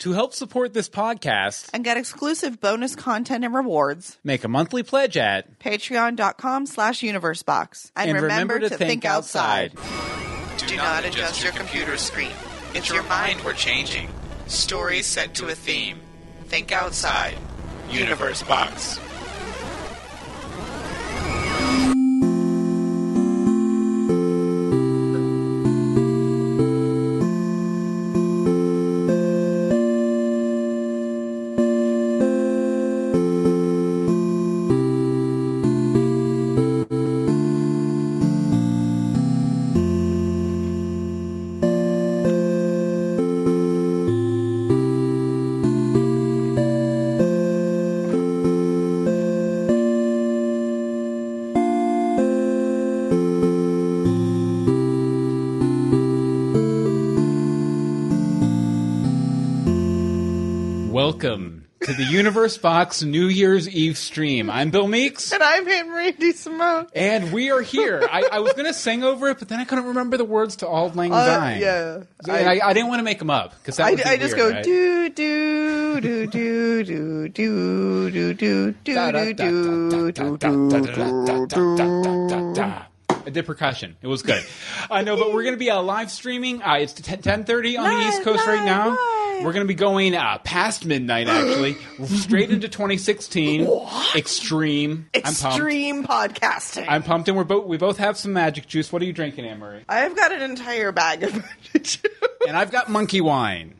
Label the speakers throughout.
Speaker 1: To help support this podcast,
Speaker 2: and get exclusive bonus content and rewards.
Speaker 1: make a monthly pledge at
Speaker 2: Patreon.com slash universebox. And, remember, to, think, outside. Do not adjust your computer screen. It's your mind we're changing. Stories set to a theme. Think outside.
Speaker 3: Universe Box.
Speaker 1: Welcome to the Universe Box New Year's Eve stream. I'm Bill Meeks,
Speaker 2: And I'm in Randy Simone.
Speaker 1: and we are here. I, I was going to sing over it, but then I couldn't remember the words to Auld Lang Syne.
Speaker 2: Uh, yeah.
Speaker 1: So, and I, I didn't want to make them up because that
Speaker 2: I,
Speaker 1: would be
Speaker 2: I just
Speaker 1: weird,
Speaker 2: go
Speaker 1: right?
Speaker 2: do do do do do do do do
Speaker 1: Da, da,
Speaker 2: do do
Speaker 1: da, da,
Speaker 2: do
Speaker 1: da,
Speaker 2: do
Speaker 1: da, da, da, da,
Speaker 2: do.
Speaker 1: da, da, da, da. I did percussion. It was good. I know, but we're going to be uh, live streaming. Uh, it's 10, 10.30 on the
Speaker 2: Live,
Speaker 1: East Coast right
Speaker 2: live,
Speaker 1: now.
Speaker 2: live.
Speaker 1: We're going to be going uh, past midnight, actually, straight into 2016. Extreme. I'm pumped.
Speaker 2: Extreme podcasting.
Speaker 1: I'm pumped, and we're both we both have some magic juice. What are you drinking, Anne Marie?
Speaker 2: I've got an entire bag of
Speaker 1: And I've got monkey wine.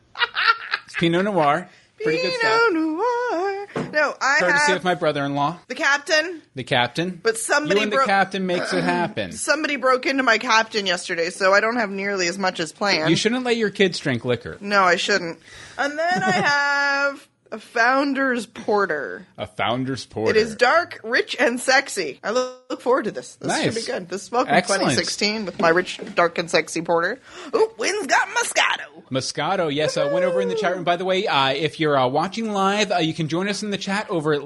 Speaker 1: It's Pinot Noir. Pretty good
Speaker 2: Pinot
Speaker 1: stuff.
Speaker 2: Noir. No, I
Speaker 1: Courtesy of
Speaker 2: have
Speaker 1: my brother-in-law,
Speaker 2: the captain,
Speaker 1: the captain.
Speaker 2: but
Speaker 1: you
Speaker 2: somebody
Speaker 1: and the
Speaker 2: broke
Speaker 1: captain makes it happen.
Speaker 2: somebody broke into my captain yesterday, so I don't have nearly as much as planned.
Speaker 1: You shouldn't let your kids drink liquor.
Speaker 2: no, I shouldn't. And then I have a founder's porter.
Speaker 1: A founder's porter.
Speaker 2: It is dark, rich, and sexy. I look, look forward to this. This
Speaker 1: Nice.
Speaker 2: should be good. This is welcome
Speaker 1: Excellent.
Speaker 2: 2016 with my rich, dark, and sexy porter. Ooh, Wynn's got Moscato.
Speaker 1: Moscato, yes, I went over in the chat room. By the way, uh, if you're uh, watching live, uh, you can join us in the chat over at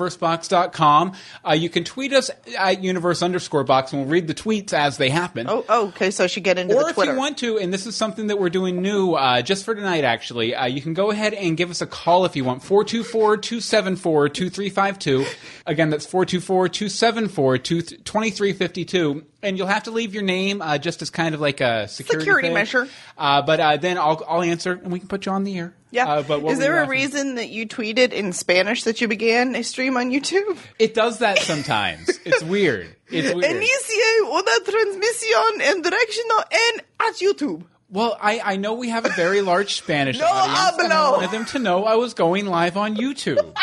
Speaker 1: live.universebox.com. Uh, you can tweet us at universe underscore box, and we'll read the tweets as they happen.
Speaker 2: Oh, oh, okay. So I should get into
Speaker 1: or
Speaker 2: the
Speaker 1: if
Speaker 2: Twitter.
Speaker 1: you want to, and this is something that we're doing new uh, just for tonight, actually, uh, you can go ahead and give us a call if you want 424 274 2352. Again, that's 424 274 2352. And you'll have to leave your name uh, just as kind of like a security,
Speaker 2: Security
Speaker 1: thing.
Speaker 2: measure.
Speaker 1: Uh, but uh, then I'll, I'll answer and we can put you on the air.
Speaker 2: yeah.
Speaker 1: Uh, but what
Speaker 2: Is
Speaker 1: were
Speaker 2: there
Speaker 1: you
Speaker 2: a
Speaker 1: laughing-
Speaker 2: reason that you tweeted in Spanish that you began a stream on YouTube?
Speaker 1: It does that sometimes. it's weird. It's weird.
Speaker 2: Inicie una transmisión en directional en at YouTube.
Speaker 1: Well, I, I know we have a very large Spanish
Speaker 2: No
Speaker 1: audience, and I
Speaker 2: hablo.
Speaker 1: wanted them to know I was going live on YouTube.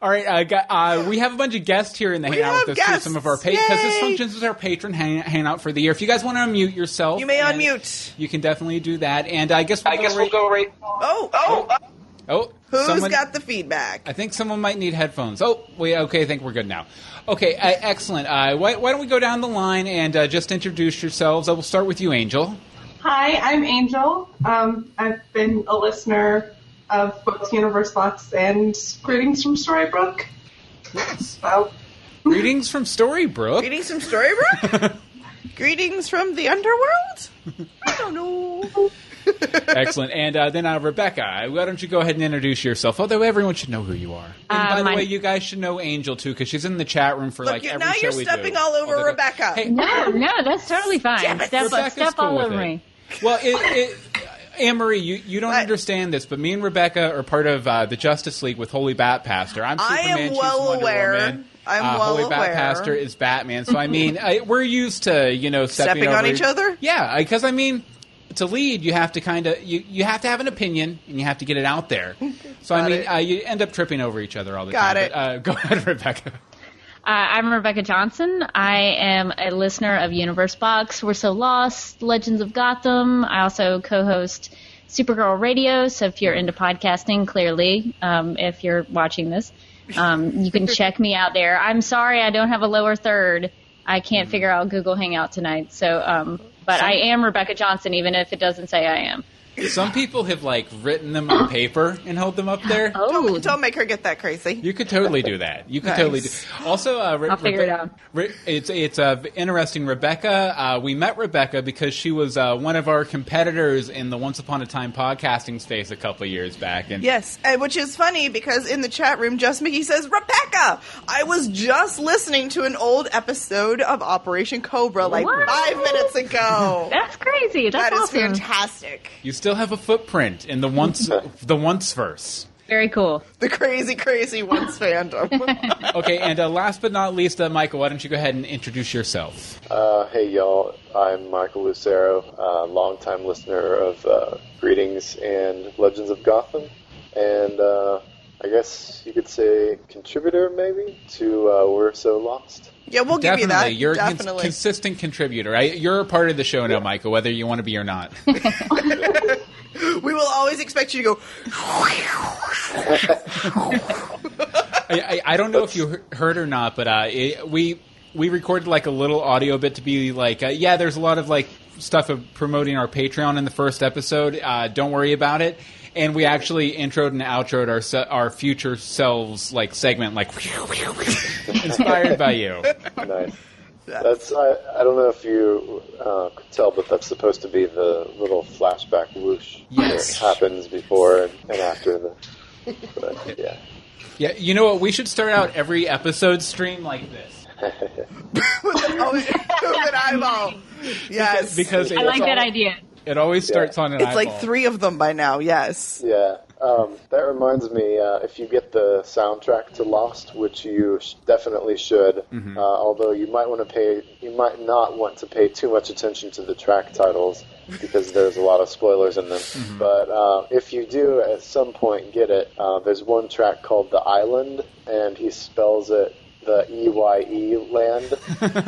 Speaker 1: All right, uh, gu- uh, we have a bunch of guests here in the hangout
Speaker 2: have
Speaker 1: with us
Speaker 2: guests.
Speaker 1: too. Some of our because this
Speaker 2: Yay.
Speaker 1: functions as our patron hang- hangout for the year. If you guys want to unmute yourself,
Speaker 2: You may
Speaker 1: and
Speaker 2: unmute.
Speaker 1: You can definitely do that. And I guess we'll go right-
Speaker 4: right.
Speaker 2: Oh, oh.
Speaker 1: Oh,
Speaker 2: Who's
Speaker 1: someone-
Speaker 2: got the feedback?
Speaker 1: I think someone might need headphones. Oh, wait, okay, I think we're good now. Okay, uh, excellent. Uh, why, why don't we go down the line and uh, just introduce yourselves? I will start with you, Angel.
Speaker 4: Hi, I'm Angel. Um, I've been a listener of both Universe Box and Greetings from Storybrooke. So,
Speaker 1: Greetings from Storybrooke.
Speaker 2: Greetings from Storybrooke? Greetings from the underworld? I don't know.
Speaker 1: Excellent. And uh, then uh, Rebecca, why don't you go ahead and introduce yourself? Although everyone should know who you are. And
Speaker 5: Uh,
Speaker 1: by the
Speaker 5: my-
Speaker 1: way, you guys should know Angel too, because she's in the chat room for
Speaker 2: Look,
Speaker 1: like
Speaker 2: you-
Speaker 1: every
Speaker 2: now
Speaker 1: show
Speaker 2: you're
Speaker 1: we
Speaker 2: stepping
Speaker 1: do.
Speaker 2: all over
Speaker 1: Oh,
Speaker 2: Rebecca.
Speaker 1: Hey,
Speaker 5: No, no, that's totally fine.
Speaker 2: Damn it,
Speaker 5: Step,
Speaker 1: Rebecca's
Speaker 5: step
Speaker 1: cool
Speaker 5: all
Speaker 1: with
Speaker 5: over
Speaker 1: it.
Speaker 5: me.
Speaker 1: Well, it, it, Anne Marie, you, you don't
Speaker 2: What?
Speaker 1: understand this, but me and Rebecca are part of uh, the Justice League with Holy Bat Pastor. I'm
Speaker 2: I am
Speaker 1: Superman. she's
Speaker 2: well
Speaker 1: Wonder
Speaker 2: aware.
Speaker 1: Woman.
Speaker 2: I'm
Speaker 1: uh,
Speaker 2: well
Speaker 1: Holy Bat
Speaker 2: aware.
Speaker 1: Pastor is Batman. So I mean, I, we're used to you know stepping,
Speaker 2: Stepping on
Speaker 1: over-
Speaker 2: each other?
Speaker 1: Yeah, because I mean. To lead, you have to kind of you, you have to have an opinion and you have to get it out there. So I
Speaker 2: Got
Speaker 1: mean,
Speaker 2: it.
Speaker 1: uh, you end up tripping over each other all the
Speaker 2: Got
Speaker 1: time.
Speaker 2: it.
Speaker 1: But, uh, go ahead, Rebecca.
Speaker 5: Uh, I'm Rebecca Johnson. I am a listener of Universe Box, We're So Lost, Legends of Gotham. I also co-host Supergirl Radio. So if you're into podcasting, clearly, um, if you're watching this, um, you can check me out there. I'm sorry I don't have a lower third. I can't figure out Google Hangout tonight. So, um, but I am Rebecca Johnson, even if it doesn't say I am.
Speaker 1: Some people have like written them on paper and hold them up there.
Speaker 5: Oh,
Speaker 2: Don't, don't make her get that crazy.
Speaker 1: You could totally do that. You could
Speaker 2: Nice.
Speaker 1: totally do. Also, uh, Re-
Speaker 5: I'll figure it out.
Speaker 1: Re- it's it's uh, interesting. Rebecca, uh, we met Rebecca because she was uh, one of our competitors in the Once Upon a Time podcasting space a couple of years back. And
Speaker 2: Yes, and which is funny because in the chat room, Just Mickey says, Rebecca, I was just listening to an old episode of Operation Cobra like
Speaker 5: What?
Speaker 2: five minutes ago.
Speaker 5: That's crazy. That's
Speaker 2: that is
Speaker 5: awesome.
Speaker 2: fantastic.
Speaker 1: you still have a footprint in the once the once verse.
Speaker 5: Very cool.
Speaker 2: The crazy, crazy ones fandom.
Speaker 1: Okay, and uh, last but not least, uh, Michael, why don't you go ahead and introduce yourself?
Speaker 6: Uh, hey y'all, I'm Michael Lucero, uh, longtime listener of uh, Greetings and Legends of Gotham, and uh, I guess you could say contributor maybe to uh, We're So Lost.
Speaker 2: yeah, we'll give
Speaker 1: Definitely,
Speaker 2: you that.
Speaker 1: you're a cons-
Speaker 2: Definitely.
Speaker 1: consistent contributor. I, you're a part of the show now, Michael, whether you want to be or not.
Speaker 2: we will always expect you to go,
Speaker 1: I, I, I don't know if you he- heard or not, but uh, it, we we recorded like a little audio bit to be like, uh, yeah, there's a lot of like stuff of promoting our Patreon in the first episode. Uh, don't worry about it. And we actually introed and outroed our se- our future selves like segment, like inspired by you.
Speaker 6: Nice. That's I, I don't know if you uh, could tell, but that's supposed to be the little flashback whoosh
Speaker 1: Yes.
Speaker 6: that happens before and, and after the. But, yeah.
Speaker 1: Yeah, you know what? We should start out every episode stream like this
Speaker 2: with an, always, with an Oh, eyeball. Yes.
Speaker 1: because
Speaker 5: I
Speaker 1: it,
Speaker 5: like
Speaker 1: it's
Speaker 5: that
Speaker 1: al-
Speaker 5: idea.
Speaker 1: it always starts on an
Speaker 2: it's
Speaker 1: eyeball.
Speaker 2: like three of them by now, yes.
Speaker 6: Yeah, um, that reminds me. Uh, if you get the soundtrack to Lost, which you sh- definitely should, uh, although you might want to pay, you might not want to pay too much attention to the track titles because there's a lot of spoilers in them. But uh, if you do, at some point, get it. Uh, there's one track called "The Island," and he spells it the E Y E land.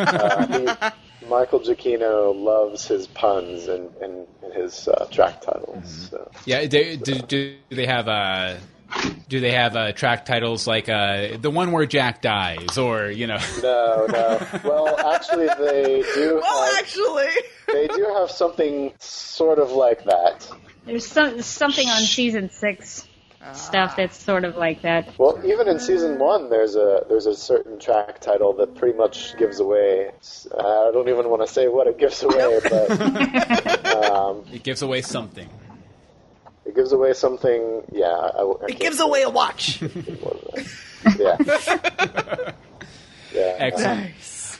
Speaker 6: uh, he, Michael Giacchino loves his puns and, and, and his uh, track titles. So.
Speaker 1: Yeah, do, do, do they have uh, do they have uh, track titles like uh, the one where Jack dies, or you know?
Speaker 6: No, Oh, no. Well, actually, they do.
Speaker 2: Well,
Speaker 6: have,
Speaker 2: actually,
Speaker 6: they do have something sort of like that.
Speaker 5: There's some, something on season six stuff that's sort of like that.
Speaker 6: Well, even in season
Speaker 2: Mm.
Speaker 6: one, there's a there's a certain track title that pretty much gives away. I don't even want to say what it gives away, but
Speaker 1: It gives away something.
Speaker 6: it gives away something. Yeah, I, I
Speaker 2: it
Speaker 6: can't
Speaker 2: gives
Speaker 6: say
Speaker 2: away a watch.
Speaker 6: what it was. Yeah. Yeah.
Speaker 1: Excellent.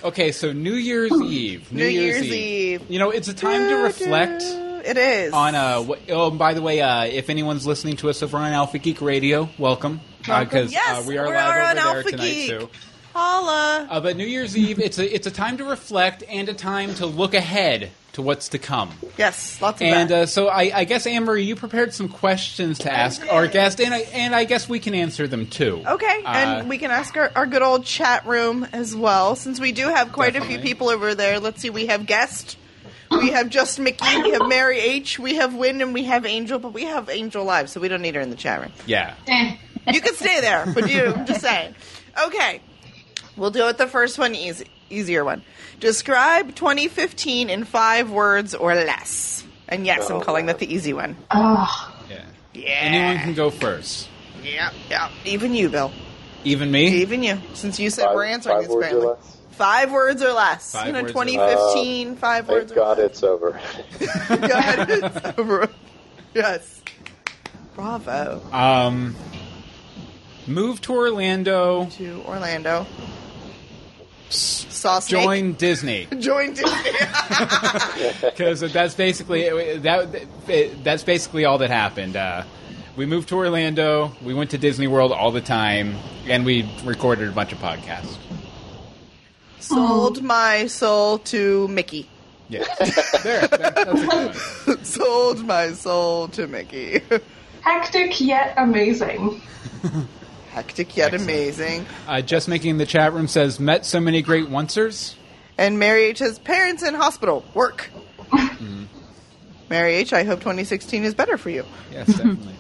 Speaker 1: Okay, so New Year's Eve. New,
Speaker 2: New Year's Eve.
Speaker 1: You know, it's a time to reflect
Speaker 2: It is.
Speaker 1: on. Uh, what, oh, and by the way, uh, if anyone's listening to us over on Alpha Geek Radio, welcome. Because
Speaker 2: Yes,
Speaker 1: we are
Speaker 2: we
Speaker 1: live
Speaker 2: are
Speaker 1: over
Speaker 2: on
Speaker 1: there
Speaker 2: Alpha
Speaker 1: tonight
Speaker 2: Geek.
Speaker 1: too.
Speaker 2: Holla.
Speaker 1: Uh, but New Year's Eve, it's a it's a time to reflect and a time to look ahead to what's to come.
Speaker 2: Yes, lots of
Speaker 1: And
Speaker 2: that.
Speaker 1: uh, so I, I guess Amory, you prepared some questions to ask our guest, and I, and I guess we can answer them too.
Speaker 2: Okay,
Speaker 1: Uh,
Speaker 2: and we can ask our, our good old chat room as well, since we do have quite a few
Speaker 1: Definitely.
Speaker 2: people over there. Let's see, we have guest, we have Just McGee, we have Mary H, we have Wynn, and we have Angel, but we have Angel live, so we don't need her in the chat room.
Speaker 1: yeah.
Speaker 4: Eh.
Speaker 2: You can stay there, but you, I'm just saying. Okay, we'll do it the first one, easy, easier one. Describe 2015 in five words or less. And yes, I'm
Speaker 6: Oh,
Speaker 2: calling
Speaker 6: man.
Speaker 2: that the easy one.
Speaker 4: Ugh.
Speaker 1: yeah.
Speaker 2: Yeah.
Speaker 1: Anyone can go first,
Speaker 2: Yeah, yeah. Even you, Bill.
Speaker 1: even me.
Speaker 2: Even you, since you said
Speaker 6: Five-
Speaker 2: we're answering
Speaker 6: five
Speaker 2: this
Speaker 6: words or
Speaker 2: apparently.
Speaker 6: less? Uh,
Speaker 2: Five words or less.
Speaker 1: Five
Speaker 2: you know,
Speaker 1: words or
Speaker 2: 2015, five words
Speaker 6: Thank God
Speaker 2: or
Speaker 6: it's over.
Speaker 2: less. God, it's over. Yes. Bravo
Speaker 1: Um, move to Orlando.
Speaker 2: to Orlando.
Speaker 1: s-
Speaker 2: Sauce Snake.
Speaker 1: Join Disney
Speaker 2: Join Disney.
Speaker 1: because that's basically that. That's basically all that happened. Uh, we moved to Orlando. We went to Disney World all the time, and we recorded a bunch of podcasts.
Speaker 2: Sold my soul to Mickey.
Speaker 1: Yeah, there. That, that's a good one.
Speaker 2: Sold my soul to Mickey.
Speaker 4: Hectic yet amazing.
Speaker 2: Hectic yet amazing.
Speaker 1: Uh, just making the chat room says met so many great oncers.
Speaker 2: And Mary H has parents in hospital. Work. Mm-hmm. Mary H, I hope 2016 is better for you.
Speaker 1: Yes, definitely.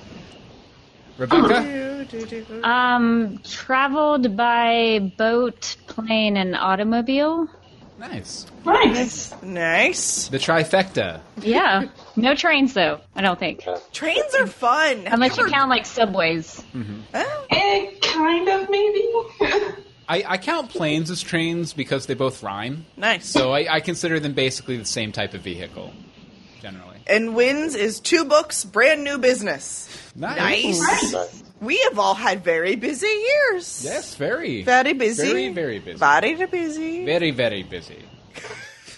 Speaker 1: Rebecca,
Speaker 2: Do, do, do, do.
Speaker 5: Um, traveled by boat, plane, and automobile.
Speaker 1: Nice.
Speaker 4: Nice.
Speaker 2: Nice.
Speaker 1: The trifecta.
Speaker 5: Yeah. No trains though. I don't think.
Speaker 2: Trains are fun. Have
Speaker 5: Unless you
Speaker 2: ever-
Speaker 5: count like subways.
Speaker 2: Oh,
Speaker 4: Eh, kind of, maybe.
Speaker 1: I, I count planes as trains because they both rhyme.
Speaker 2: nice.
Speaker 1: So I, I consider them basically the same type of vehicle, generally.
Speaker 2: and Wins is two books, brand new business.
Speaker 1: Nice.
Speaker 4: Nice.
Speaker 6: Nice.
Speaker 2: We have all had very busy years.
Speaker 1: Yes, very.
Speaker 2: Very busy.
Speaker 1: Very, very busy.
Speaker 2: Very busy.
Speaker 1: Very, very busy.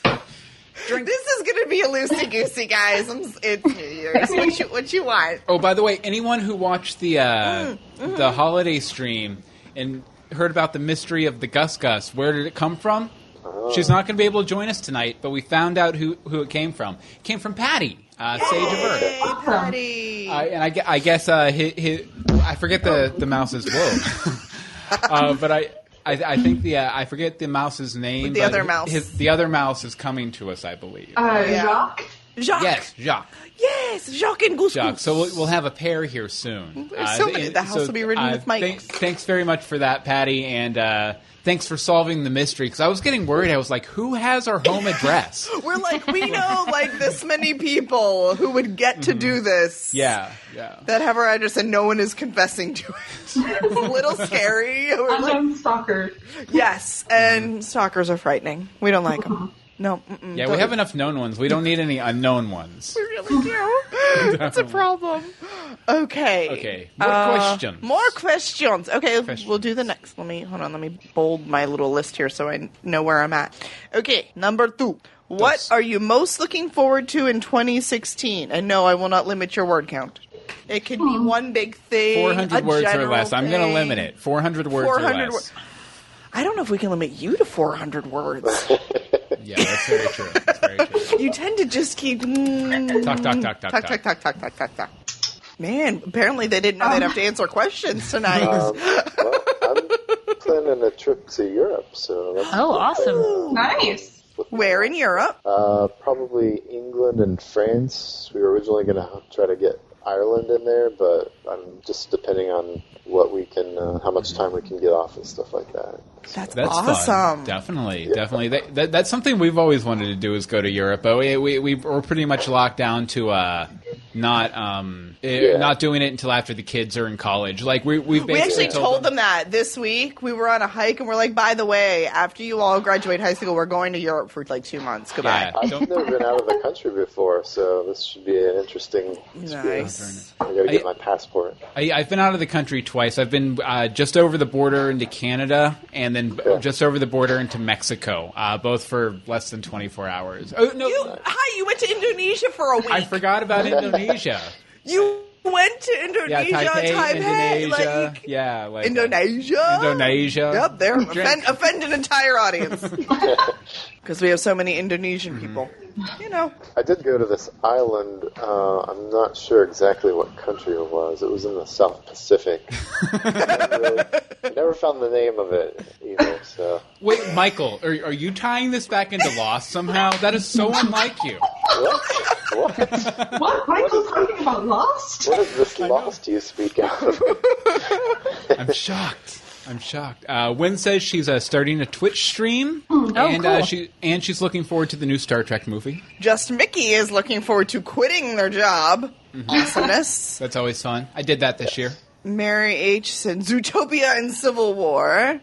Speaker 2: This is going to be a loosey goosey, guys. I'm, s- it's New Year's. What you, what you want?
Speaker 1: Oh, by the way, anyone who watched the uh,
Speaker 2: Mm, mm-hmm.
Speaker 1: the holiday stream and heard about the mystery of the Gus Gus, where did it come from?
Speaker 2: Uh-huh.
Speaker 1: She's not going to be able to join us tonight, but we found out who, who it came from. It came from Patty, uh, Sage of Earth.
Speaker 2: Hey, party.
Speaker 1: I, and I, gue- I guess uh, hi hi I forget the the mouse's whoa, uh, but I, I I think the uh, I forget the mouse's name.
Speaker 2: The
Speaker 1: but
Speaker 2: other mouse.
Speaker 1: his- the other mouse is coming to us, I believe.
Speaker 4: Uh,
Speaker 2: Yeah.
Speaker 4: Jacques?
Speaker 2: Jacques.
Speaker 1: yes, Jacques.
Speaker 2: Yes, Jacques and Goose.
Speaker 1: Jacques.
Speaker 2: Goose.
Speaker 1: So we'll, we'll have a pair here soon. Uh,
Speaker 2: There's so many- the house will be ridden with mics.
Speaker 1: thank- thanks very much for that, Patty, and uh, thanks for solving the mystery. Because I was getting worried. I was like, who has our home address?
Speaker 2: We're like, we know like this many people who would get to do this.
Speaker 1: Mm-hmm. yeah, yeah.
Speaker 2: That have our address and no one is confessing to it. It's a little scary. We're like,
Speaker 4: Unknown stalker.
Speaker 2: yes, and stalkers are frightening. We don't like them. No. Mm-mm,
Speaker 1: Yeah,
Speaker 2: don't-
Speaker 1: we have enough known ones. We don't need any unknown ones.
Speaker 2: We really do. it's a problem. Okay. Uh,
Speaker 1: Okay. More questions.
Speaker 2: More questions. Okay, we'll
Speaker 1: Questions.
Speaker 2: do the next. Let me hold on. Let me bold my little list here so I know where I'm at. Okay, number two. What
Speaker 1: Dos.
Speaker 2: are you most looking forward to in 2016? And no, I will not limit your word count. It could be one big thing,
Speaker 1: Four hundred
Speaker 2: a
Speaker 1: words or
Speaker 2: general
Speaker 1: less. I'm going to
Speaker 2: thing.
Speaker 1: limit it. Four hundred words
Speaker 2: 400
Speaker 1: or less.
Speaker 2: wo- I don't know if we can limit you to 400 words.
Speaker 1: yeah, that's very true. That's very true.
Speaker 2: you tend to just keep mm,
Speaker 1: Talk, talk, talk, talk,
Speaker 2: talk, talk, talk, talk, talk, talk, talk. Man, apparently they didn't know they'd have to answer questions tonight.
Speaker 6: Um, well, I'm planning a trip to Europe, so that's
Speaker 5: Oh, awesome.
Speaker 4: Nice.
Speaker 2: Where in Europe?
Speaker 6: Uh, probably England and France. We were originally going to try to get Ireland in there, but I'm just depending on what we can, uh, how much time we can get off and stuff like that.
Speaker 2: That's,
Speaker 1: That's fun.
Speaker 2: awesome.
Speaker 1: Definitely, definitely. That, that, that's something we've always wanted to do is go to Europe, but we, we, we we're pretty much locked down to uh, not um, eh,
Speaker 6: Yeah.
Speaker 1: not doing it until after the kids are in college. Like we we've
Speaker 2: We
Speaker 1: basically
Speaker 2: actually told them that this week. We were on a hike and we're like, by the way, after you all graduate high school, we're going to Europe for like two months. Goodbye.
Speaker 1: Yeah,
Speaker 6: I've
Speaker 1: don't-
Speaker 6: never been out of the country before, so this should be an interesting experience.
Speaker 2: Nice.
Speaker 6: I gotta get
Speaker 1: I-
Speaker 6: my passport.
Speaker 1: I, I've been out of the country twice. I've been uh, just over the border into Canada, and then b-
Speaker 6: Yeah.
Speaker 1: just over the border into Mexico, uh, both for less than twenty four hours. Oh no,
Speaker 2: You, hi, you went to Indonesia for a week.
Speaker 1: I forgot about Indonesia.
Speaker 2: You went to
Speaker 1: Yeah,
Speaker 2: Indonesia,
Speaker 1: Taipei,
Speaker 2: Taipei,
Speaker 1: Indonesia.
Speaker 2: like
Speaker 1: yeah, like uh,
Speaker 2: Indonesia.
Speaker 1: Indonesia.
Speaker 2: Yep, there.
Speaker 1: Drink.
Speaker 2: Offend, offend an entire audience. Because we have so many Indonesian people. You know.
Speaker 6: I did go to this island. Uh, I'm not sure exactly what country it was. It was in the South Pacific. never, really- I never found the name of it either. So
Speaker 1: Wait, Michael, are, are you tying this back into Lost somehow? That is so unlike you.
Speaker 6: what? What?
Speaker 4: What? Michael's talking about Lost?
Speaker 6: What is this lost you speak of?
Speaker 1: I'm shocked. I'm shocked. Uh, Wynn says she's uh, starting a Twitch stream,
Speaker 2: Hmm. Oh,
Speaker 1: and uh,
Speaker 5: cool.
Speaker 1: she and she's looking forward to the new Star Trek movie.
Speaker 2: Just Mickey is looking forward to quitting their job. Awesomeness.
Speaker 1: That's always fun. I did that this year.
Speaker 2: Mary H. said Zootopia and Civil War.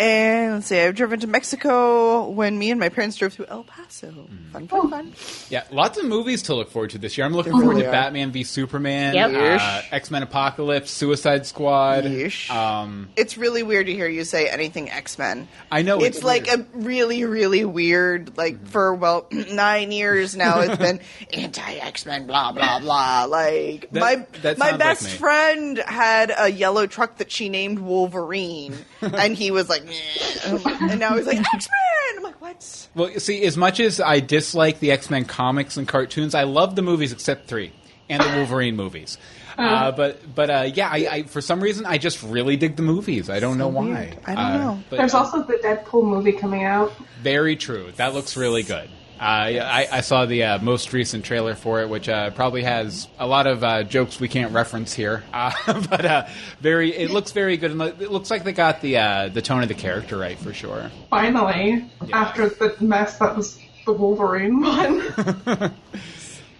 Speaker 2: and let's see, I've driven to Mexico when me and my parents drove through El Paso. Fun, fun, fun.
Speaker 1: Yeah, lots of movies to look forward to this year. I'm looking forward
Speaker 2: really
Speaker 1: to
Speaker 2: are.
Speaker 1: Batman v Superman,
Speaker 5: Yep.
Speaker 1: uh, X Men Apocalypse, Suicide Squad.
Speaker 2: Yeesh.
Speaker 1: Um,
Speaker 2: It's really weird to hear you say anything X Men.
Speaker 1: I know
Speaker 2: It's like
Speaker 1: weird. Mm-hmm.
Speaker 2: a really, really weird, like for, well, nine years now, it's been anti X Men, blah, blah, blah. Like,
Speaker 1: That-
Speaker 2: my,
Speaker 1: that
Speaker 2: my
Speaker 1: sounds like
Speaker 2: best
Speaker 1: me.
Speaker 2: friend had a yellow truck that she named Wolverine, and he was like, "Meh." and now he's like, X Men! I'm like, what?
Speaker 1: Well, you see, as much as I dislike the X Men comics and cartoons, I love the movies except three and the Wolverine movies.
Speaker 2: Oh.
Speaker 1: Uh, but but uh, yeah, I, I for some reason I just really dig the movies. I don't know why.
Speaker 2: weird. I don't
Speaker 1: Uh,
Speaker 2: know.
Speaker 1: But,
Speaker 4: There's
Speaker 1: uh,
Speaker 4: also the Deadpool movie coming out.
Speaker 1: very true. That looks really good. Uh, yeah, I, I saw the uh, most recent trailer for it, which uh, probably has a lot of uh, jokes we can't reference here. Uh, but uh, very, it looks very good, and it looks like they got the uh, the tone of the character right for sure.
Speaker 4: Finally, after the mess that was the Wolverine one.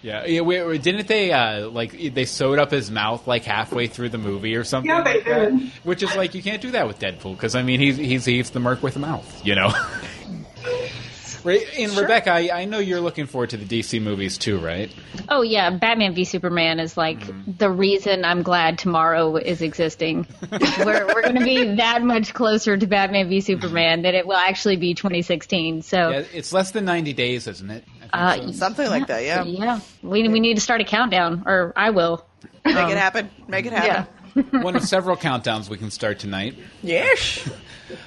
Speaker 1: Yeah, yeah wait, wait, didn't they uh, like they sewed up his mouth like halfway through the movie or something?
Speaker 4: Yeah, they
Speaker 1: like that?
Speaker 4: did.
Speaker 1: Which is like you can't do that with Deadpool because I mean he's he's he's the merc with a mouth, you know. Right, and Rebecca, I, I know you're looking forward to the DC movies too, right?
Speaker 5: Oh yeah, Batman v Superman is like the reason I'm glad tomorrow is existing. we're we're going to be that much closer to Batman v Superman that it will actually be 2016. So
Speaker 1: Yeah, it's less than 90 days, isn't it? I think
Speaker 5: Uh,
Speaker 1: so.
Speaker 2: Something like that, yeah.
Speaker 5: yeah, we we need to start a countdown, or I will.
Speaker 2: Make it happen. Make it
Speaker 5: Yeah.
Speaker 2: happen.
Speaker 1: One of several countdowns we can start tonight.
Speaker 2: Yes.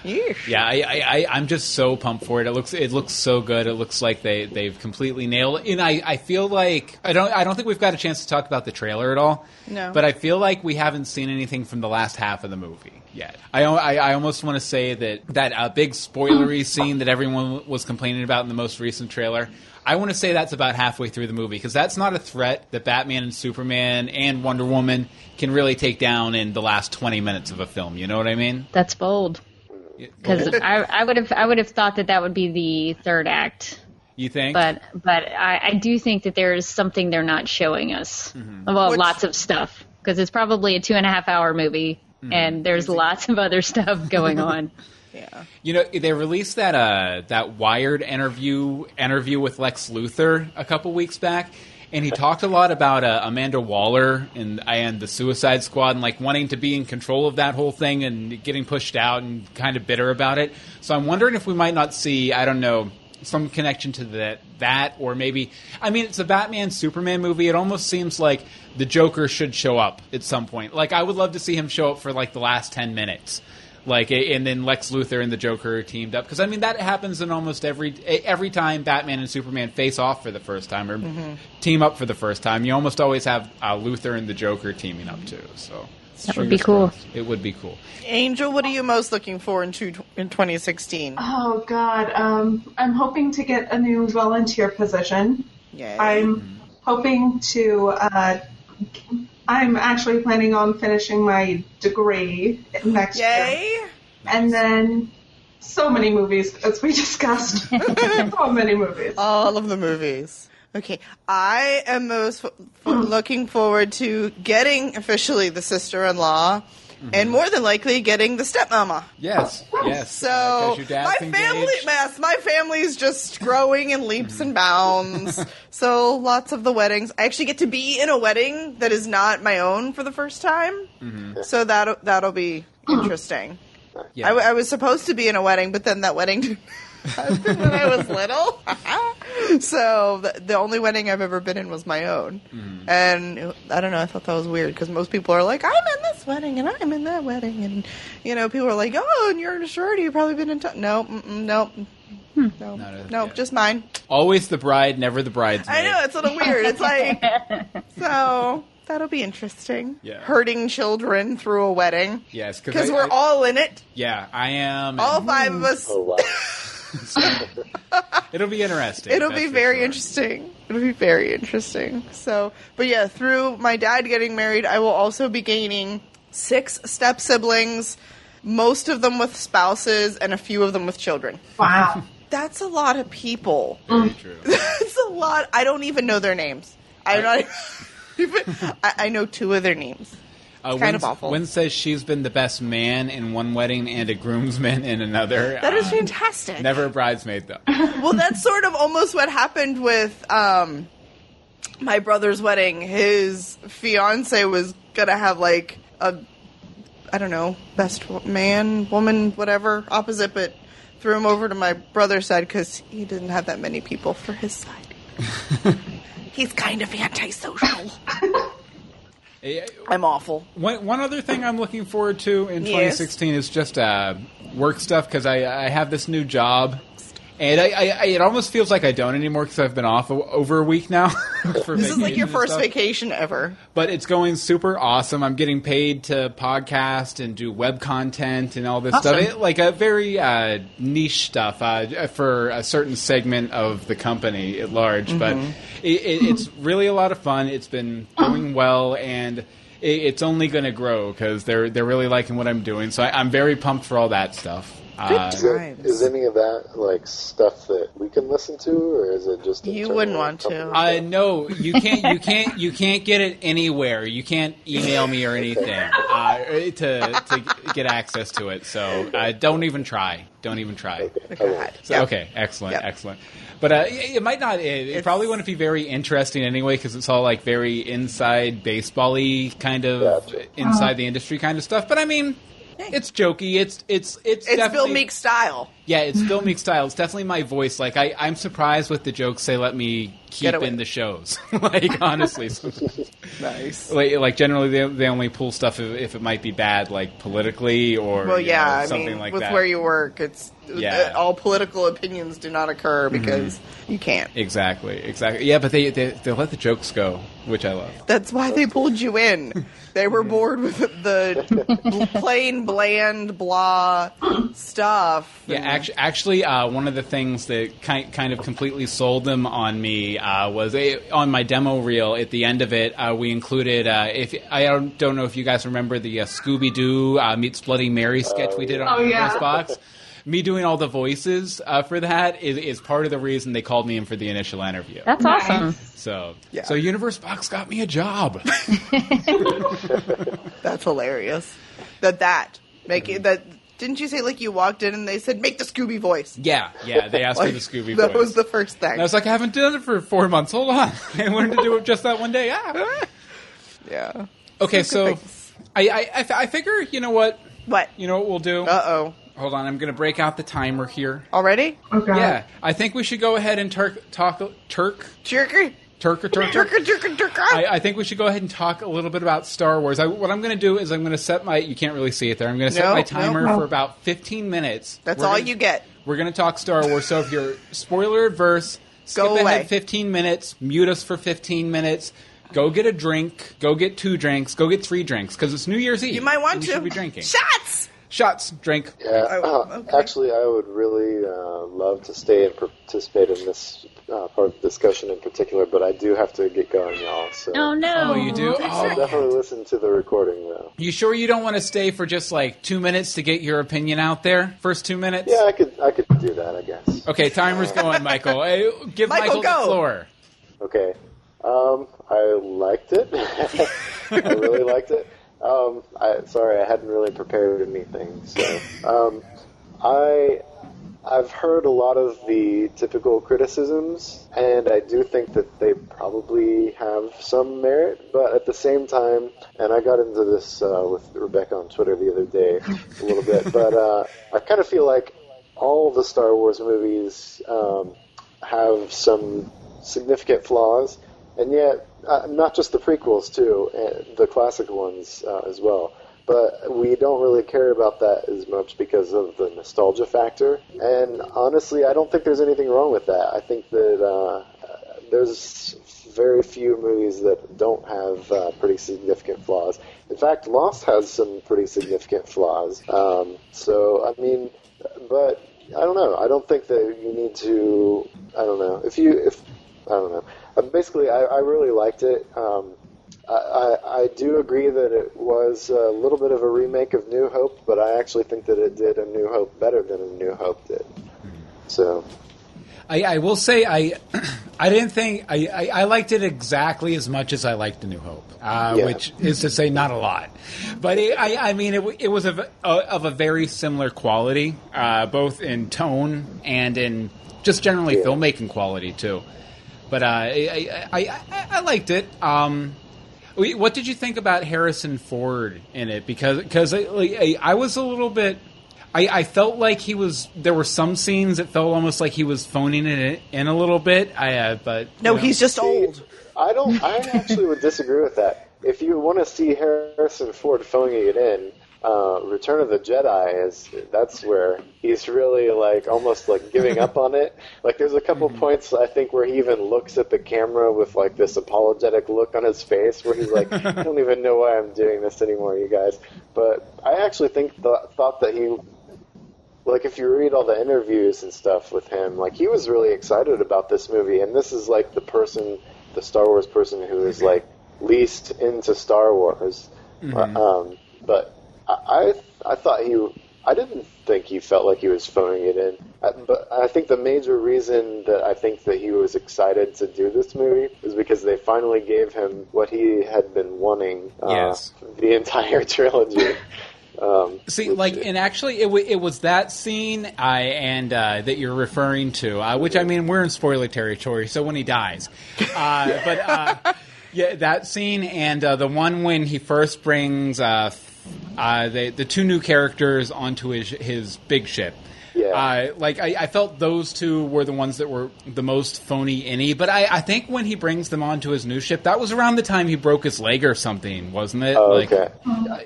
Speaker 2: Yes.
Speaker 1: Yeah, I, I, I, I'm just so pumped for it. It looks it looks so good. It looks like they they've completely nailed. it. And I, I feel like I don't I don't think we've got a chance to talk about the trailer at all.
Speaker 2: No.
Speaker 1: but I feel like we haven't seen anything from the last half of the movie yet. I al- I, I almost want to say that that uh, big spoilery scene that everyone was complaining about in the most recent trailer. I want to say that's about halfway through the movie because that's not a threat that Batman and Superman and Wonder Woman can really take down in the last 20 minutes of a film. You know what I mean?
Speaker 5: That's bold. Because I, I would have I would have thought that that would be the third act,
Speaker 1: You think?
Speaker 5: but but I, I do think that there is something they're not showing us. Well,
Speaker 2: Which-
Speaker 5: lots of stuff because it's probably a two and a half hour movie, and there's lots of other stuff going on.
Speaker 2: Yeah.
Speaker 1: You know, they released that uh, that Wired interview interview with Lex Luthor a couple weeks back, and he talked a lot about uh, Amanda Waller and and the Suicide Squad and like wanting to be in control of that whole thing and getting pushed out and kind of bitter about it. So I'm wondering if we might not see I don't know some connection to that that or maybe I mean it's a Batman Superman movie. It almost seems like the Joker should show up at some point. Like I would love to see him show up for like the last ten minutes like a- and then Lex Luthor and the Joker teamed up because I mean that happens in almost every e, every time Batman and Superman face off for the first time or
Speaker 2: Mm-hmm.
Speaker 1: team up for the first time. You almost always have uh, Luthor and the Joker teaming up too. So
Speaker 5: That would be cool.
Speaker 1: It would be cool.
Speaker 2: Angel, what are you most looking for in two, in 2016?
Speaker 4: Oh God, um, I'm hoping to get a new volunteer position.
Speaker 2: Yay.
Speaker 4: I'm hoping to. Uh, I'm actually planning on finishing my degree next year,
Speaker 2: Yay.
Speaker 4: and then so many movies as we discussed. so many movies.
Speaker 2: All of the movies. Okay, I am most f- f- looking forward to getting officially the sister-in-law,
Speaker 1: Mm-hmm.
Speaker 2: and more than likely getting the stepmama.
Speaker 1: Yes, yes. uh,
Speaker 2: So
Speaker 1: 'cause your
Speaker 2: my
Speaker 1: dad's
Speaker 2: family,
Speaker 1: engaged. Mm-hmm.
Speaker 2: yes, my family's just growing in leaps and bounds. so lots of the weddings. I actually get to be in a wedding that is not my own for the first time. So that that'll be interesting.
Speaker 1: Mm-hmm. Yeah.
Speaker 2: I, w- I was supposed to be in a wedding, but then that wedding didn't happen when I was little. so the, the only wedding I've ever been in was my own,
Speaker 1: Mm-hmm.
Speaker 2: and it- I don't know. I thought that was weird because most people are like, "I'm in this wedding and I'm in that wedding," and you know, people are like, "Oh, and you're in a sorority. You've probably been in t-. no, mm-mm, no, no,
Speaker 1: Not a-
Speaker 2: no,
Speaker 1: yeah.
Speaker 2: just mine."
Speaker 1: Always the bride, never the bridesmaid.
Speaker 2: I know it's a little weird. It's like so that'll be interesting.
Speaker 1: Yeah.
Speaker 2: Herding children through a wedding
Speaker 1: Yes,
Speaker 2: because
Speaker 1: I- I-
Speaker 2: we're
Speaker 1: Mm-hmm.
Speaker 2: all in it.
Speaker 1: Yeah, I am.
Speaker 2: All
Speaker 1: and
Speaker 2: five of us.
Speaker 6: Oh wow.
Speaker 1: It'll be interesting.
Speaker 2: It'll
Speaker 1: that's
Speaker 2: be
Speaker 1: for
Speaker 2: very
Speaker 1: sure.
Speaker 2: interesting. It'll be very interesting. So, but yeah, through my dad getting married, I will also be gaining six step siblings, most of them with spouses, and a few of them with children.
Speaker 4: Wow.
Speaker 2: That's a lot of people.
Speaker 1: Very
Speaker 5: Um,
Speaker 1: true.
Speaker 2: That's a lot. I don't even know their names. I'm not even. I, I know two of their names.
Speaker 1: Uh,
Speaker 2: kind
Speaker 1: Wynn-
Speaker 2: of awful.
Speaker 1: Wynn says she's been the best man in one wedding and a groomsman in another.
Speaker 2: That is
Speaker 1: Uh,
Speaker 2: fantastic.
Speaker 1: Never a bridesmaid though.
Speaker 2: well, that's sort of almost what happened with um, my brother's wedding. His fiance was gonna have like a, I don't know, best wo- man, woman, whatever, opposite, but threw him over to my brother's side because he didn't have that many people for his side. He's kind of antisocial.
Speaker 1: Eh,
Speaker 2: I'm awful.
Speaker 1: One, one other thing I'm looking forward to in
Speaker 2: Yes.
Speaker 1: 2016 is just uh, work stuff because I, I have this new job, And I, I, I it almost feels like I don't anymore because I've been off o- over a week now. for
Speaker 7: This is like your
Speaker 1: vacation and
Speaker 7: first
Speaker 1: stuff.
Speaker 7: vacation ever.
Speaker 1: But it's going super awesome. I'm getting paid to podcast and do web content and all this
Speaker 7: Awesome.
Speaker 1: stuff. It, like a very uh, niche stuff uh, for a certain segment of the company at large. But it, it, it's really a lot of fun. It's been going well and. it- It's only going to grow because they're they're really liking what I'm doing, so I, I'm very pumped for all that stuff. Uh,
Speaker 6: Is, it,
Speaker 7: Times.
Speaker 6: is any of that like stuff that we can listen to, or is it just?
Speaker 7: You
Speaker 6: internal
Speaker 7: wouldn't want to.
Speaker 6: company
Speaker 1: Uh,
Speaker 6: stuff?
Speaker 1: no, you can't. You can't. You can't get it anywhere. You can't email me or anything uh, to to get access to it. So uh, don't even try. Don't even try.
Speaker 6: I won't.
Speaker 7: God.
Speaker 1: Oh, So,
Speaker 7: Yep.
Speaker 1: Okay, excellent,
Speaker 7: Yep.
Speaker 1: excellent. But uh, it, it might not. It, it probably wouldn't be very interesting anyway because it's all like very inside baseball-y kind of
Speaker 6: Gotcha.
Speaker 1: inside the industry kind of stuff. But I mean. It's jokey. It's it's it's
Speaker 7: It's Bill
Speaker 1: definitely-
Speaker 7: Meek's style.
Speaker 1: yeah, it's Bill Meek style. It's definitely my voice. Like I, I'm surprised with the jokes they let me keep
Speaker 7: Get away.
Speaker 1: in the shows. like honestly, sometimes.
Speaker 7: Nice.
Speaker 1: like, like generally they, they only pull stuff if, if it might be bad, like politically or
Speaker 7: Well,
Speaker 1: you
Speaker 7: yeah,
Speaker 1: know,
Speaker 7: I
Speaker 1: something
Speaker 7: mean,
Speaker 1: like
Speaker 7: with
Speaker 1: that.
Speaker 7: where you work, it's
Speaker 1: Yeah. Mm-hmm.
Speaker 7: uh, all political opinions do not occur because you can't.
Speaker 1: exactly, exactly. Yeah, but they, they they let the jokes go, which I love.
Speaker 7: That's why they pulled you in. They
Speaker 1: Mm-hmm.
Speaker 7: were bored with the bl- plain, bland, blah stuff.
Speaker 1: Yeah, actually, actually uh, one of the things that kind, kind of completely sold them on me uh, was eh, on my demo reel. At the end of it, uh, we included uh, if I don't, don't know if you guys remember the uh, Scooby Doo uh, meets Bloody Mary sketch we did on
Speaker 4: Oh,
Speaker 1: the
Speaker 4: yeah.
Speaker 1: Box. Me doing all the voices uh, for that is, is part of the reason they called me in for the initial interview.
Speaker 5: That's
Speaker 4: Nice.
Speaker 5: awesome.
Speaker 1: So,
Speaker 7: Yeah.
Speaker 1: so Universe Box got me a job.
Speaker 7: That's hilarious. That that make it, that didn't you say like you walked in and they said make the Scooby voice?
Speaker 1: yeah, yeah, they asked
Speaker 7: Like,
Speaker 1: for the Scooby
Speaker 7: that
Speaker 1: voice.
Speaker 7: was the first thing.
Speaker 1: and I was like, I haven't done it for four months. Hold on, I learned to do it just that one day. Ah.
Speaker 7: yeah.
Speaker 1: Okay,
Speaker 7: Some
Speaker 1: so
Speaker 7: good things.
Speaker 1: I, I, I, fi- I figure you know what
Speaker 7: What?
Speaker 1: you know what we'll do.
Speaker 7: Uh oh.
Speaker 1: Hold on, I'm gonna break out the timer here.
Speaker 7: Already?
Speaker 4: Okay.
Speaker 1: Yeah, I think we should go ahead and Turk talk Turk
Speaker 7: Jerker.
Speaker 1: Turk or Turk.
Speaker 7: Jerker. Jerker. Jerker.
Speaker 1: I, I think we should go ahead and talk a little bit about Star Wars. I, what I'm going to do is I'm going to set my you can't really see it there. I'm going to set
Speaker 7: No,
Speaker 1: my
Speaker 7: no,
Speaker 1: timer
Speaker 4: no.
Speaker 1: for about 15 minutes.
Speaker 7: That's
Speaker 1: We're
Speaker 7: all
Speaker 1: gonna-
Speaker 7: you get.
Speaker 1: We're going to talk Star Wars. So if you're spoiler adverse, skip
Speaker 7: Go away.
Speaker 1: ahead 15 minutes, mute us for 15 minutes. Go get a drink. Go get two drinks. Go get three drinks because it's New Year's Eve.
Speaker 7: You might want
Speaker 1: we
Speaker 7: to
Speaker 1: Should be drinking
Speaker 7: shots.
Speaker 1: shots. Drink.
Speaker 6: Yeah.
Speaker 7: Oh,
Speaker 6: uh,
Speaker 7: okay.
Speaker 6: Actually, I would really uh, love to stay and participate in this uh, part of the discussion in particular, but I do have to get going, y'all. So
Speaker 5: Oh no!
Speaker 1: Oh, you do.
Speaker 6: I'll
Speaker 1: Oh,
Speaker 6: definitely listen to the recording, though.
Speaker 1: you sure you don't want to stay for just like two minutes to get your opinion out there? First two minutes.
Speaker 6: Yeah, I could, I could do that, I guess.
Speaker 1: Okay, timer's going, Michael. Hey, give Michael,
Speaker 7: Michael,
Speaker 1: the
Speaker 7: go.
Speaker 1: floor.
Speaker 6: Okay. Um, I liked it. I really liked it. Um, I, sorry, I hadn't really prepared anything. So, um, I I've heard a lot of the typical criticisms, and I do think that they probably have some merit. But at the same time, and I got into this uh, with Rebecca on Twitter the other day a little bit, but uh, I kind of feel like all the Star Wars movies um, have some significant flaws, and yet uh, not just the prequels too, uh, the classic ones uh, as well. But we don't really care about that as much because of the nostalgia factor. And honestly, I don't think there's anything wrong with that. I think that uh, there's very few movies that don't have uh, pretty significant flaws. In fact, Lost has some pretty significant flaws. Um, so I mean, but I don't know. I don't think that you need to. I don't know if you if I don't know. Uh, basically, I, I really liked it. Um, I, I, I do agree that it was a little bit of a remake of New Hope, but I actually think that it did a New Hope better than a New Hope did. So
Speaker 1: I, I will say I I didn't think I, I, I liked it exactly as much as I liked The New Hope, uh,
Speaker 6: Yeah.
Speaker 1: which is to say not a lot, but it, I I mean it, w- it was of a, of a very similar quality, uh, both in tone and in just generally
Speaker 6: Yeah.
Speaker 1: filmmaking quality too. But uh, I, I, I- I I liked it. Um, we- what did you think about Harrison Ford in it? Because because I, like, I, I was a little bit. I, I felt like he was. There were some scenes that felt almost like he was phoning it in a little bit. I uh, but you
Speaker 7: No,
Speaker 1: know.
Speaker 7: he's just old.
Speaker 6: I don't. I actually would disagree with that. If you want to see Harrison Ford phoning it in, uh, Return of the Jedi is that's where he's really like almost like giving up on it. Like there's a couple
Speaker 7: Mm-hmm.
Speaker 6: points I think where he even looks at the camera with like this apologetic look on his face where he's like, I don't even know why I'm doing this anymore, you guys. But I actually think the thought that he like if you read all the interviews and stuff with him, like he was really excited about this movie, and this is like the person, the Star Wars person who is like least into Star Wars.
Speaker 1: Mhm.
Speaker 6: Um, but I, I I thought he I didn't think he felt like he was phoning it in. I, but I think the major reason that I think that he was excited to do this movie is because they finally gave him what he had been wanting uh,
Speaker 1: Yes.
Speaker 6: the entire trilogy. Um,
Speaker 1: See,
Speaker 6: which-
Speaker 1: like, and actually, it, w- it was that scene I and uh, that you're referring to, uh, which I mean, we're in spoiler territory, so when he dies, uh, but uh, yeah, that scene and uh, the one when he first brings uh, f- uh, the the two new characters onto his his big ship.
Speaker 6: Yeah.
Speaker 1: Uh, like I, I felt those two were the ones that were the most phony any, but I, I think when he brings them onto his new ship, that was around the time he broke his leg or something, wasn't it?
Speaker 6: Oh,
Speaker 1: like,
Speaker 6: okay.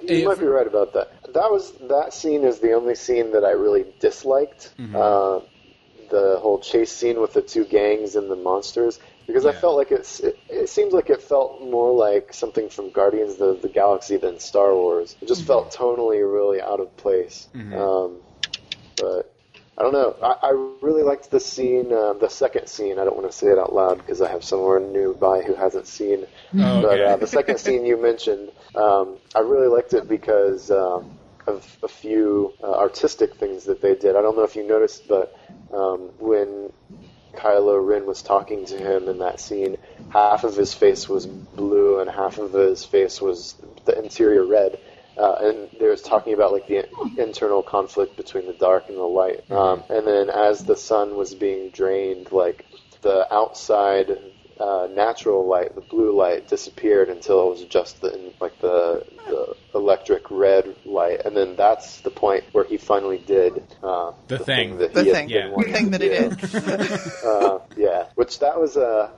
Speaker 1: if-
Speaker 6: You might be right about that. That was that scene is the only scene that I really disliked.
Speaker 1: Mm-hmm.
Speaker 6: Uh, the whole chase scene with the two gangs and the monsters, because I
Speaker 1: Yeah.
Speaker 6: felt like it's it, it seems like it felt more like something from Guardians of the Galaxy than Star Wars. It
Speaker 1: Mm-hmm.
Speaker 6: just felt tonally really out of place. Um, but I don't know. I, I really liked the scene, uh, the second scene. I don't want to say it out loud because I have someone nearby who hasn't seen.
Speaker 1: Oh,
Speaker 6: But
Speaker 1: okay.
Speaker 6: uh, the second scene you mentioned, um, I really liked it because um, of a few uh, artistic things that they did. I don't know if you noticed, but um, when Kylo Ren was talking to him in that scene, half of his face was blue and half of his face was the interior red. Uh, and they was talking about like the in- internal conflict between the dark and the
Speaker 1: Mm-hmm.
Speaker 6: light. Um, and then as the sun was being drained, like the outside uh, natural light, the blue light, disappeared until it was just the like the, the electric red light. And then that's the point where he finally did uh,
Speaker 1: The thing.
Speaker 6: that
Speaker 7: The
Speaker 6: he had
Speaker 7: thing.
Speaker 6: been
Speaker 1: Yeah.
Speaker 6: wanting
Speaker 7: thing
Speaker 6: to
Speaker 7: that he
Speaker 6: do
Speaker 7: did.
Speaker 6: uh, yeah, which that was Uh,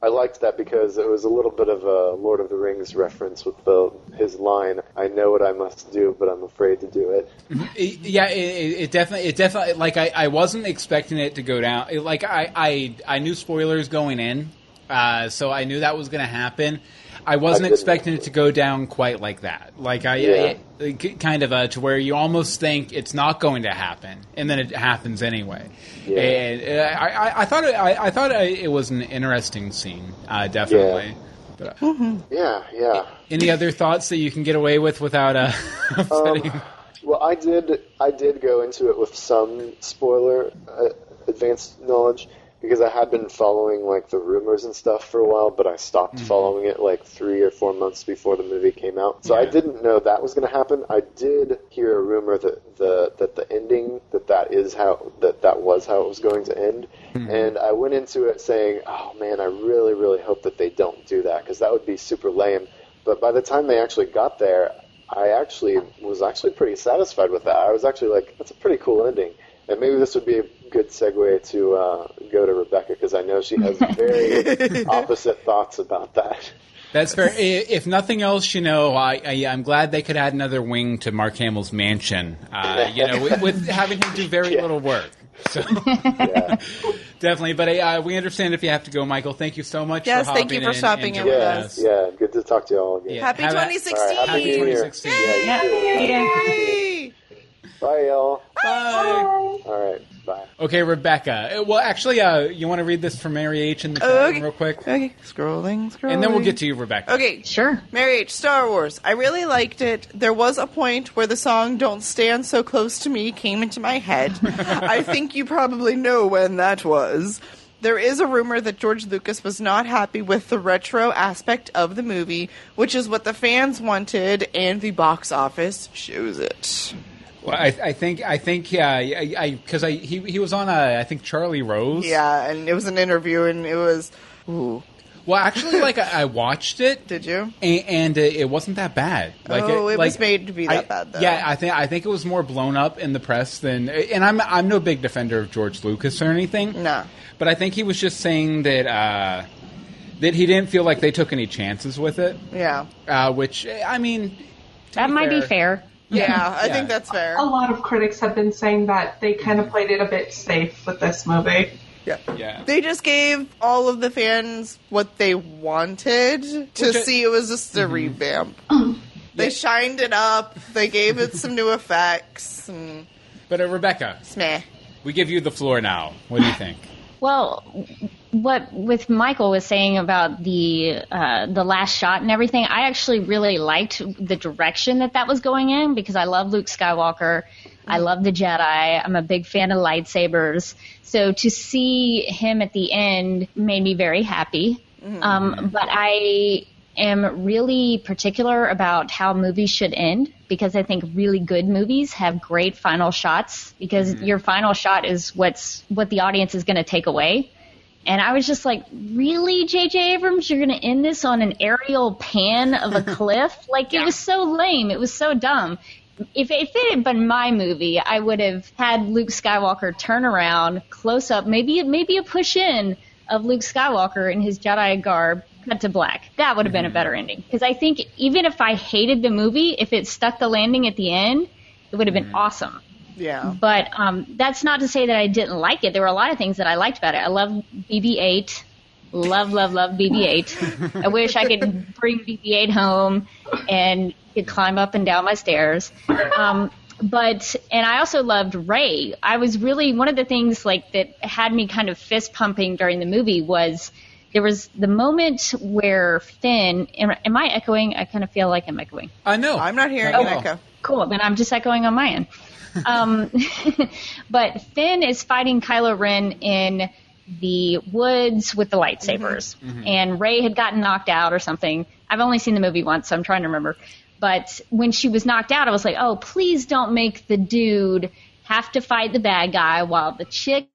Speaker 6: I liked that because it was a little bit of a Lord of the Rings reference with the his line, "I know what I must do, but I'm afraid to do it."
Speaker 1: It- yeah, it, it it definitely, it definitely, like I, I wasn't expecting it to go down. It- like I, I, I knew spoilers going in, uh, so I knew that was going to happen. I wasn't
Speaker 6: didn't.
Speaker 1: expecting it to go down quite like that. Like I,
Speaker 6: Yeah.
Speaker 1: I- it k- kind of uh, to where you almost think it's not going to happen, and then it happens anyway.
Speaker 6: Yeah.
Speaker 1: And uh, I, I, I thought, it, I, I thought it it was an interesting scene, uh, definitely. But, uh,
Speaker 6: Yeah, yeah.
Speaker 1: any other thoughts that you can get away with without uh, upsetting?
Speaker 6: Um, Well, I did. I did go into it with some spoiler uh, advanced knowledge because I had been following like the rumors and stuff for a while, but I stopped following it like three or four months before the movie came out. So I
Speaker 1: Yeah.
Speaker 6: didn't know that was going to happen. I did hear a rumor that the that the ending that that is how that that was how it was going to end, and I went into it saying, "Oh man, I really really hope that they don't do that because that would be super lame." But by the time they actually got there, I actually was actually pretty satisfied with that. I was actually like, that's a pretty cool ending. And maybe this would be a good segue to uh, go to Rebecca because I know she has very opposite thoughts about that.
Speaker 1: That's fair. I- If nothing else, you know, I, I, I'm glad they could add another wing to Mark Hamill's mansion. Uh, you know, with, with having him do very
Speaker 6: Yeah.
Speaker 1: little work. So
Speaker 6: Yeah,
Speaker 1: definitely, but uh, we understand if you have to go, Michael. Thank you so much.
Speaker 7: Yes,
Speaker 1: for
Speaker 7: thank you
Speaker 1: hopping
Speaker 7: for
Speaker 1: in
Speaker 7: stopping
Speaker 1: and
Speaker 7: in
Speaker 1: joining
Speaker 7: with
Speaker 6: yeah,
Speaker 7: us.
Speaker 6: yeah. Good to talk to you all again.
Speaker 1: Yeah.
Speaker 7: Happy
Speaker 1: Have a-
Speaker 6: All
Speaker 7: 2016!
Speaker 6: right, happy
Speaker 1: Happy
Speaker 6: New Year.
Speaker 1: 2016.
Speaker 6: Yeah, you too.
Speaker 7: Yay!
Speaker 6: Bye, y'all.
Speaker 1: Bye.
Speaker 6: All right, bye.
Speaker 1: Okay, Rebecca. Uh, Well, actually, uh, you want to read this from Mary H in the chat
Speaker 7: Okay.
Speaker 1: room real quick,
Speaker 7: Okay, scrolling, scrolling.
Speaker 1: and then we'll get to you, Rebecca.
Speaker 7: Okay,
Speaker 5: Sure.
Speaker 7: Mary H. Star Wars. I really liked it. There was a point where the song Don't Stand So Close to Me came into my head. I think you probably know when that was. There is a rumor that George Lucas was not happy with the retro aspect of the movie, which is what the fans wanted, and the box office shows it.
Speaker 1: Well, I, I think I think yeah, I because I, he he was on uh, I think Charlie Rose.
Speaker 7: Yeah, and it was an interview, and it was. Ooh,
Speaker 1: Well, actually, like I, I watched it.
Speaker 7: did you?
Speaker 1: and, and uh, it wasn't that bad. Like,
Speaker 7: Oh, it
Speaker 1: like,
Speaker 7: was made to be that
Speaker 1: I-
Speaker 7: bad, though.
Speaker 1: Yeah, I think I think it was more blown up in the press than. And I'm I'm no big defender of George Lucas or anything.
Speaker 7: No.
Speaker 1: but I think he was just saying that uh, that he didn't feel like they took any chances with it,
Speaker 7: Yeah.
Speaker 1: uh, which I mean, to
Speaker 5: That might be fair.
Speaker 7: Yeah, I think that's fair.
Speaker 4: A lot of critics have been saying that they kind of played it a bit safe with this movie.
Speaker 1: Yeah.
Speaker 7: They just gave all of the fans what they wanted to
Speaker 1: Which I- Mm-hmm.
Speaker 7: see. It was just a revamp.
Speaker 5: Um,
Speaker 7: They shined it up. They gave it some new effects. And
Speaker 1: But uh, Rebecca,
Speaker 7: it's meh.
Speaker 1: we give you the floor now. What do you think?
Speaker 5: Well, what with Michael was saying about the uh, the last shot and everything, I actually really liked the direction that that was going in because I love Luke Skywalker, I love the Jedi, I'm a big fan of lightsabers. So to see him at the end made me very happy. Um, but I am really particular about how movies should end because I think really good movies have great final shots because your final shot is what's what the audience is going to take away. And I was just like, really, J.J. Abrams, you're going to end this on an aerial pan of a cliff? Like, it was so lame. It was so dumb. If, if it had been my movie, I would have had Luke Skywalker turn around, close up, maybe maybe a push in of Luke Skywalker in his Jedi garb, cut to black. That would have been a better ending. Because I think even if I hated the movie, if it stuck the landing at the end, it would have been awesome.
Speaker 7: Yeah.
Speaker 5: But um, that's not to say that I didn't like it. There were a lot of things that I liked about it. I love BB-8. Love, love, love BB-8. I wish I could bring BB-8 home and could climb up and down my stairs. Um, but and I also loved Ray. I was really one of the things like that had me kind of fist pumping during the movie was there was the moment where Finn. Am, am I echoing? I kind of feel like I'm echoing
Speaker 1: I know.
Speaker 7: I'm not hearing
Speaker 1: Oh.
Speaker 7: an echo.
Speaker 5: cool. Then I'm just echoing on my end. Um, but Finn is fighting Kylo Ren in the woods with the lightsabers, and Ray had gotten knocked out or something. I've only seen the movie once, so I'm trying to remember. But when she was knocked out, I was like, "Oh, please don't make the dude have to fight the bad guy while the chick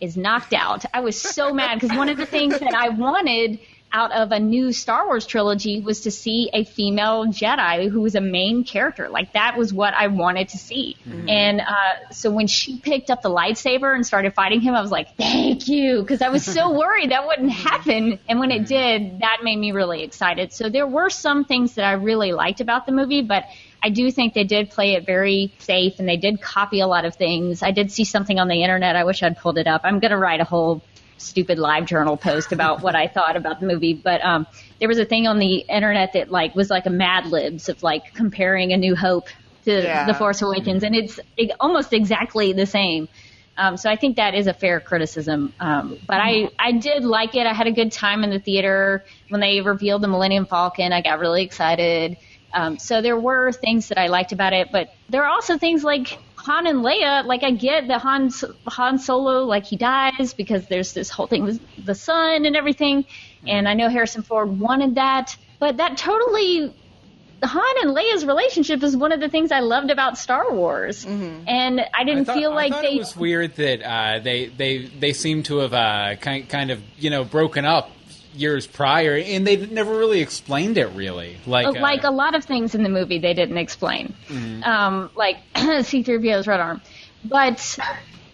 Speaker 5: is knocked out." I was so mad because one of the things that I wanted out of a new Star Wars trilogy was to see a female Jedi who was a main character. Like that was what I wanted to see. And uh, so when she picked up the lightsaber and started fighting him, I was like, "Thank you," because I was so worried that wouldn't happen. And when it did, that made me really excited. So there were some things that I really liked about the movie, but. I do think they did play it very safe and they did copy a lot of things. I did see something on the internet. I wish I'd pulled it up. I'm going to write a whole stupid live journal post about what I thought about the movie, but um, there was a thing on the internet that like was like a Mad Libs of like comparing A New Hope to
Speaker 7: Yeah.
Speaker 5: The Force Awakens, and it's it, almost exactly the same. Um, so I think that is a fair criticism, um, but I I did like it. I had a good time in the theater when they revealed the Millennium Falcon. I got really excited. Um, so there were things that I liked about it, but there are also things like Han and Leia. Like I get that Han Han Solo like he dies because there's this whole thing with the sun and everything, and I know Harrison Ford wanted that, but that totally Han and Leia's relationship is one of the things I loved about Star Wars, and I didn't
Speaker 1: Mm-hmm. I thought-
Speaker 5: feel like
Speaker 1: I thought
Speaker 5: they
Speaker 1: it was weird that uh, they they they seem to have uh, kind kind of you know broken up years prior, and they never really explained it really. Like
Speaker 5: Uh, like
Speaker 1: uh, Mm-hmm.
Speaker 5: a lot of things in the movie they didn't explain um, like c3po's red arm but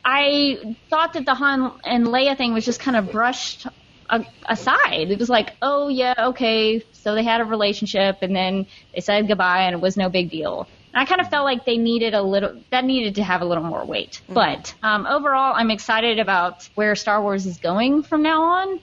Speaker 5: i thought that the han and leia thing was just kind of brushed a- aside it was like oh yeah okay so they had a relationship and then they said goodbye and it was no big deal and I kind of felt like they needed a little, that needed to have a little more weight.
Speaker 1: Mm-hmm.
Speaker 5: But um, overall, I'm excited about where Star Wars is going from now on.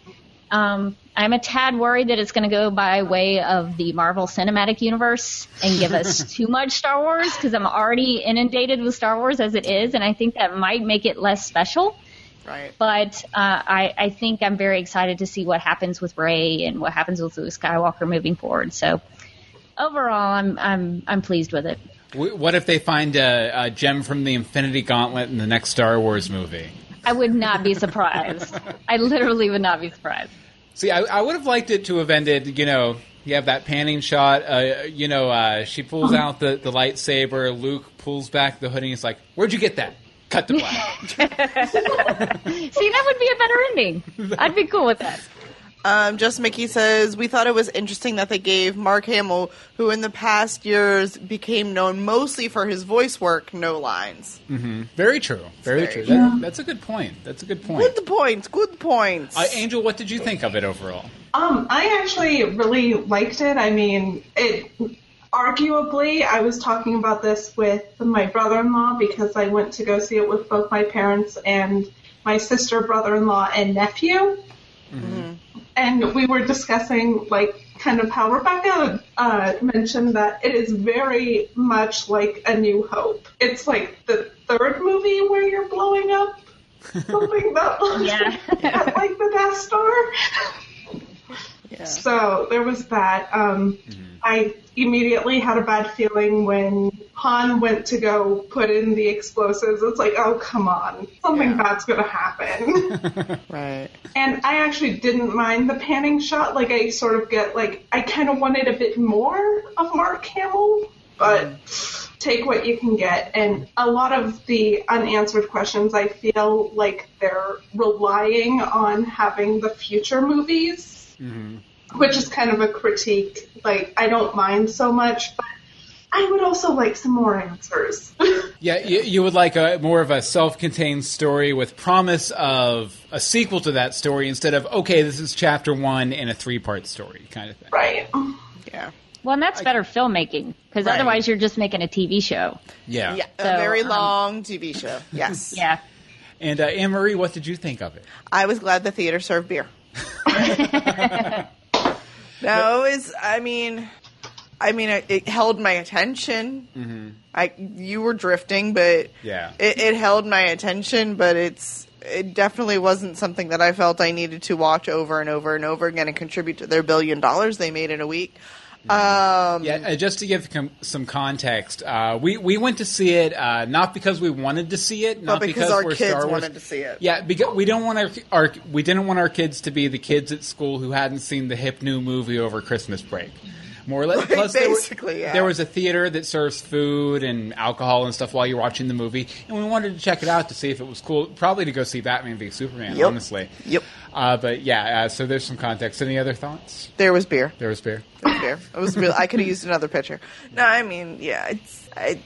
Speaker 5: Um, I'm a tad worried that it's going to go by way of the Marvel Cinematic Universe and give us too much Star Wars because I'm already inundated with Star Wars as it is, and I think that might make it less special.
Speaker 7: Right.
Speaker 5: But uh, I, I think I'm very excited to see what happens with Ray and what happens with Luke Skywalker moving forward. So overall, I'm I'm I'm pleased with it.
Speaker 1: w- what if they find a, a gem from the Infinity Gauntlet in the next Star Wars movie?
Speaker 5: I would not be surprised. I literally would not be surprised.
Speaker 1: See, I, I would have liked it to have ended. You know, you have that panning shot. Uh, you know, uh, she pulls
Speaker 5: Uh-huh.
Speaker 1: out the, the lightsaber. Luke pulls back the hood, and he's like, "Where'd you get that?" Cut the black.
Speaker 5: See, that would be a better ending. I'd be cool with that.
Speaker 7: Um, Just Mickey says we thought it was interesting that they gave Mark Hamill, who in the past years became known mostly for his voice work, no lines.
Speaker 1: Very true. Very
Speaker 7: Very
Speaker 1: true.
Speaker 7: true.
Speaker 1: That, that's a good point. That's a good point.
Speaker 7: Good points. Good points.
Speaker 1: Uh, Angel, what did you think of it overall?
Speaker 4: Um, I actually really liked it. I mean, it. arguably, I was talking about this with my brother in law because I went to go see it with both my parents and my sister, brother in law, and nephew. And we were discussing, like, kind of how Rebecca uh, mentioned that it is very much like A New Hope. It's like the third movie where you're blowing up something that looks
Speaker 5: Yeah.
Speaker 4: like the Death Star. So there was that. Um, I immediately had a bad feeling when Han went to go put in the explosives. It's like, oh, come on. Something
Speaker 2: Yeah.
Speaker 4: bad's going to happen.
Speaker 2: Right.
Speaker 4: and I actually didn't mind the panning shot. Like, I sort of get, like, I kind of wanted a bit more of Mark Hamill, but take what you can get. And a lot of the unanswered questions, I feel like they're relying on having the future movies which is kind of a critique. Like, I don't mind so much, but I would also like some more answers.
Speaker 1: Yeah, you, you would like a more of a self-contained story with promise of a sequel to that story instead of okay, this is chapter one in a three-part story kind of thing.
Speaker 4: right.
Speaker 2: Yeah.
Speaker 5: Well, and that's better filmmaking because
Speaker 2: Right.
Speaker 5: otherwise you're just making a TV show.
Speaker 1: Yeah.
Speaker 2: Yeah.
Speaker 5: So,
Speaker 2: a very
Speaker 5: um,
Speaker 2: long TV show. Yes.
Speaker 5: Yeah.
Speaker 1: And uh, Anne Marie, what did you think of it?
Speaker 2: I was glad the theater served beer. no, it's. I mean, I mean, it, it held my attention. Mm-hmm. I you were drifting, but
Speaker 1: Yeah.
Speaker 2: it, it held my attention. But it's it definitely wasn't something that I felt I needed to watch over and over and over again and contribute to their billion dollars they made in a week. Um,
Speaker 1: Yeah, uh, just to give com- some context, uh, we we went to see it uh, not because we wanted to see it, not
Speaker 2: but because, our
Speaker 1: we're
Speaker 2: kids
Speaker 1: Star Wars.
Speaker 2: wanted to see it.
Speaker 1: Yeah, because we don't want our, our we didn't want our kids to be the kids at school who hadn't seen the hip new movie over Christmas break. More or less, plus there were-
Speaker 2: basically, yeah.
Speaker 1: there was a theater that serves food and alcohol and stuff while you're watching the movie, and we wanted to check it out to see if it was cool. Probably to go see Batman v Superman,
Speaker 2: Yep.
Speaker 1: honestly.
Speaker 2: Yep.
Speaker 1: Uh, but yeah, uh, so there's some context. Any other thoughts?
Speaker 2: There was beer.
Speaker 1: There was beer.
Speaker 2: there. It was real. I could have used another picture. No, I mean, yeah, it's I.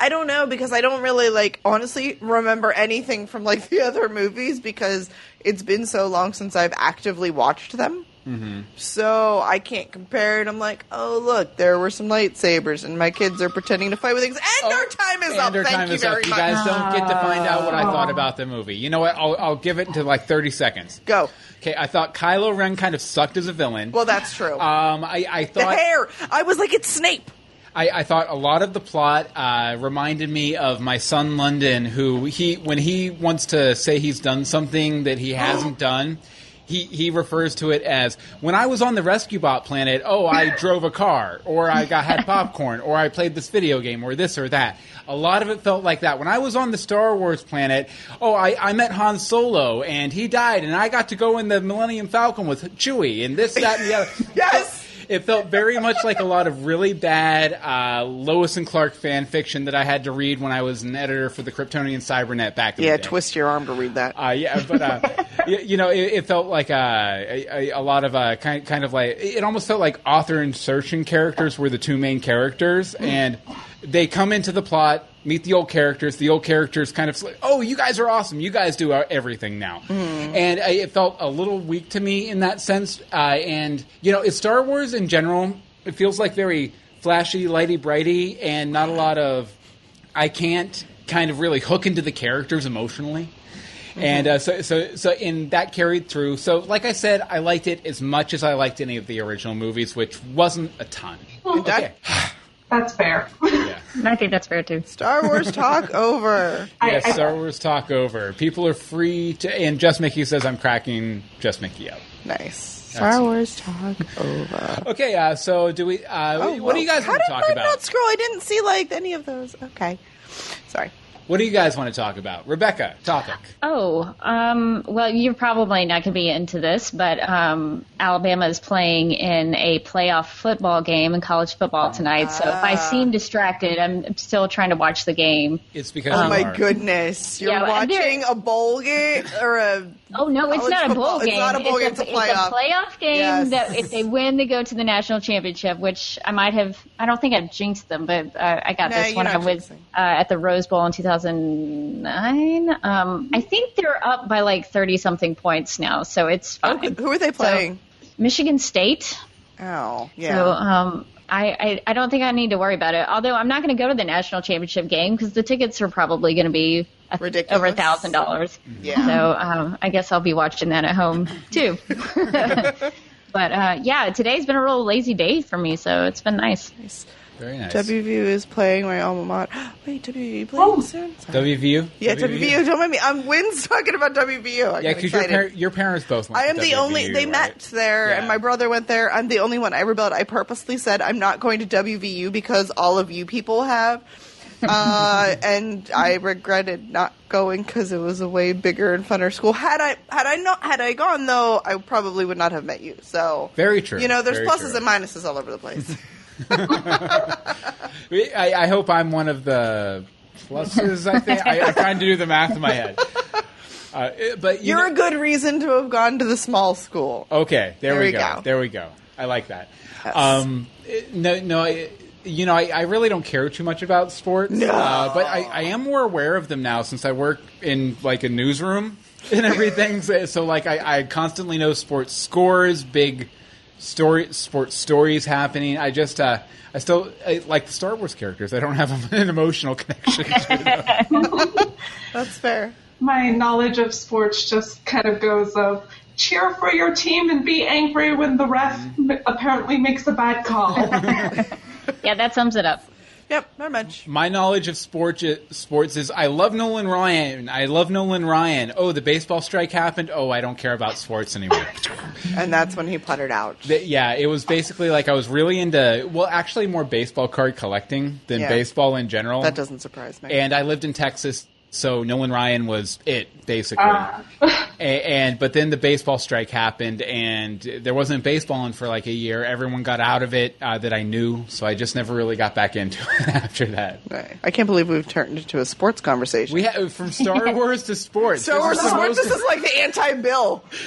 Speaker 2: I don't know because I don't really like honestly remember anything from like the other movies because it's been so long since I've actively watched them. Mm-hmm. So I can't compare it. I'm like, oh look, there were some lightsabers, and my kids are pretending to fight with things. And our time is
Speaker 1: Oh, And
Speaker 2: up.
Speaker 1: our
Speaker 2: Thank
Speaker 1: time
Speaker 2: you
Speaker 1: is
Speaker 2: very
Speaker 1: up. You
Speaker 2: much.
Speaker 1: guys don't get to find out what I thought about the movie. You know what? I'll, I'll give it to like 30 seconds.
Speaker 2: Go.
Speaker 1: Okay, I thought Kylo Ren kind of sucked as a villain.
Speaker 2: Well, that's true.
Speaker 1: um, I, I
Speaker 2: the
Speaker 1: thought
Speaker 2: hair. I was like, it's Snape.
Speaker 1: I, I thought a lot of the plot uh, reminded me of my son London, who he when he wants to say he's done something that he hasn't done, he he refers to it as when I was on the rescue bot planet. Oh, I drove a car, or I got had popcorn, or I played this video game, or this or that. A lot of it felt like that. When I was on the Star Wars planet, oh, I, I met Han Solo and he died, and I got to go in the Millennium Falcon with Chewie, and this, that, and the other.
Speaker 2: Yes.
Speaker 1: It felt very much like a lot of really bad uh, Lois and Clark fan fiction that I had to read when I was an editor for the Kryptonian Cybernet back in
Speaker 2: Yeah,
Speaker 1: the day.
Speaker 2: twist your arm to read that.
Speaker 1: Uh, yeah, but uh, y- you know, it, it felt like uh, a, a, a lot of uh, kind, kind of like it almost felt like author insertion characters were the two main characters, and they come into the plot, meet the old characters. The old characters kind of like, oh, you guys are awesome. You guys do uh, everything now, and uh, it felt a little weak to me in that sense. Uh, and you know, it's Star Wars in general. It feels like very flashy, lighty, brighty, and not a lot of I can't kind of really hook into the characters emotionally. And uh, so, so, so, in that carried through. So, like I said, I liked it as much as I liked any of the original movies, which wasn't a ton.
Speaker 2: That-
Speaker 4: That's fair.
Speaker 1: Yeah.
Speaker 5: I think that's fair too.
Speaker 2: Star Wars talk over.
Speaker 1: yeah.
Speaker 4: I,
Speaker 1: Star Wars talk over. People are free to. And Just Mickey says I'm cracking Just Mickey up.
Speaker 2: Nice. Star Wars talk over.
Speaker 1: Okay. Uh, so, do we? Uh, what do you guys
Speaker 2: Oh, How
Speaker 1: want to
Speaker 2: did
Speaker 1: talk
Speaker 2: mine
Speaker 1: about?
Speaker 2: not scroll? I didn't see like any of those. Okay, sorry.
Speaker 1: What do you guys want to talk about? Rebecca, topic.
Speaker 5: Oh, um, well, you're probably not going to be into this, but um, Alabama is playing in a playoff football game in college football tonight. So if I seem distracted, I'm still trying to watch the game.
Speaker 1: It's because
Speaker 2: Oh
Speaker 1: you
Speaker 2: my
Speaker 1: are.
Speaker 2: goodness! You're
Speaker 5: Yeah, well, and they're-
Speaker 2: watching a bowl game or a
Speaker 5: Oh no, it's
Speaker 2: College
Speaker 5: not a
Speaker 2: football-
Speaker 5: bowl
Speaker 2: it's
Speaker 5: game.
Speaker 2: not a bowl game, it's a playoff.
Speaker 5: playoff game
Speaker 2: Yes.
Speaker 5: that if they win, they go to the national championship. Which I might have. I don't think I've jinxed them, but uh, I got
Speaker 2: No,
Speaker 5: this
Speaker 2: you're
Speaker 5: when
Speaker 2: not
Speaker 5: I was uh,
Speaker 2: jinxing.
Speaker 5: at the Rose Bowl in 2009. Um, I think they're up by like 30 something points now, so it's fine.
Speaker 2: who are they playing?
Speaker 5: Michigan State.
Speaker 2: oh, yeah.
Speaker 5: So um, I, I, I don't think I need to worry about it. Although I'm not going to go to the national championship game because the tickets are probably going to be a,
Speaker 2: Ridiculous.
Speaker 5: over a thousand dollars.
Speaker 2: Yeah.
Speaker 5: So um, I guess I'll be watching that at home too. but uh, yeah, today's been a real lazy day for me, so it's been nice.
Speaker 1: Very nice.
Speaker 2: WVU is playing my alma mater. Wait, WVU playing
Speaker 4: Oh.
Speaker 2: soon? Sorry.
Speaker 1: WVU?
Speaker 2: yeah, WVU. Don't mind me. I'm Wynn's talking about WVU. I
Speaker 1: Yeah, because
Speaker 2: got
Speaker 1: your,
Speaker 2: excited.
Speaker 1: par- your parents both went
Speaker 2: I
Speaker 1: to
Speaker 2: am the
Speaker 1: WVU,
Speaker 2: only. They
Speaker 1: right?
Speaker 2: met there,
Speaker 1: Yeah.
Speaker 2: and my brother went there. I'm the only one. I rebelled. I purposely said I'm not going to WVU because all of you people have, uh, and I regretted not going because it was a way bigger and funner school. Had I had I not had I gone though, I probably would not have met you. So
Speaker 1: Very true.
Speaker 2: You know, there's
Speaker 1: Very
Speaker 2: pluses
Speaker 1: true.
Speaker 2: and minuses all over the place.
Speaker 1: I, I hope I'm one of the pluses. I think I, I'm trying to do the math in my head. Uh, it- but you
Speaker 2: You're
Speaker 1: know-
Speaker 2: a good reason to have gone to the small school.
Speaker 1: Okay, there,
Speaker 2: There
Speaker 1: we
Speaker 2: we
Speaker 1: go.
Speaker 2: go.
Speaker 1: There we go. I like that.
Speaker 2: Yes.
Speaker 1: Um, it- no, no. I, you know, I, I really don't care too much about sports,
Speaker 2: No.
Speaker 1: uh, but I, I am more aware of them now since I work in like a newsroom and everything. so, so, like, I, I constantly know sports scores, big story, sports stories happening. I just, uh, I still I, like the Star Wars characters. I don't have an emotional connection. to them.
Speaker 2: That's fair.
Speaker 4: My knowledge of sports just kind of goes of cheer for your team and be angry when the ref m- apparently makes a bad call.
Speaker 5: Yeah, that sums it up.
Speaker 2: Yep, not much.
Speaker 1: My knowledge of sport, sports is I love Nolan Ryan. I love Nolan Ryan. Oh, the baseball strike happened. Oh, I don't care about sports anymore.
Speaker 2: And that's when he puttered out.
Speaker 1: Th- yeah, it was basically like I was really into, well, actually more baseball card collecting than
Speaker 2: Yeah.
Speaker 1: baseball in general.
Speaker 2: That doesn't surprise me.
Speaker 1: And I lived in Texas, so Nolan Ryan was it, basically.
Speaker 4: Ah.
Speaker 1: A- and But then the baseball strike happened, and there wasn't baseball in for like a year. Everyone got out of it uh, that I knew, so I just never really got back into it after that.
Speaker 2: Right. I can't believe we've turned into a sports conversation.
Speaker 1: We have from Star Wars to sports.
Speaker 2: so we're
Speaker 1: This is the most-
Speaker 2: sports. This is like the anti-bill. This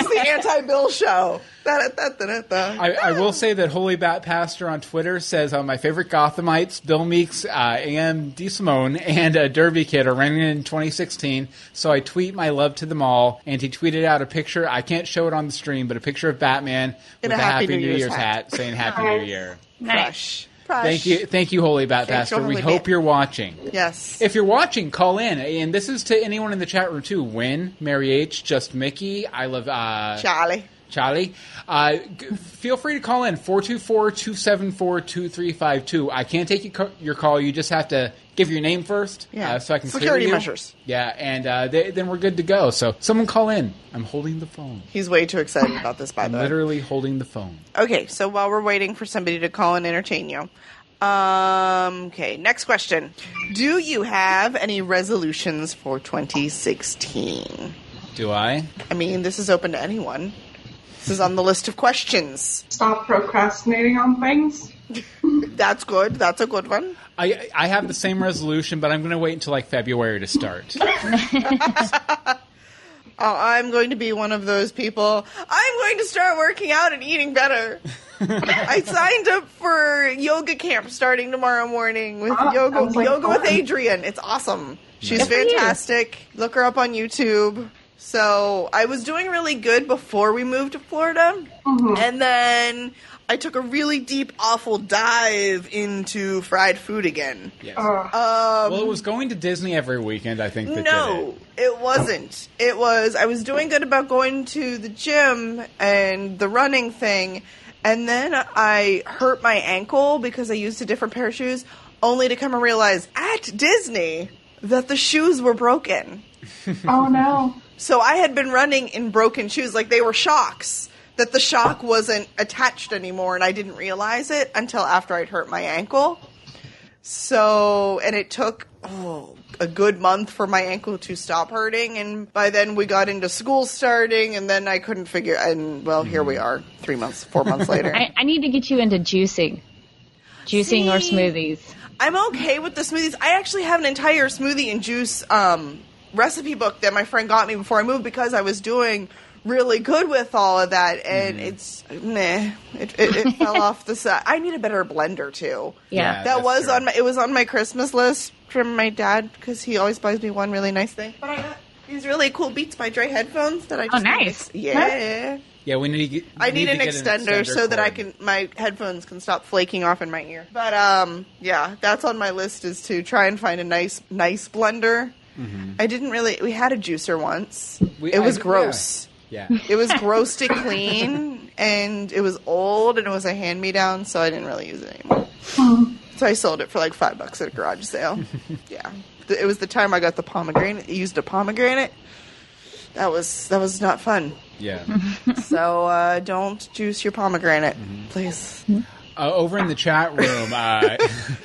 Speaker 2: is the anti-bill show. Da- da- da- da- da- da.
Speaker 1: I, I will say that Holy Bat Pastor on Twitter says uh, my favorite Gothamites, Bill Meeks, uh, AM DeSimone, and uh, Derby Kid are running in 2016. So I tweet my love to them all, and he tweeted out a picture. I can't show it on the stream, but a picture of Batman
Speaker 2: In
Speaker 1: with
Speaker 2: a
Speaker 1: a Happy, New, Year's hat. saying Happy New
Speaker 4: Nice.
Speaker 1: Year.
Speaker 2: Prush. Prush.
Speaker 1: Thank you, thank you, Holy Bat
Speaker 2: Thank you,
Speaker 1: Pastor. We
Speaker 2: Holy
Speaker 1: hope
Speaker 2: Bat.
Speaker 1: you're watching.
Speaker 2: Yes.
Speaker 1: If you're watching, call in, and this is to anyone in the chat room too. Win, Mary H, Just Mickey, I love uh,
Speaker 2: Charlie.
Speaker 1: Charlie. Uh, g- feel free to call in 424-274-2352. I can't take your, co- your call. You just have to give your name first.
Speaker 2: Yeah.
Speaker 1: uh, so I can clear
Speaker 2: Security
Speaker 1: you.
Speaker 2: measures.
Speaker 1: Yeah, and uh, they, then we're good to go. So someone call in. I'm holding the phone.
Speaker 2: He's way too excited about this, by
Speaker 1: I'm
Speaker 2: the way.
Speaker 1: literally holding the phone.
Speaker 2: Okay, so while we're waiting for somebody to call and entertain you. Um, okay, next question. Do you have any resolutions for 2016?
Speaker 1: Do I?
Speaker 2: I mean, this is open to anyone. This is on the list of questions.
Speaker 4: Stop procrastinating on things.
Speaker 2: That's good. That's a good one.
Speaker 1: I I have the same resolution, but I'm going to wait until like February to start.
Speaker 2: Oh, I'm going to be one of those people. I'm going to start working out and eating better. I signed up for yoga camp starting tomorrow morning with
Speaker 4: Ah,
Speaker 2: yoga
Speaker 4: sounds like
Speaker 2: yoga with
Speaker 4: fun.
Speaker 2: Adrian. It's awesome. She's
Speaker 5: Good for you.
Speaker 2: fantastic. Look her up on YouTube. So I was doing really good before we moved to Florida,
Speaker 5: Mm-hmm.
Speaker 2: and then I took a really deep, awful dive into fried food again.
Speaker 1: Yes.
Speaker 4: Ugh.
Speaker 1: well, it was going to Disney every weekend. I think. That Did it.
Speaker 2: No, it wasn't. It was I was doing good about going to the gym and the running thing, and then I hurt my ankle because I used a different pair of shoes, only to come and realize at Disney that the shoes were broken.
Speaker 4: oh no.
Speaker 2: So I had been running in broken shoes, like they were shocks. That the shock wasn't attached anymore, and I didn't realize it until after I'd hurt my ankle. So, and it took oh, a good month for my ankle to stop hurting, and by then we got into school starting, and then I couldn't figure. And well, here we are, three months, four months later.
Speaker 5: I, I need to get you into juicing, juicing or
Speaker 2: See?
Speaker 5: smoothies.
Speaker 2: I'm okay with the smoothies. I actually have an entire smoothie and juice um, recipe book that my friend got me before I moved because I was doing really good with all of that, and it's meh. It, it, it fell off the side. I need a better blender too.
Speaker 5: Yeah.
Speaker 1: Yeah.
Speaker 2: that
Speaker 1: that's
Speaker 2: was
Speaker 1: true.
Speaker 2: on my. It was on my Christmas list from my dad because he always buys me one really nice thing. But I got these really cool Beats by Dre headphones that I just
Speaker 5: nice.
Speaker 2: yeah.
Speaker 1: Yeah, we need. To get,
Speaker 2: I need,
Speaker 1: to
Speaker 2: an,
Speaker 1: get
Speaker 2: extender so that
Speaker 1: cord.
Speaker 2: I can my headphones can stop flaking off in my ear. But um, yeah, that's on my list is to try and find a nice nice blender. I didn't really. We had a juicer once.
Speaker 1: Mm-hmm. We-
Speaker 2: it was
Speaker 1: I-
Speaker 2: gross.
Speaker 1: Yeah.
Speaker 2: It was gross to clean, and it was old, and it was a hand me down, so I didn't really use it anymore. so I sold it for like five bucks at a garage sale. yeah, Th- it was the time I got the pomegranate. Used a pomegranate. That was that was not fun.
Speaker 1: yeah.
Speaker 2: So uh, don't juice your pomegranate, please.
Speaker 1: Uh, over in the chat room, uh,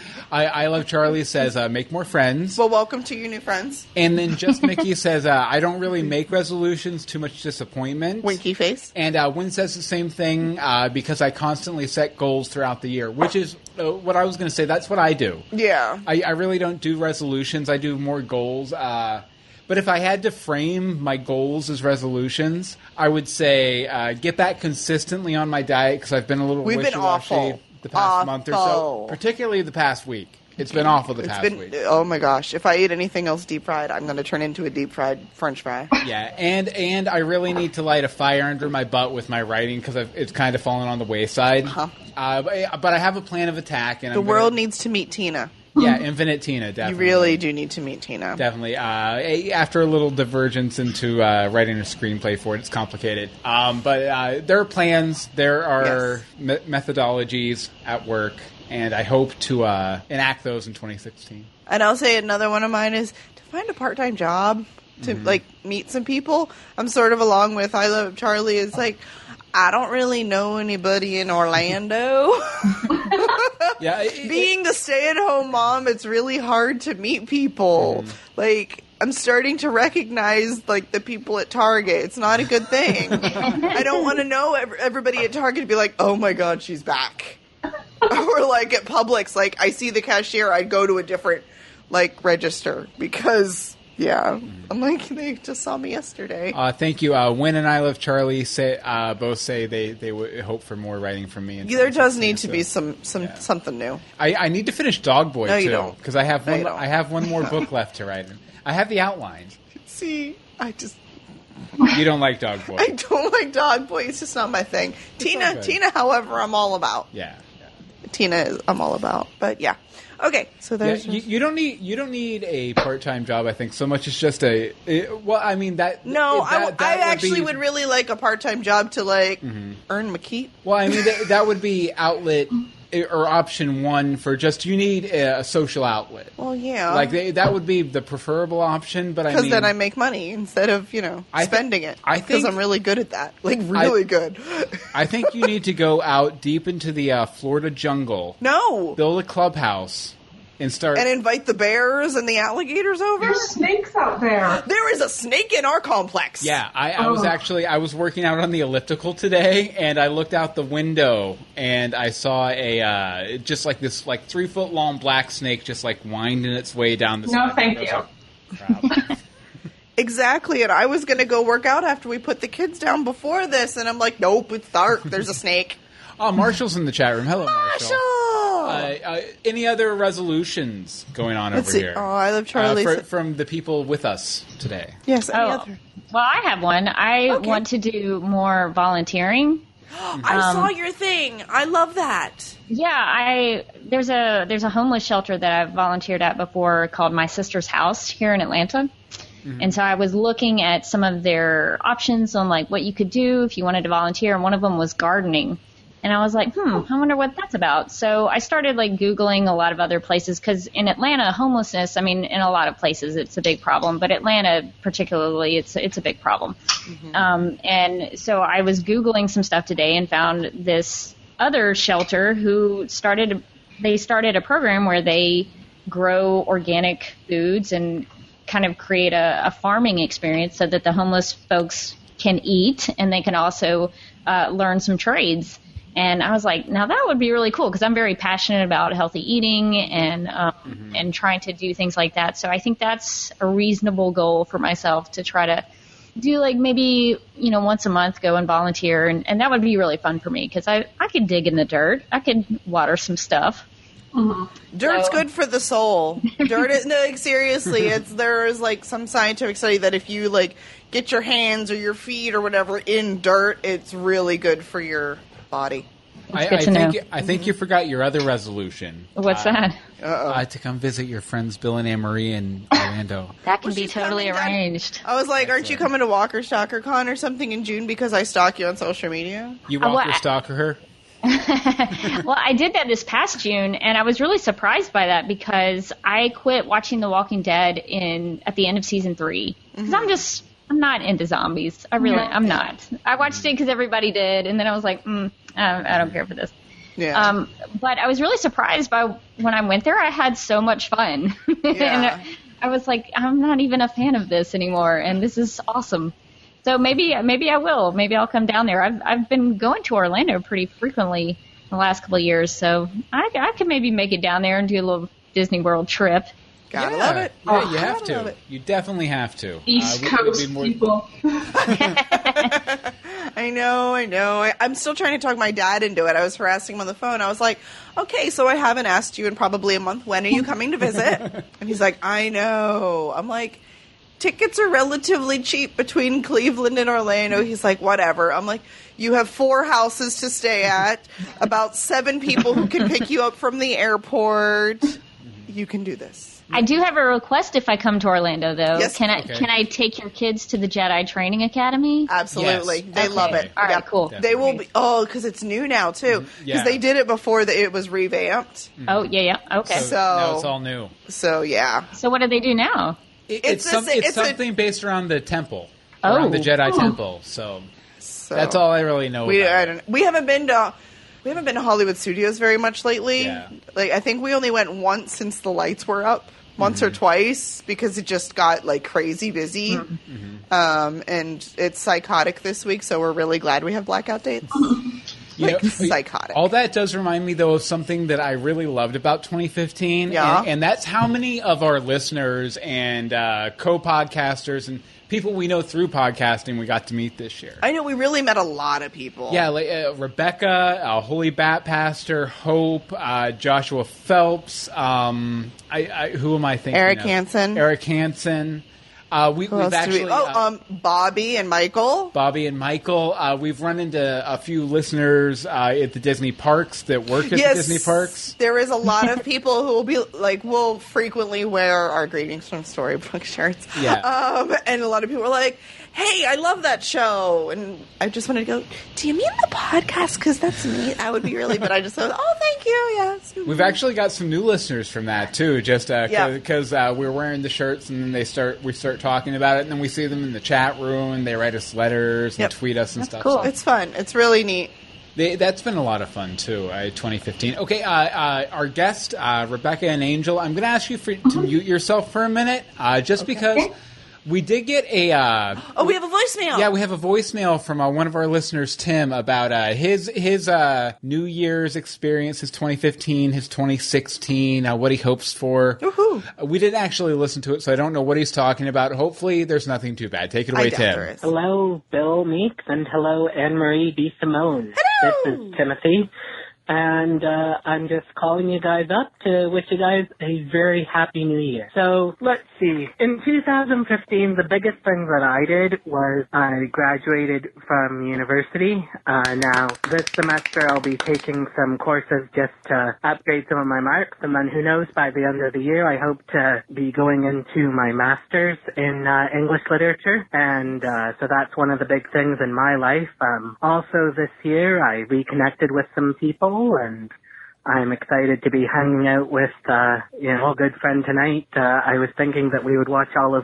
Speaker 1: I, I love Charlie says uh, make more friends,
Speaker 2: Well, welcome to your new friends,
Speaker 1: and then just Mickey says uh, I don't really make resolutions. Too much disappointment.
Speaker 2: Winky Face.
Speaker 1: And uh, Win says the same thing uh, because I constantly set goals throughout the year, which is uh, what I was going to say. That's what I do.
Speaker 2: Yeah,
Speaker 1: I, I really don't do resolutions. I do more goals. Uh, but if I had to frame my goals as resolutions, I would say uh, get back consistently on my diet because I've been a little
Speaker 2: We've been
Speaker 1: wishy-washy
Speaker 2: awful.
Speaker 1: the past month or so,
Speaker 2: Awful.
Speaker 1: particularly the past week. It's been awful the
Speaker 2: it's
Speaker 1: past
Speaker 2: been.
Speaker 1: week.
Speaker 2: Oh my gosh! If I eat anything else deep fried, I'm going to turn into a deep fried French fry.
Speaker 1: Yeah, and and I really need to light a fire under my butt with my writing because it's kind of fallen on the wayside.
Speaker 2: Uh-huh.
Speaker 1: Uh, but, but I have a plan of attack, and
Speaker 2: The
Speaker 1: I'm
Speaker 2: world
Speaker 1: gonna,
Speaker 2: needs to meet Tina.
Speaker 1: yeah, Infinite Tina.
Speaker 2: You
Speaker 1: Definitely,
Speaker 2: really do need to meet Tina.
Speaker 1: definitely. Uh, a- after a little divergence into uh, writing a screenplay for it, it's complicated. Um, but uh, there are plans, there are me- methodologies at work, and I hope to uh, enact those in 2016.
Speaker 2: And I'll say another one of mine is to find a part time job to like meet some people. I'm sort of along with I love Charlie. It's like I don't really know anybody in Orlando.
Speaker 1: Yeah, it- it-
Speaker 2: Being the stay at home mom, it's really hard to meet people. Like I'm starting to recognize like the people at Target. It's not a good thing. I don't want to know ev- everybody at Target to be like, "Oh my god, she's back." or like at Publix, like I see the cashier, I'd go to a different like register because yeah, I'm like they just saw me yesterday.
Speaker 1: Uh, thank you. Uh, Win and I love Charlie say, uh, both say they, they w- hope for more writing from me. in
Speaker 2: there does
Speaker 1: 2016,
Speaker 2: need to be
Speaker 1: so-
Speaker 2: some some
Speaker 1: yeah.
Speaker 2: something new.
Speaker 1: I, I need to finish Dog Boy
Speaker 2: No, you
Speaker 1: too
Speaker 2: don't.
Speaker 1: because I have
Speaker 2: No,
Speaker 1: one,
Speaker 2: you don't.
Speaker 1: I have one more book left to write. I have the outline.
Speaker 2: See, I just
Speaker 1: You don't like Dog Boy.
Speaker 2: I don't like dog boy. It's just not my thing.
Speaker 1: all
Speaker 2: Tina,
Speaker 1: good.
Speaker 2: Tina, however, I'm all about.
Speaker 1: yeah. yeah.
Speaker 2: Tina is I'm all about. But yeah, okay. So
Speaker 1: Yeah,
Speaker 2: there's
Speaker 1: you, you don't need you don't need a part time job. I think so much. It's just a it, well. I mean that.
Speaker 2: no.
Speaker 1: it-
Speaker 2: I
Speaker 1: that-
Speaker 2: w- I,
Speaker 1: that would
Speaker 2: actually
Speaker 1: be- Mm-hmm.
Speaker 2: would really like a part time job to like earn my keep.
Speaker 1: Well, I mean that, that would be outlet eh, or option one for just you need a, a social outlet.
Speaker 2: Well, yeah,
Speaker 1: Like they, that would be the preferable option. But I
Speaker 2: because
Speaker 1: mean,
Speaker 2: then I make money instead of you know
Speaker 1: I thi-
Speaker 2: spending it.
Speaker 1: I
Speaker 2: because
Speaker 1: think-
Speaker 2: I'm really good at that. Like really good.
Speaker 1: I think you need to go out deep into the uh, Florida jungle,
Speaker 2: no,
Speaker 1: build a clubhouse, and start.
Speaker 2: and invite the bears and the alligators over.
Speaker 4: There's snakes out there.
Speaker 2: There is a snake in our complex.
Speaker 1: yeah, I, I was
Speaker 4: Oh.
Speaker 1: actually I was working out on the elliptical today, and I looked out the window and I saw a uh, just like this like three foot long black snake just like winding its way down the.
Speaker 4: No,
Speaker 1: side.
Speaker 4: thank
Speaker 1: I was
Speaker 4: you.
Speaker 1: like, "Crap."
Speaker 2: Exactly, and I was going to go work out after we put the kids down before this, and I'm like, nope, it's dark. There's a snake.
Speaker 1: oh, Marshall's in the chat room. Hello, Marshall.
Speaker 2: Marshall!
Speaker 1: Uh, uh, any other resolutions going on
Speaker 2: Let's
Speaker 1: over
Speaker 2: see.
Speaker 1: here?
Speaker 2: Oh, I love Charlie's-
Speaker 1: Uh, fr- from the people with us today.
Speaker 2: yes, any
Speaker 5: Oh.
Speaker 2: other?
Speaker 5: Well, I have one. I
Speaker 2: Okay.
Speaker 5: want to do more volunteering.
Speaker 2: I saw your thing. I love that.
Speaker 5: Yeah, I there's a there's a homeless shelter that I've volunteered at before called My Sister's House here in Atlanta. And so I was looking at some of their options on like what you could do if you wanted to volunteer and one of them was gardening. And I was like, "Hmm, I wonder what that's about." So I started like googling a lot of other places cuz in Atlanta homelessness, I mean, in a lot of places it's a big problem, but Atlanta particularly it's it's a big problem. Um, and so I was Googling some stuff today and found this other shelter who started, they started a program where they grow organic foods and kind of create a, a farming experience so that the homeless folks can eat and they can also uh, learn some trades. And I was like, now that would be really cool because I'm very passionate about healthy eating and um,
Speaker 2: Mm-hmm.
Speaker 5: and trying to do things like that. So I think that's a reasonable goal for myself to try to do like maybe you know once a month go and volunteer and, and that would be really fun for me because I, I could dig in the dirt i could water some stuff
Speaker 2: Dirt's
Speaker 5: So-
Speaker 2: good for the soul. Dirt is no, like, seriously. It's there is like some scientific study that if you like get your hands or your feet or whatever in dirt, it's really good for your body.
Speaker 1: I,
Speaker 5: good
Speaker 1: I
Speaker 5: to
Speaker 1: think
Speaker 5: know.
Speaker 1: I think you forgot your other resolution.
Speaker 5: What's
Speaker 1: Uh,
Speaker 5: that?
Speaker 1: Uh, to come visit your friends Bill and Anne Marie in Orlando.
Speaker 5: That can
Speaker 2: was
Speaker 5: be
Speaker 2: she
Speaker 5: totally
Speaker 2: coming down-
Speaker 5: arranged.
Speaker 2: I was like, aren't you coming to Walker Stalker Con or something in June because I stalk you on social media?
Speaker 1: You
Speaker 5: Uh,
Speaker 1: walk
Speaker 5: what-
Speaker 1: your stalker her.
Speaker 5: well, I did that this past June, and I was really surprised by that because I quit watching The Walking Dead in at the end of season three because I'm just I'm not into zombies. I really I'm not. I watched it because everybody did, and then I was like, mm, I, I don't care for this.
Speaker 2: Yeah.
Speaker 5: Um, but I was really surprised by when I went there. I had so much fun, and
Speaker 2: Yeah.
Speaker 5: I, I was like, I'm not even a fan of this anymore, and this is awesome. So maybe maybe I will. Maybe I'll come down there. I've I've been going to Orlando pretty frequently the last couple of years, so I I could maybe make it down there and do a little Disney World trip.
Speaker 2: Gotta
Speaker 1: yeah.
Speaker 2: love it. Oh,
Speaker 1: Yeah, you have
Speaker 2: gotta love
Speaker 1: to.
Speaker 2: it.
Speaker 1: You definitely have to.
Speaker 4: East
Speaker 1: Uh, we- it'd
Speaker 4: Coast
Speaker 1: be more-
Speaker 4: people.
Speaker 2: I know, I know. I, I'm still trying to talk my dad into it. I was harassing him on the phone. I was like, okay, so I haven't asked you in probably a month. When are you coming to visit? and he's like, I know. I'm like, tickets are relatively cheap between Cleveland and Orlando. He's like, whatever. I'm like, you have four houses to stay at, about seven people who can pick you up from the airport. You can do this.
Speaker 5: I do have a request if I come to Orlando though.
Speaker 2: Yes.
Speaker 5: Can I
Speaker 1: Okay.
Speaker 5: can I take your kids to the Jedi Training Academy?
Speaker 2: Uh, Absolutely.
Speaker 1: Yes.
Speaker 2: They love it.
Speaker 5: All right,
Speaker 2: Yeah.
Speaker 5: cool.
Speaker 1: Yeah.
Speaker 2: They will be oh, because it's new now too. Because
Speaker 1: Mm-hmm. Yeah.
Speaker 2: they did it before that it was revamped.
Speaker 5: Oh yeah yeah okay.
Speaker 1: So,
Speaker 5: So,
Speaker 1: now it's all new.
Speaker 2: So yeah,
Speaker 5: what do they do now?
Speaker 1: It-
Speaker 2: It's
Speaker 1: it's
Speaker 2: a
Speaker 1: some-
Speaker 2: sa-
Speaker 1: it's
Speaker 2: it's a-
Speaker 1: something based around the temple,
Speaker 5: Oh.
Speaker 1: around the Jedi temple. So
Speaker 2: so
Speaker 1: that's all I really know.
Speaker 2: Oh. We
Speaker 1: about
Speaker 2: I
Speaker 1: it.
Speaker 2: don't. We haven't been to we haven't been to Hollywood Studios very much lately.
Speaker 1: Yeah.
Speaker 2: Like I think we only went once since the lights were up, once
Speaker 1: Mm-hmm.
Speaker 2: or twice because it just got like crazy busy. Um, and it's psychotic this week, so we're really glad we have blackout dates.
Speaker 1: You
Speaker 2: Like, psychotic.
Speaker 1: All that does remind me, though, of something that I really loved about 2015.
Speaker 2: Yeah.
Speaker 1: And, and that's how many of our listeners and uh, co podcasters and people we know through podcasting we got to meet this year.
Speaker 2: I know we really met a lot of people.
Speaker 1: yeah, like uh, Rebecca, uh, Holy Bat Pastor, Hope, uh, Joshua Phelps. Um, I, I, who am I thinking?
Speaker 2: Eric
Speaker 1: of?
Speaker 2: Hansen.
Speaker 1: Eric Hansen. Uh, we,
Speaker 2: Who
Speaker 1: we've
Speaker 2: else did
Speaker 1: actually
Speaker 2: we? Oh,
Speaker 1: uh,
Speaker 2: um, Bobby and Michael.
Speaker 1: Bobby and Michael. Uh, we've run into a few listeners uh, at the Disney parks that work at the Disney parks.
Speaker 2: There is a lot of people who will be like will frequently wear our greetings from storybook shirts.
Speaker 1: Yeah.
Speaker 2: Um, and a lot of people are like, "Hey, I love that show," and I just wanted to go. Do you mean the podcast? Because that's me. I would be really, but I just thought, "Oh, thank you." Yes.
Speaker 1: We've actually got some new listeners from that too, just
Speaker 2: Yeah.
Speaker 1: because uh, we're wearing the shirts and then they start we start talking about it, and then we see them in the chat room and they write us letters and
Speaker 2: Yep.
Speaker 1: tweet us and stuff.
Speaker 5: cool.
Speaker 1: So
Speaker 2: It's fun. It's really neat.
Speaker 1: they, that's been a lot of fun too. Uh, 2015. Okay, uh, uh, our guest uh, Rebecca and Angel, I'm going to ask you for,
Speaker 2: Mm-hmm.
Speaker 1: to mute yourself for a minute, uh, just because we did get a. Uh,
Speaker 2: Oh, we have a voicemail.
Speaker 1: yeah, we have a voicemail from uh, one of our listeners, Tim, about uh, his his uh, New Year's experience, his 2015, his 2016, uh, what he hopes for.
Speaker 2: Woohoo.
Speaker 1: Uh, We didn't actually listen to it, so I don't know what he's talking about. Hopefully, there's nothing too bad. Take it
Speaker 2: I
Speaker 1: away,
Speaker 2: doubt
Speaker 1: Tim.
Speaker 2: there is.
Speaker 8: Hello, Bill Meeks, and hello, Anne Marie D. Simone. This is Timothy, and uh, I'm just calling you guys up to wish you guys a very happy new year. So, let's see. In 2015, the biggest thing that I did was I graduated from university. Uh, now, this semester, I'll be taking some courses just to upgrade some of my marks, and then who knows, by the end of the year, I hope to be going into my master's in uh, English literature, and uh, so that's one of the big things in my life. Um, also, this year I reconnected with some people, and I'm excited to be hanging out with uh, you know a good friend tonight. Uh, I was thinking that we would watch all of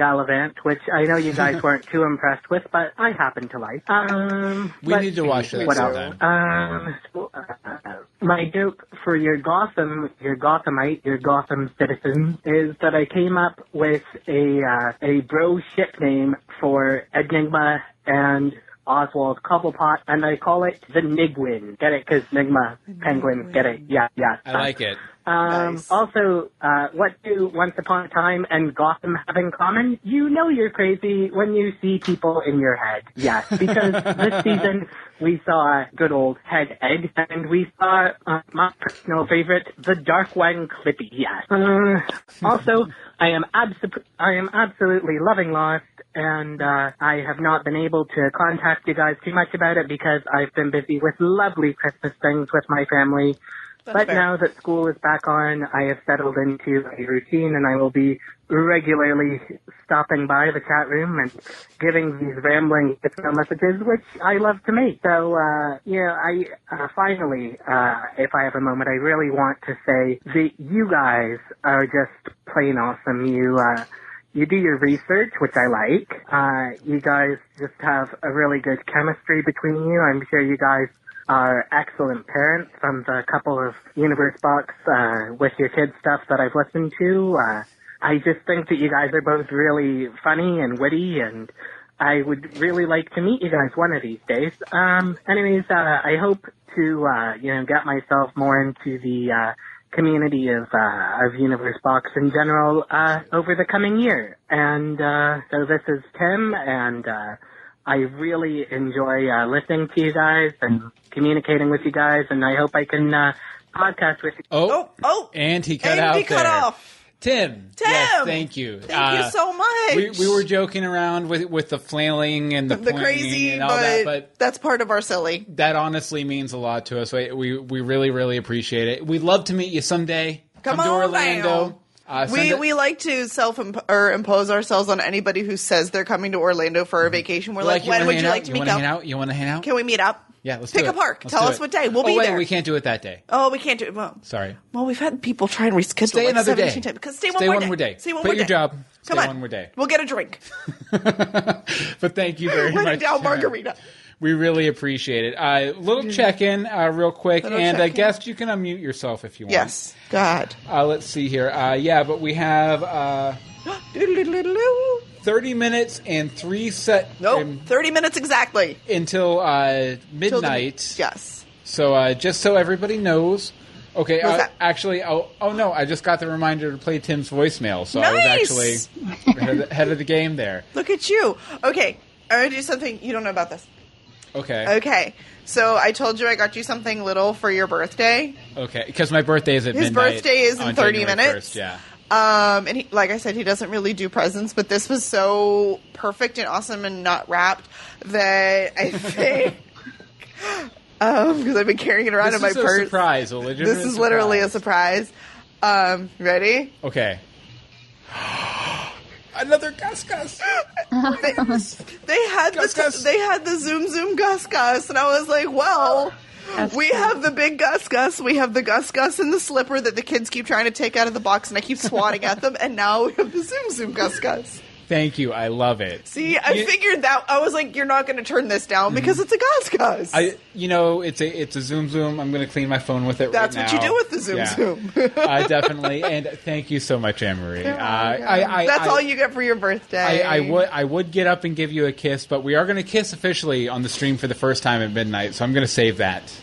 Speaker 8: Gallivant, which I know you guys weren't too impressed with, but I happen to like. Um,
Speaker 1: We
Speaker 8: let's
Speaker 1: need to
Speaker 8: see,
Speaker 1: watch that
Speaker 8: what else?
Speaker 1: sometime.
Speaker 8: Um, my joke for your Gotham, your Gothamite, your Gotham citizen is that I came up with a uh, a bro ship name for Enigma and Oswald Cobblepot, and I call it the Nigwin. Get it? Because Nigma, Penguin. Get it? Yeah, yeah.
Speaker 1: I like it.
Speaker 8: Um,
Speaker 2: Nice.
Speaker 8: Also, uh, what do Once Upon a Time and Gotham have in common? You know you're crazy when you see people in your head. Yes, because this season we saw good old Head Egg, and we saw uh, my personal favorite, the Dark One Clippy. Yes. Uh, also, I am abso- I am absolutely loving Lost, and uh, I have not been able to contact you guys too much about it because I've been busy with lovely Christmas things with my family. But
Speaker 2: fair.
Speaker 8: now that school is back on, I have settled into a routine and I will be regularly stopping by the chat room and giving these rambling voicemail messages, which I love to make. So, uh, you know, I, uh, finally, uh, if I have a moment, I really want to say that you guys are just plain awesome. You, uh, you do your research, which I like. Uh, you guys just have a really good chemistry between you. I'm sure you guys are excellent parents from the couple of Universe Box uh, with your kids stuff that I've listened to. Uh, I just think that you guys are both really funny and witty, and I would really like to meet you guys one of these days. Um, anyways, uh, I hope to uh, you know get myself more into the uh, community of uh, of Universe Box in general uh, over the coming year. And uh, so this is Tim, and uh, I really enjoy uh, listening to you guys and communicating with you guys, and I hope I can uh, podcast with you.
Speaker 1: Oh,
Speaker 2: Oh, oh,
Speaker 1: and he cut
Speaker 2: and
Speaker 1: out
Speaker 2: he cut
Speaker 1: there.
Speaker 2: off.
Speaker 1: Tim.
Speaker 2: Tim!
Speaker 1: Yes, thank you.
Speaker 2: Thank
Speaker 1: Uh,
Speaker 2: you so much.
Speaker 1: We, we were joking around with with the flailing and the,
Speaker 2: the
Speaker 1: pointing
Speaker 2: crazy,
Speaker 1: and all
Speaker 2: but,
Speaker 1: that, but
Speaker 2: that's part of our silly.
Speaker 1: that honestly means a lot to us. We we, we really really appreciate it. We'd love to meet you someday.
Speaker 2: Come
Speaker 1: to
Speaker 2: on down.
Speaker 1: Orlando. Uh, send
Speaker 2: We
Speaker 1: it-
Speaker 2: we like to self imp- or impose ourselves on anybody who says they're coming to Orlando for a vacation. We're like,
Speaker 1: Mm-hmm. you
Speaker 2: when
Speaker 1: wanna
Speaker 2: would
Speaker 1: hang
Speaker 2: you
Speaker 1: out?
Speaker 2: like to
Speaker 1: you
Speaker 2: meet
Speaker 1: wanna
Speaker 2: up?
Speaker 1: hang out? You want to hang out?
Speaker 2: Can we meet up?
Speaker 1: yeah, let's
Speaker 2: pick
Speaker 1: do
Speaker 2: a
Speaker 1: it.
Speaker 2: park.
Speaker 1: Let's
Speaker 2: Tell
Speaker 1: do
Speaker 2: us
Speaker 1: it.
Speaker 2: what day. We'll
Speaker 1: oh,
Speaker 2: be
Speaker 1: wait,
Speaker 2: there.
Speaker 1: We can't do it that day.
Speaker 2: Oh, we can't do it. Well,
Speaker 1: Sorry.
Speaker 2: well, we've had people try and reschedule.
Speaker 1: Stay
Speaker 2: like
Speaker 1: another
Speaker 2: 17
Speaker 1: day.
Speaker 2: times. Because stay one
Speaker 1: Stay
Speaker 2: more
Speaker 1: one
Speaker 2: day.
Speaker 1: more day.
Speaker 2: Stay one
Speaker 1: Quit
Speaker 2: more
Speaker 1: your
Speaker 2: day.
Speaker 1: job.
Speaker 2: Come
Speaker 1: Stay
Speaker 2: on.
Speaker 1: one more day.
Speaker 2: We'll get a drink.
Speaker 1: but thank you very
Speaker 2: Write
Speaker 1: much.
Speaker 2: it down,
Speaker 1: Sharon.
Speaker 2: margarita. Mm.
Speaker 1: We really appreciate it. Uh, little check in, uh, real quick,
Speaker 2: Little
Speaker 1: and I
Speaker 2: check-in.
Speaker 1: guess you can unmute yourself if you want.
Speaker 2: Yes. God.
Speaker 1: Uh, let's see here. Uh, yeah, but we have uh,
Speaker 2: Doodle-doodle-doodle-doo.
Speaker 1: 30 minutes and three set
Speaker 2: Nope.
Speaker 1: um,
Speaker 2: 30 minutes exactly.
Speaker 1: until uh,
Speaker 2: Till the-
Speaker 1: midnight.
Speaker 2: Yes.
Speaker 1: So uh, just so everybody knows. Okay,
Speaker 2: What's
Speaker 1: uh,
Speaker 2: that?
Speaker 1: actually, oh, oh no, I just got the reminder to play Tim's voicemail, so I was
Speaker 2: Nice!
Speaker 1: actually ahead of- ahead of the game there.
Speaker 2: Look at you. Okay. I'm going to do something. You don't know about this.
Speaker 1: Okay,
Speaker 2: Okay. So I told you I got you something little for your birthday.
Speaker 1: okay, because my birthday is at
Speaker 2: Uh, His
Speaker 1: midnight
Speaker 2: birthday is in
Speaker 1: on
Speaker 2: 30
Speaker 1: January
Speaker 2: minutes.
Speaker 1: 1st, yeah.
Speaker 2: Um, and he, like I said, he doesn't really do presents, but this was so perfect and awesome and not wrapped that I think, um, because I've been carrying it around
Speaker 1: This
Speaker 2: in my
Speaker 1: is a
Speaker 2: purse.
Speaker 1: surprise. A legitimate
Speaker 2: This is literally a surprise. Um, ready?
Speaker 1: Okay. Another Guskus.
Speaker 2: they, they had
Speaker 1: Gus,
Speaker 2: the
Speaker 1: Gus.
Speaker 2: they had the zoom zoom gus gus, and I was like, well. We have the big Gus Gus. We have the Gus Gus and the slipper that the kids keep trying to take out of the box, and I keep swatting at them. And now we have the Zoom Zoom Gus Gus.
Speaker 1: Thank you. I love it.
Speaker 2: See, I
Speaker 1: You- Mm-hmm.
Speaker 2: figured that. I was like, you're not going to turn this down because it's a Gus Gus.
Speaker 1: I, you know, it's a it's a zoom zoom. I'm going to clean my phone with it.
Speaker 2: That's
Speaker 1: right
Speaker 2: what you
Speaker 1: now.
Speaker 2: do with the Zoom
Speaker 1: Yeah.
Speaker 2: Zoom.
Speaker 1: uh, definitely. And thank you so much, Emery. Uh, I, I, I,
Speaker 2: That's all you get for your birthday.
Speaker 1: I, I would I would get up and give you a kiss, but we are going to kiss officially on the stream for the first time at midnight. So I'm going to save that.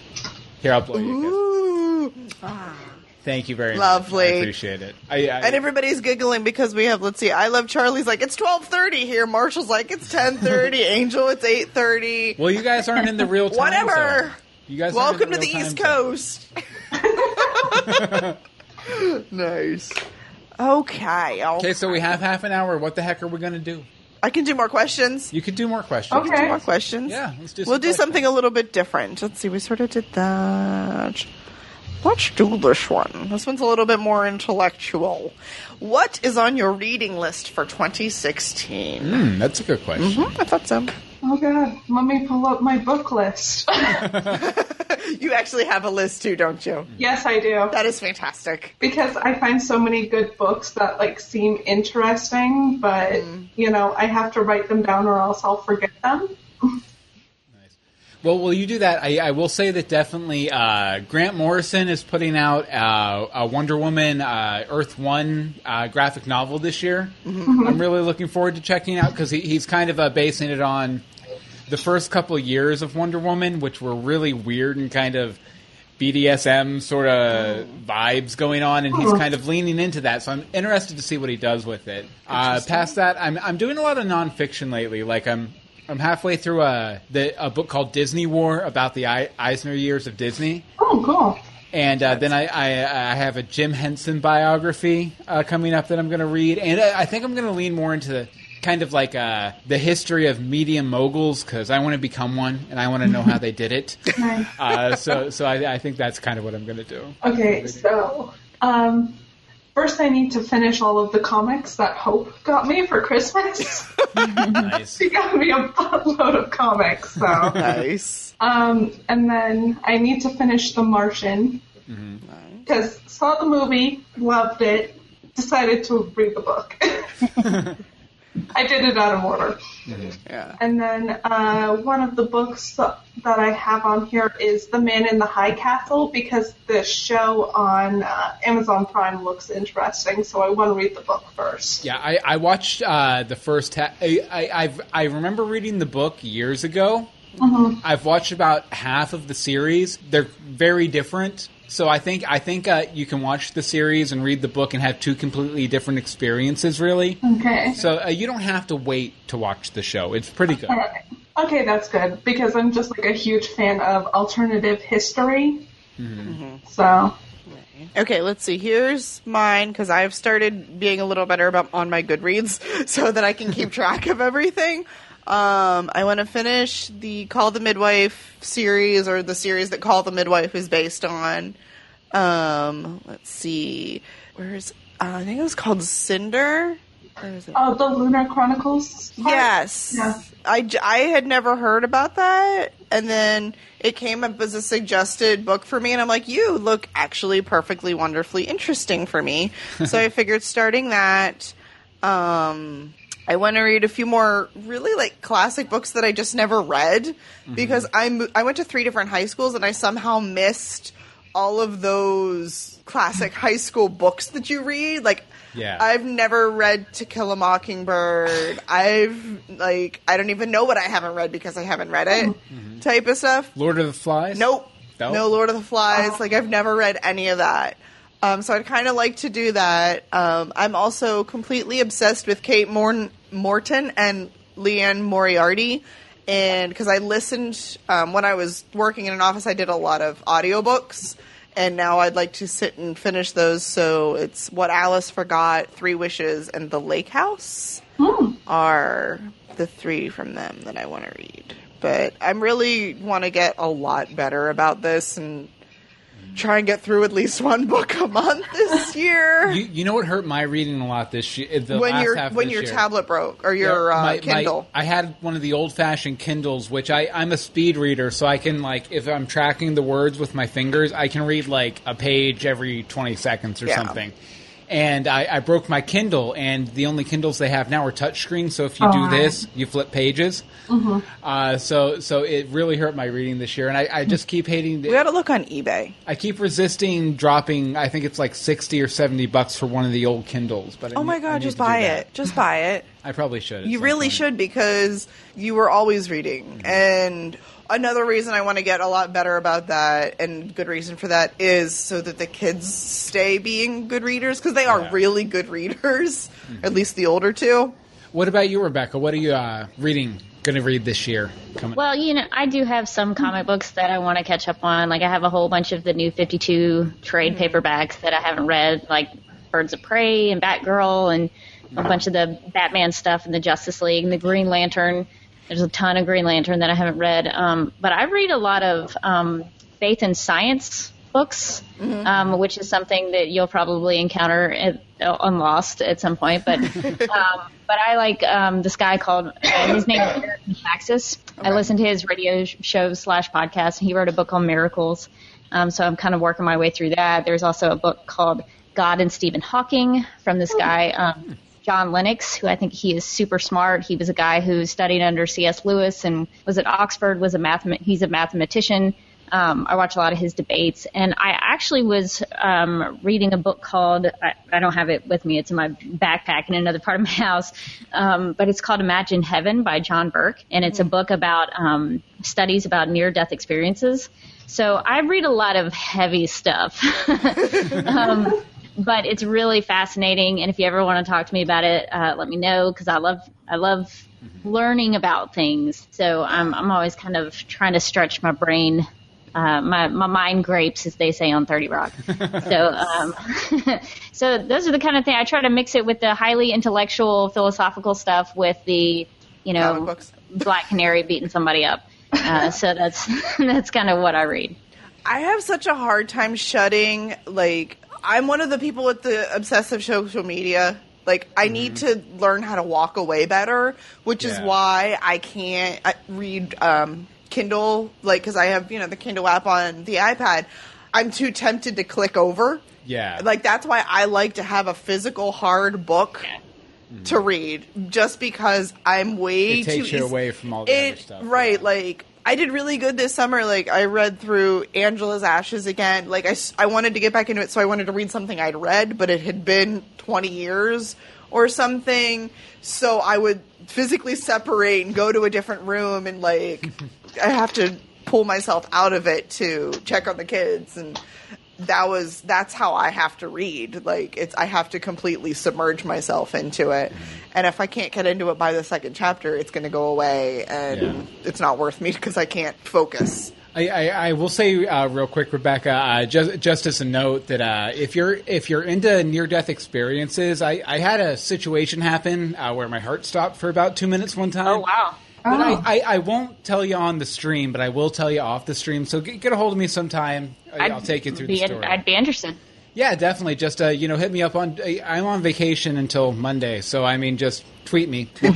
Speaker 1: Here, I'll blow you. a kiss.
Speaker 2: Ooh.
Speaker 1: Thank you very much.
Speaker 2: Lovely.
Speaker 1: I appreciate it. I, I,
Speaker 2: And everybody's giggling because we have. Let's see. I love Charlie's. Like it's twelve thirty here. Marshall's like it's ten thirty. Angel, it's eight thirty.
Speaker 1: well, you guys aren't in the real time.
Speaker 2: Whatever.
Speaker 1: zone. You guys. aren't in
Speaker 2: Welcome to the
Speaker 1: real
Speaker 2: East
Speaker 1: time zone.
Speaker 2: Coast. nice. Okay. I'll-
Speaker 1: Okay, so we have half an hour. What the heck are we going to do?
Speaker 2: I can do more questions.
Speaker 1: You could do more questions.
Speaker 4: Okay.
Speaker 2: More questions.
Speaker 1: Yeah, let's do some
Speaker 2: We'll do
Speaker 1: questions.
Speaker 2: something a little bit different. Let's see. We sort of did that. Let's do this one. This one's a little bit more intellectual. What is on your reading list for 2016?
Speaker 1: Hmm, that's a good question.
Speaker 2: I thought so.
Speaker 4: Oh god, let me pull up my book list.
Speaker 2: You actually have a list too, don't you?
Speaker 4: yes, I do.
Speaker 2: That is fantastic.
Speaker 4: because I find so many good books that like seem interesting, but you know, I have to write them down or else I'll forget them.
Speaker 1: Well, will you do that? I, I will say that definitely uh, Grant Morrison is putting out uh, a Wonder Woman uh, Earth One uh, graphic novel this year. I'm really looking forward to checking out because he, he's kind of uh, basing it on the first couple years of Wonder Woman, which were really weird and kind of BDSM sort of vibes going on, and he's kind of leaning into that. So I'm interested to see what he does with it. Uh, past that, I'm I'm doing a lot of nonfiction lately. Like I'm I'm halfway through a the, a book called Disney War about the I- Eisner years of Disney.
Speaker 4: Oh, cool.
Speaker 1: And uh, then I, I, I have a Jim Henson biography uh, coming up that I'm going to read, and uh, I, I think I'm going to lean more into the, kind of like uh, the history of media moguls because I want to become one and I want to know how they did it.
Speaker 4: Nice.
Speaker 1: Uh, so so I, I think that's kind of what I'm going to do.
Speaker 4: Okay, so um, first I need to finish all of the comics that Hope got me for Christmas.
Speaker 1: Nice.
Speaker 4: she got me a buttload of comics, so.
Speaker 2: Nice.
Speaker 4: um, and then I need to finish The Martian because saw the movie, loved it, decided to read the book. I did it out of order.
Speaker 2: Yeah.
Speaker 4: And then uh, one of the books that I have on here is The Man in the High Castle because the show on uh, Amazon Prime looks interesting, so I want to read the book first.
Speaker 1: Yeah, I, I watched uh, the first. Ha- I, I I've, I remember reading the book years ago. I've watched about half of the series. They're very different. So I think I think uh, you can watch the series and read the book and have two completely different experiences. Really,
Speaker 4: Okay.
Speaker 1: so uh, you don't have to wait to watch the show. It's pretty good.
Speaker 4: Alright. Okay, that's good because I'm just like a huge fan of alternative history. So,
Speaker 2: Okay, let's see. Here's mine because I've started being a little better about on my Goodreads so that I can keep track of everything. Um, I want to finish the Call the Midwife series or the series that Call the Midwife is based on. Um, let's see. Where's uh, I think it was called Cinder. Where is it?
Speaker 4: oh, the Lunar Chronicles. part?
Speaker 2: Yes.
Speaker 4: Yeah.
Speaker 2: I, j- I had never heard about that. And then it came up as a suggested book for me. And I'm like, you look actually perfectly, wonderfully interesting for me. so I figured starting that. Um, I want to read a few more really like classic books that I just never read because I, mo- I went to three different high schools and I somehow missed all of those classic high school books that you read. Like,
Speaker 1: Yeah.
Speaker 2: I've never read To Kill a Mockingbird. I've like I don't even know what I haven't read because I haven't read it. Type of stuff.
Speaker 1: Lord of the Flies.
Speaker 2: Nope.
Speaker 1: No? Uh-huh.
Speaker 2: No Lord of the Flies. Like I've never read any of that. Um, so I'd kind of like to do that. Um, I'm also completely obsessed with Kate Morn- Morton and Leanne Moriarty. And because I listened um, when I was working in an office, I did a lot of audiobooks. And now I'd like to sit and finish those. So it's What Alice Forgot, Three Wishes, and The Lake House are the three from them that I want to read. But I really want to get a lot better about this and try and get through at least one book a month this year.
Speaker 1: You, you know what hurt my reading a lot this year? The
Speaker 2: when
Speaker 1: last
Speaker 2: your
Speaker 1: half of
Speaker 2: when
Speaker 1: this
Speaker 2: your
Speaker 1: year.
Speaker 2: tablet broke or your
Speaker 1: Yeah,
Speaker 2: uh,
Speaker 1: my- my-
Speaker 2: Kindle.
Speaker 1: I had one of the old fashioned Kindles, which I, I'm a speed reader, so I can like if I'm tracking the words with my fingers, I can read like a page every twenty seconds or
Speaker 2: Yeah.
Speaker 1: something. And I, I broke my Kindle, and the only Kindles they have now are touchscreen. So if you do this, you flip pages. Uh, so so it really hurt my reading this year, and I, I just keep hating.
Speaker 2: we got to look on eBay.
Speaker 1: I keep resisting dropping. I think it's like sixty or seventy bucks for one of the old Kindles. But I
Speaker 2: Oh
Speaker 1: ne- I
Speaker 2: my god,
Speaker 1: need
Speaker 2: just
Speaker 1: to do
Speaker 2: buy
Speaker 1: that.
Speaker 2: it. Just buy it.
Speaker 1: I probably should. at
Speaker 2: You
Speaker 1: some
Speaker 2: really
Speaker 1: point. Mm-hmm.
Speaker 2: should because you were always reading. And another reason I want to get a lot better about that, and good reason for that, is so that the kids stay being good readers because they are
Speaker 1: Yeah. Mm-hmm.
Speaker 2: really good readers, at least the older two.
Speaker 1: What about you, Rebecca? What are you uh, reading? Going to read this year? Coming.
Speaker 5: Well, you know, I do have some comic books that I want to catch up on. Like I have a whole bunch of the new 52 trade paperbacks that I haven't read, like Birds of Prey and Batgirl and a bunch of the Batman stuff and the Justice League and the Green Lantern. There's a ton of Green Lantern that I haven't read. Um, but I read a lot of um, faith and science books, um, which is something that you'll probably encounter at, on Lost at some point. But um, but I like um, this guy called uh, his name is Eric Maxis. I listen to his radio sh- show slash podcast, and he wrote a book on miracles. Um, so I'm kind of working my way through that. There's also a book called God and Stephen Hawking from this guy. Um, John Lennox, who I think he is super smart. He was a guy who studied under C.S. Lewis and was at Oxford. Was a mathemat- he's a mathematician Um, I watch a lot of his debates, and I actually was um, reading a book called I, I don't have it with me; it's in my backpack in another part of my house, um, but it's called Imagine Heaven by John Burke, and it's a book about um, studies about near-death experiences. So I read a lot of heavy stuff. um, but it's really fascinating. And if you ever want to talk to me about it, uh, let me know because I love I love
Speaker 2: Mm-hmm.
Speaker 5: learning about things. So I'm I'm always kind of trying to stretch my brain. Uh, my my mind grapes, as they say on Thirty Rock. So, um, so those are the kind of thing I try to mix it with the highly intellectual, philosophical stuff with the, you
Speaker 2: Comic
Speaker 5: know,
Speaker 2: books.
Speaker 5: Black Canary beating somebody up. Uh, so that's that's kind of what I read.
Speaker 2: I have such a hard time shutting. Like, I'm one of the people with the obsessive social media. Like, I need to learn how to walk away better, which is
Speaker 1: Mm-hmm. Yeah.
Speaker 2: why I can't uh, read um, Kindle. Like, because I have you know the Kindle app on the iPad. I'm too tempted to click over.
Speaker 1: Yeah.
Speaker 2: Like that's why I like to have a physical hard book to read, just because I'm way
Speaker 1: It takes
Speaker 2: too
Speaker 1: you
Speaker 2: eas-
Speaker 1: away from all the other stuff,
Speaker 2: Right,
Speaker 1: yeah.
Speaker 2: like I did really good this summer. Like I read through Angela's Ashes again. Like I, s- I wanted to get back into it, so I wanted to read something I'd read, but it had been 20 years or something. So I would physically separate and go to a different room, and like I have to pull myself out of it to check on the kids and that was that's how I have to read. Like it's I have to completely submerge myself into it.
Speaker 1: Mm-hmm.
Speaker 2: And if I can't get into it by the second chapter, it's going to go away and
Speaker 1: Yeah.
Speaker 2: it's not worth me because I can't focus.
Speaker 1: I, I, I will say uh, real quick, Rebecca, uh, just, just as a note that uh, if you're if you're into near death experiences, I, I had a situation happen uh, where my heart stopped for about two minutes one time.
Speaker 5: Oh wow!
Speaker 1: But I, I, I won't tell you on the stream, but I will tell you off the stream. So get, get a hold of me sometime. I, will
Speaker 5: I'd
Speaker 1: take you through
Speaker 5: be
Speaker 1: the story.
Speaker 5: I'd be interested.
Speaker 1: yeah, definitely. Just uh, you know, hit me up on. I- I'm on vacation until Monday, so I mean, just tweet me.
Speaker 5: I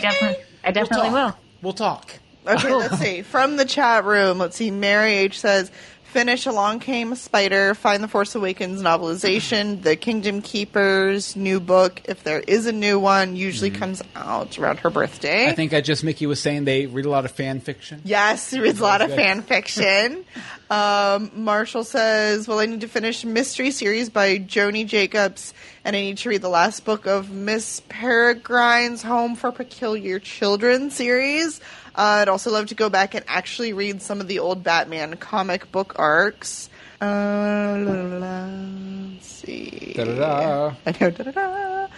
Speaker 5: definitely, I definitely will.
Speaker 1: We'll talk.
Speaker 2: Okay, let's see. From the chat room, let's see. Mary H says, "Finish Along Came a Spider, find the Force Awakens novelization, the Kingdom Keepers new book if there is a new one. Usually comes out around her birthday."
Speaker 1: Mm-hmm. I think I just Mickey was saying they read a lot of fan fiction.
Speaker 2: Yes, there is a lot of fan fiction. Um, Marshall says, Well, I need to finish Mystery Series by Joni Jacobs, and I need to read the last book of Miss Peregrine's Home for Peculiar Children series. Uh, I'd also love to go back and actually read some of the old Batman comic book arcs. Uh, la, la, la, let's see.
Speaker 1: Da-da-da.
Speaker 2: I know. Da-da-da.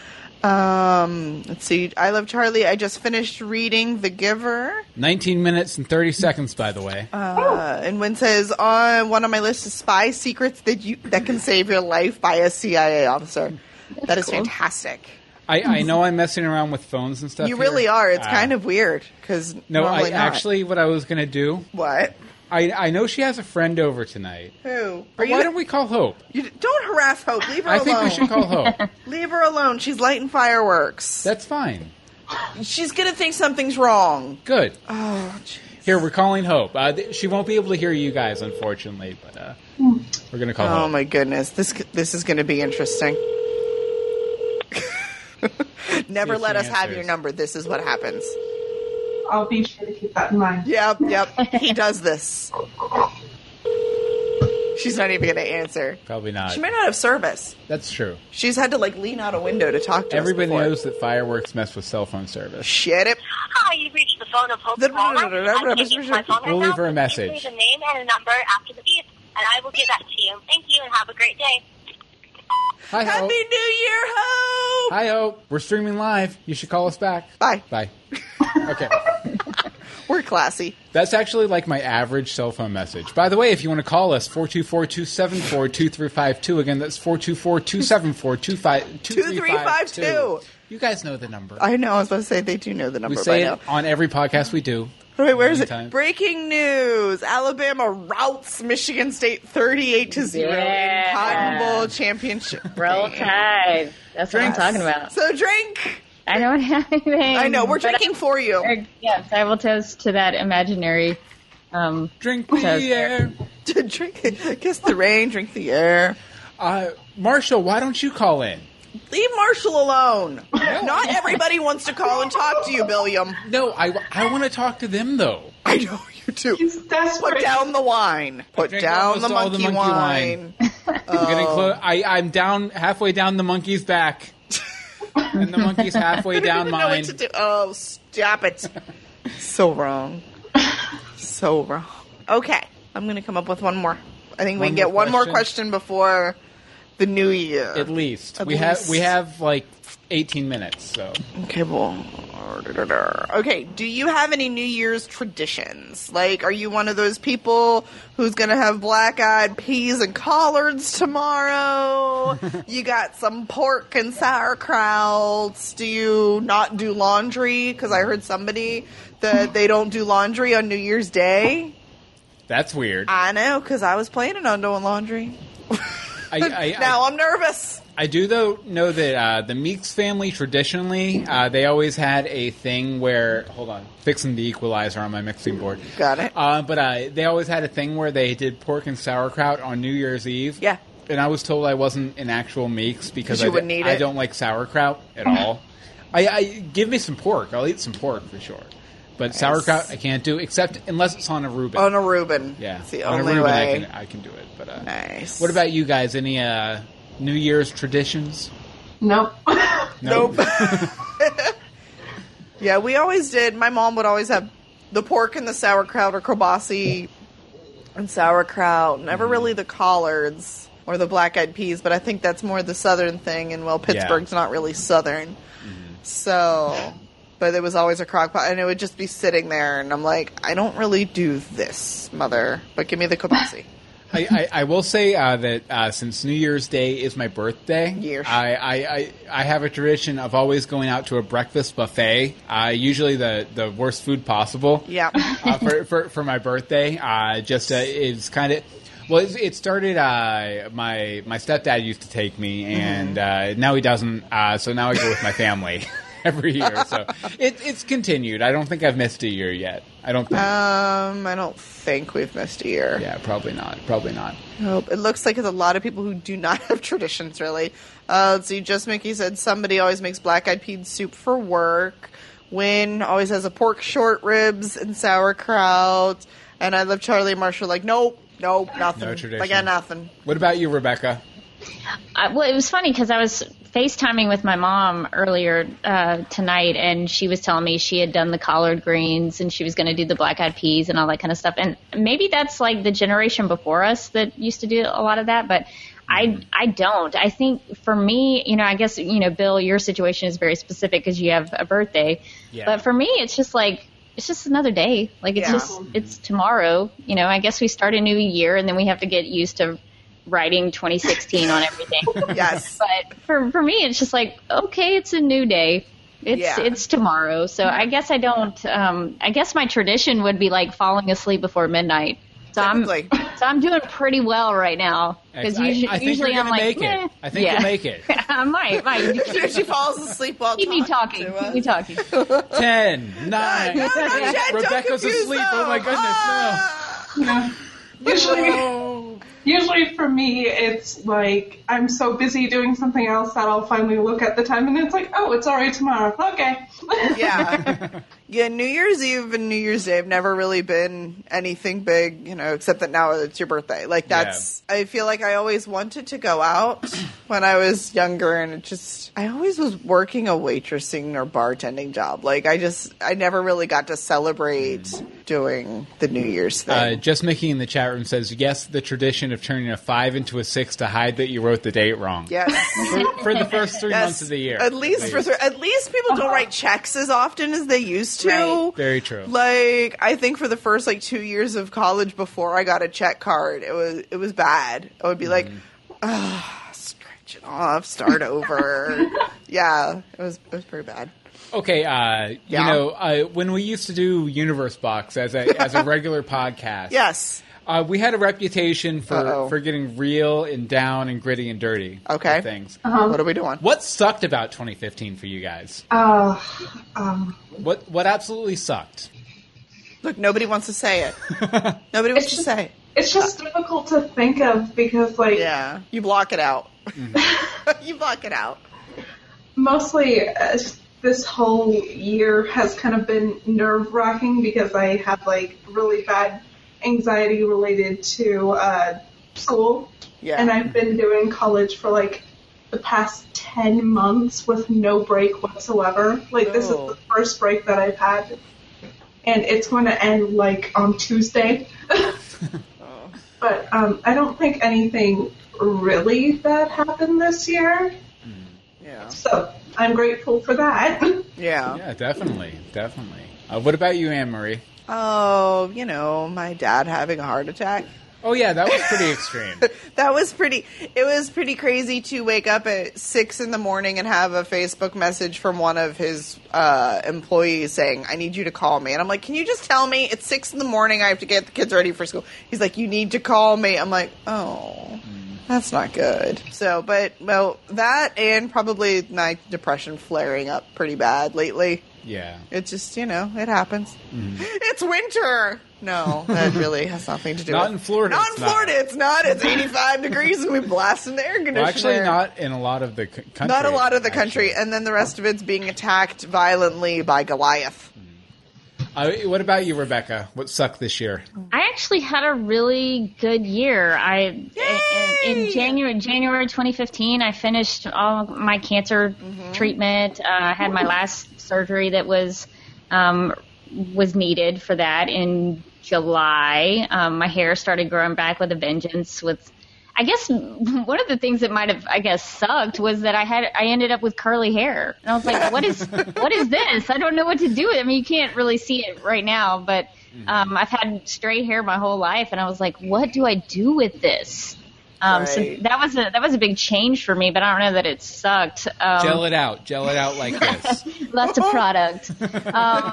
Speaker 2: Um, let's see. I Love Charlie. I just finished reading The Giver.
Speaker 1: 19 minutes and 30 seconds, by the way.
Speaker 2: Uh, and Wynn says, on one on my list is spy secrets that you that can save your life by a CIA officer. That is fantastic.
Speaker 1: I, I know I'm messing around with phones and stuff.
Speaker 2: you
Speaker 1: here.
Speaker 2: really are. It's
Speaker 1: Uh,
Speaker 2: kind of weird because
Speaker 1: No, I
Speaker 2: normally not.
Speaker 1: actually, what I was going to do,
Speaker 2: what?
Speaker 1: I, I know she has a friend over tonight.
Speaker 2: Who? Are
Speaker 1: But
Speaker 2: you, Oh,
Speaker 1: why don't we call Hope?
Speaker 2: you- don't harass Hope. Leave her
Speaker 1: I
Speaker 2: alone.
Speaker 1: think we should call Hope.
Speaker 2: Leave her alone. She's lighting fireworks.
Speaker 1: That's fine.
Speaker 2: She's gonna think something's wrong.
Speaker 1: Good.
Speaker 2: Oh, gee.
Speaker 1: Here, we're calling Hope. Uh, th- she won't be able to hear you guys, unfortunately, but uh, we're going to call
Speaker 2: oh
Speaker 1: Hope.
Speaker 2: my goodness. This this is gonna be interesting. Never
Speaker 1: If
Speaker 2: let
Speaker 1: she
Speaker 2: us have
Speaker 1: answers.
Speaker 2: your number. This is what happens.
Speaker 4: I'll be sure to keep that in mind.
Speaker 2: Yep, yep. He does this. She's not even going to answer.
Speaker 1: Probably not.
Speaker 2: She might not have service.
Speaker 1: That's true.
Speaker 2: She's had to like lean out a window to talk to us
Speaker 1: Everybody
Speaker 2: before.
Speaker 1: knows that fireworks mess with cell phone service.
Speaker 2: Shit it.
Speaker 9: Hi, you've reached the phone of Hope
Speaker 2: The-
Speaker 9: Wallace. I can't get to my phone right
Speaker 1: We'll leave
Speaker 9: now.
Speaker 1: her a
Speaker 9: Please
Speaker 1: message.
Speaker 9: Leave a name and a number after the beep, and I will get back to you. Thank you, and have a great day.
Speaker 1: Hi,
Speaker 2: Happy
Speaker 1: Hope.
Speaker 2: New Year, ho!
Speaker 1: Hi, Hope. We're streaming live. You should call us back.
Speaker 2: Bye.
Speaker 1: Bye. okay.
Speaker 2: We're classy.
Speaker 1: That's actually like my average cell phone message. By the way, if you want to call us, 424-274-2352. Again, that's 424-274-2352.
Speaker 2: 2352.
Speaker 1: You guys know the number.
Speaker 2: I know. I was about to say they do know the
Speaker 1: we
Speaker 2: number
Speaker 1: say
Speaker 2: by
Speaker 1: it
Speaker 2: now.
Speaker 1: on every podcast we do.
Speaker 2: Wait, where is it?
Speaker 1: Anytime.
Speaker 2: Breaking news: Alabama routs Michigan State thirty-eight to zero in
Speaker 5: Yeah.
Speaker 2: Cotton Bowl championship.
Speaker 5: Roll
Speaker 2: game.
Speaker 5: Tide. That's what I'm talking about.
Speaker 2: So drink.
Speaker 5: I don't have anything.
Speaker 2: I know. We're
Speaker 5: but
Speaker 2: drinking for you.
Speaker 5: I- yes, I will toast to that imaginary. Um,
Speaker 1: Drink the air.
Speaker 2: to drink kiss the rain, drink the air.
Speaker 1: Uh, Marshall, why don't you call in?
Speaker 2: Leave Marshall alone. Not everybody wants to call and talk to you, William.
Speaker 1: No, I, I want to talk to them, though.
Speaker 2: I know you too.
Speaker 4: He's desperate.
Speaker 2: Put down the wine. Put
Speaker 1: drank
Speaker 2: down the
Speaker 1: almost all
Speaker 2: monkey,
Speaker 1: the monkey
Speaker 2: wine. Oh.
Speaker 1: I'm getting close. I, I'm down halfway down the monkey's back, and the monkey's halfway
Speaker 2: I don't
Speaker 1: down
Speaker 2: even know
Speaker 1: mine.
Speaker 2: what to do. Oh, stop it. so wrong. So wrong. Okay, I'm going to come up with one more. I think we
Speaker 1: One
Speaker 2: can get
Speaker 1: more
Speaker 2: one more
Speaker 1: question.
Speaker 2: question before the new year.
Speaker 1: At least
Speaker 2: At
Speaker 1: we have
Speaker 2: least.
Speaker 1: we have like 18 minutes. So
Speaker 2: Okay, well. Okay, do you have any New Year's traditions? Like, are you one of those people who's going to have black eyed peas and collards tomorrow? you got some pork and sauerkrauts. Do you not do laundry? Because I heard somebody that they don't do laundry on New Year's Day.
Speaker 1: that's weird. I,
Speaker 2: I know, because I was planning on doing laundry.
Speaker 1: I, I,
Speaker 2: now I'm nervous.
Speaker 1: I do though know that uh, the Meeks family traditionally uh, they always had a thing where hold on fixing the equalizer on my mixing board.
Speaker 2: Got it.
Speaker 1: Uh, but uh, they always had a thing where they did pork and sauerkraut on New Year's Eve.
Speaker 2: Yeah.
Speaker 1: And I was told I wasn't an actual Meeks because
Speaker 2: You
Speaker 1: I, di-
Speaker 2: wouldn't eat
Speaker 1: I
Speaker 2: it? Mm-hmm.
Speaker 1: don't like sauerkraut at all. I, I give me some pork. I'll eat some pork for sure. But sauerkraut I can't do except unless it's on a Reuben.
Speaker 2: On a Reuben.
Speaker 1: yeah,
Speaker 2: It's Oh, the
Speaker 1: on
Speaker 2: only
Speaker 1: a Reuben
Speaker 2: way.
Speaker 1: I can I can do it. But uh,
Speaker 2: Nice.
Speaker 1: what about you guys? Any uh, New Year's traditions?
Speaker 4: Nope.
Speaker 1: No.
Speaker 2: Yeah, we always did. My mom would always have the pork and the sauerkraut or kielbasa and sauerkraut. Never really the collards or the black-eyed peas, but I think that's more the southern thing. And well, Pittsburgh's not really southern, so. But it was always a crock pot, and it would just be sitting there, and I'm like, I don't really do this, mother. But give me the kielbasa.
Speaker 1: I, I, I will say uh, that uh, since New Year's Day is my birthday,
Speaker 2: Year.
Speaker 1: I, I, I, I have a tradition of always going out to a breakfast buffet, uh, usually the, the worst food possible.
Speaker 2: Yeah.
Speaker 1: uh, for, for, for my birthday. Uh, just uh, it's kind of well, it, it started. Uh, my my stepdad used to take me,
Speaker 2: Mm-hmm.
Speaker 1: and uh, now he doesn't. Uh, so now I go with my family every year. So it, it's continued. I don't think I've missed a year yet. I don't think.
Speaker 2: Um, I don't think we've missed a year.
Speaker 1: yeah, probably not. Probably not.
Speaker 2: Nope. It looks like it's a lot of people who do not have traditions, really. Uh, let's see, Just Mickey said somebody always makes black eyed pea soup for work. Wynn always has a pork short ribs and sauerkraut. And I love Charlie and Marshall, like, nope, nope, nothing.
Speaker 1: No tradition.
Speaker 2: I got nothing.
Speaker 1: What about you, Rebecca?
Speaker 5: I, well, it was funny because I was FaceTiming with my mom earlier uh, tonight, and she was telling me she had done the collard greens and she was going to do the black eyed peas and all that kind of stuff. And maybe that's like the generation before us that used to do a lot of that, but. I, I don't. I think for me, you know, I guess, you know, Bill, your situation is very specific because you have a birthday.
Speaker 1: Yeah.
Speaker 5: But for me, it's just like, it's just another day. Like, it's
Speaker 2: Yeah.
Speaker 5: just, it's tomorrow. You know, I guess we start a new year and then we have to get used to writing 2016 on everything.
Speaker 2: Yes.
Speaker 5: But for for me, it's just like okay, it's a new day. It's
Speaker 2: Yeah.
Speaker 5: it's tomorrow. So I guess I don't. Um, I guess my tradition would be like falling asleep before midnight. So I'm
Speaker 2: Typically.
Speaker 5: so I'm doing pretty well right now because
Speaker 1: I,
Speaker 5: usually,
Speaker 1: I think
Speaker 5: usually
Speaker 1: you're
Speaker 5: I'm
Speaker 1: gonna make
Speaker 5: like "Meh."
Speaker 1: it. I think
Speaker 5: yeah.
Speaker 1: you'll make it.
Speaker 5: I might might
Speaker 2: she falls asleep while
Speaker 5: keep me talking.
Speaker 2: to us.
Speaker 5: Keep me talking.
Speaker 1: Ten, nine.
Speaker 2: No, no, Jen, don't
Speaker 1: Rebecca's
Speaker 2: confuse
Speaker 1: asleep.
Speaker 2: them.
Speaker 1: Oh my goodness! No.
Speaker 2: Ah!
Speaker 4: Yeah. Usually, usually for me, it's like I'm so busy doing something else that I'll finally look at the time, and it's like, oh, it's already tomorrow. Okay.
Speaker 2: yeah. Yeah, New Year's Eve and New Year's Day have never really been anything big, you know, except that now it's your birthday. Like that's I feel like I always wanted to go out when I was younger and it just I always was working a waitressing or bartending job. Like I just I never really got to celebrate doing the New Year's thing.
Speaker 1: Mm. Uh, just Mickey in the chat room says, yes, the tradition of turning a five into a six to hide that you wrote the date wrong.
Speaker 2: yes.
Speaker 1: For, for the first three
Speaker 2: Yes.
Speaker 1: months of the year.
Speaker 2: At least for
Speaker 1: Please.
Speaker 2: at least people don't write checks as often as they used to.
Speaker 5: Right.
Speaker 1: Very true.
Speaker 2: Like I think for the first like two years of college before I got a check card, it was it was bad. I would be like, "Ugh, scratch it off, start over. yeah, it was it was pretty bad.
Speaker 1: Okay, uh, you
Speaker 2: Yeah.
Speaker 1: know, uh, when we used to do Universe Box as a, as a regular podcast,
Speaker 2: Yes.
Speaker 1: uh, we had a reputation for,
Speaker 2: Uh-oh.
Speaker 1: for getting real and down and gritty and dirty with
Speaker 2: Okay.
Speaker 1: things.
Speaker 4: Um,
Speaker 2: What are we doing?
Speaker 1: What sucked about 2015 for you guys?
Speaker 4: Uh, um,
Speaker 1: What what absolutely sucked?
Speaker 2: Look, nobody wants to say it. nobody wants to
Speaker 4: It's just-
Speaker 2: say it.
Speaker 4: it's just difficult to think of because, like,
Speaker 2: Yeah.
Speaker 4: Mm-hmm.
Speaker 2: You block it out. you block it out.
Speaker 4: mostly uh, this whole year has kind of been nerve wracking because I had like really bad anxiety related to uh, school.
Speaker 2: Yeah.
Speaker 4: And I've been doing college for like the past 10 months with no break whatsoever. Like, this is
Speaker 2: Oh.
Speaker 4: the first break that I've had. And it's going to end like on Tuesday.
Speaker 2: Oh,
Speaker 4: but um, I don't think anything really that happened this year.
Speaker 2: Yeah.
Speaker 4: So I'm grateful for that.
Speaker 2: Yeah.
Speaker 1: Yeah, definitely, definitely. Uh, what about you, Anne Marie?
Speaker 2: Oh, you know, my dad having a heart attack.
Speaker 1: Oh yeah, that was pretty extreme.
Speaker 2: That was pretty. It was pretty crazy to wake up at six in the morning and have a Facebook message from one of his uh, employees saying, "I need you to call me." And I'm like, "Can you just tell me it's six in the morning? I have to get the kids ready for school." He's like, "You need to call me." I'm like, "Oh, that's not good." So, but well, that and probably my depression flaring up pretty bad lately.
Speaker 1: Yeah.
Speaker 2: It just, you know, it happens.
Speaker 1: Mm-hmm.
Speaker 2: It's winter. No, that really has nothing to do
Speaker 1: Not
Speaker 2: with
Speaker 1: in Florida,
Speaker 2: Not in
Speaker 1: it's not.
Speaker 2: Florida, it's not. It's 85 degrees and we blasting the air conditioner.
Speaker 1: Well, actually, not in a lot of the c- country.
Speaker 2: Not a lot of the country,
Speaker 1: actually.
Speaker 2: and then the rest of it's being attacked violently by Goliath.
Speaker 1: Uh, what about you, Rebecca? What sucked this year?
Speaker 5: I actually had a really good year. I in, in January January 2015, I finished all my cancer treatment. Uh, I had my last surgery that was um, was needed for that in July. Um, my hair started growing back with a vengeance. With I guess one of the things that might have I guess sucked was that I had I ended up with curly hair, and I was like, what is what is this? I don't know what to do with. it. I mean, you can't really see it right now, but um, I've had stray hair my whole life, and I was like, what do I do with this? Um, So
Speaker 2: Right.
Speaker 5: that was a that was a big change for me, but I don't know that it sucked. Um,
Speaker 1: Gel it out. Gel it out like this.
Speaker 5: lots of product. Um,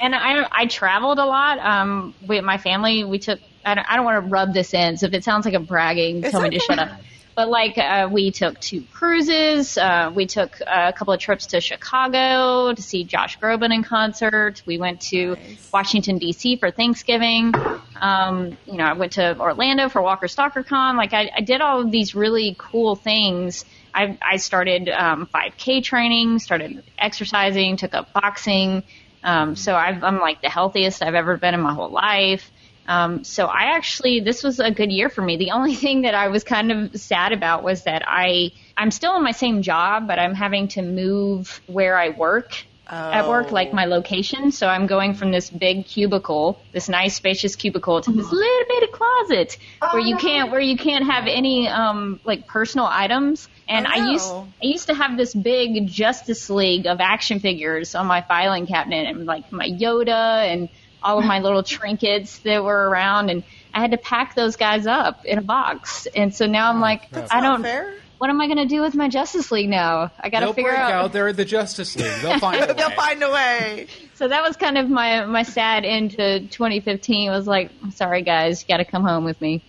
Speaker 5: and I, I traveled a lot. Um, with my family, we took. I don't, I don't want to rub this in, so if it sounds like I'm bragging, tell me to shut up. But like, uh, we took two cruises. Uh, we took a couple of trips to Chicago to see Josh Groban in concert. We went to Washington D.C. for Thanksgiving. Um, you know, I went to Orlando for Walker Stalker Con. Like, I, I did all of these really cool things. I, I started um, 5K training, started exercising, took up boxing. Um, so I've, I'm like the healthiest I've ever been in my whole life. Um, so I actually, this was a good year for me. The only thing that I was kind of sad about was that I, I'm still in my same job, but I'm having to move where I work at work, like my location. So I'm going from this big cubicle, this nice spacious cubicle, to this little bitty closet where you can't, where you can't have any um, like personal items. And
Speaker 2: Oh,
Speaker 5: I used,
Speaker 2: no.
Speaker 5: I used to have this big Justice League of action figures on my filing cabinet, and like my Yoda and all of my little trinkets that were around, and I had to pack those guys up in a box. And so now I'm like,
Speaker 1: that's
Speaker 5: I don't.
Speaker 2: Fair?
Speaker 5: What am I going to do with my Justice League now? I got to
Speaker 1: They'll
Speaker 5: figure
Speaker 1: break out.
Speaker 5: out.
Speaker 1: They're the Justice League. They'll find a
Speaker 2: They'll
Speaker 1: way.
Speaker 2: find a way.
Speaker 5: So that was kind of my my sad end to 2015. Was like, I'm sorry guys, you got to come home with me.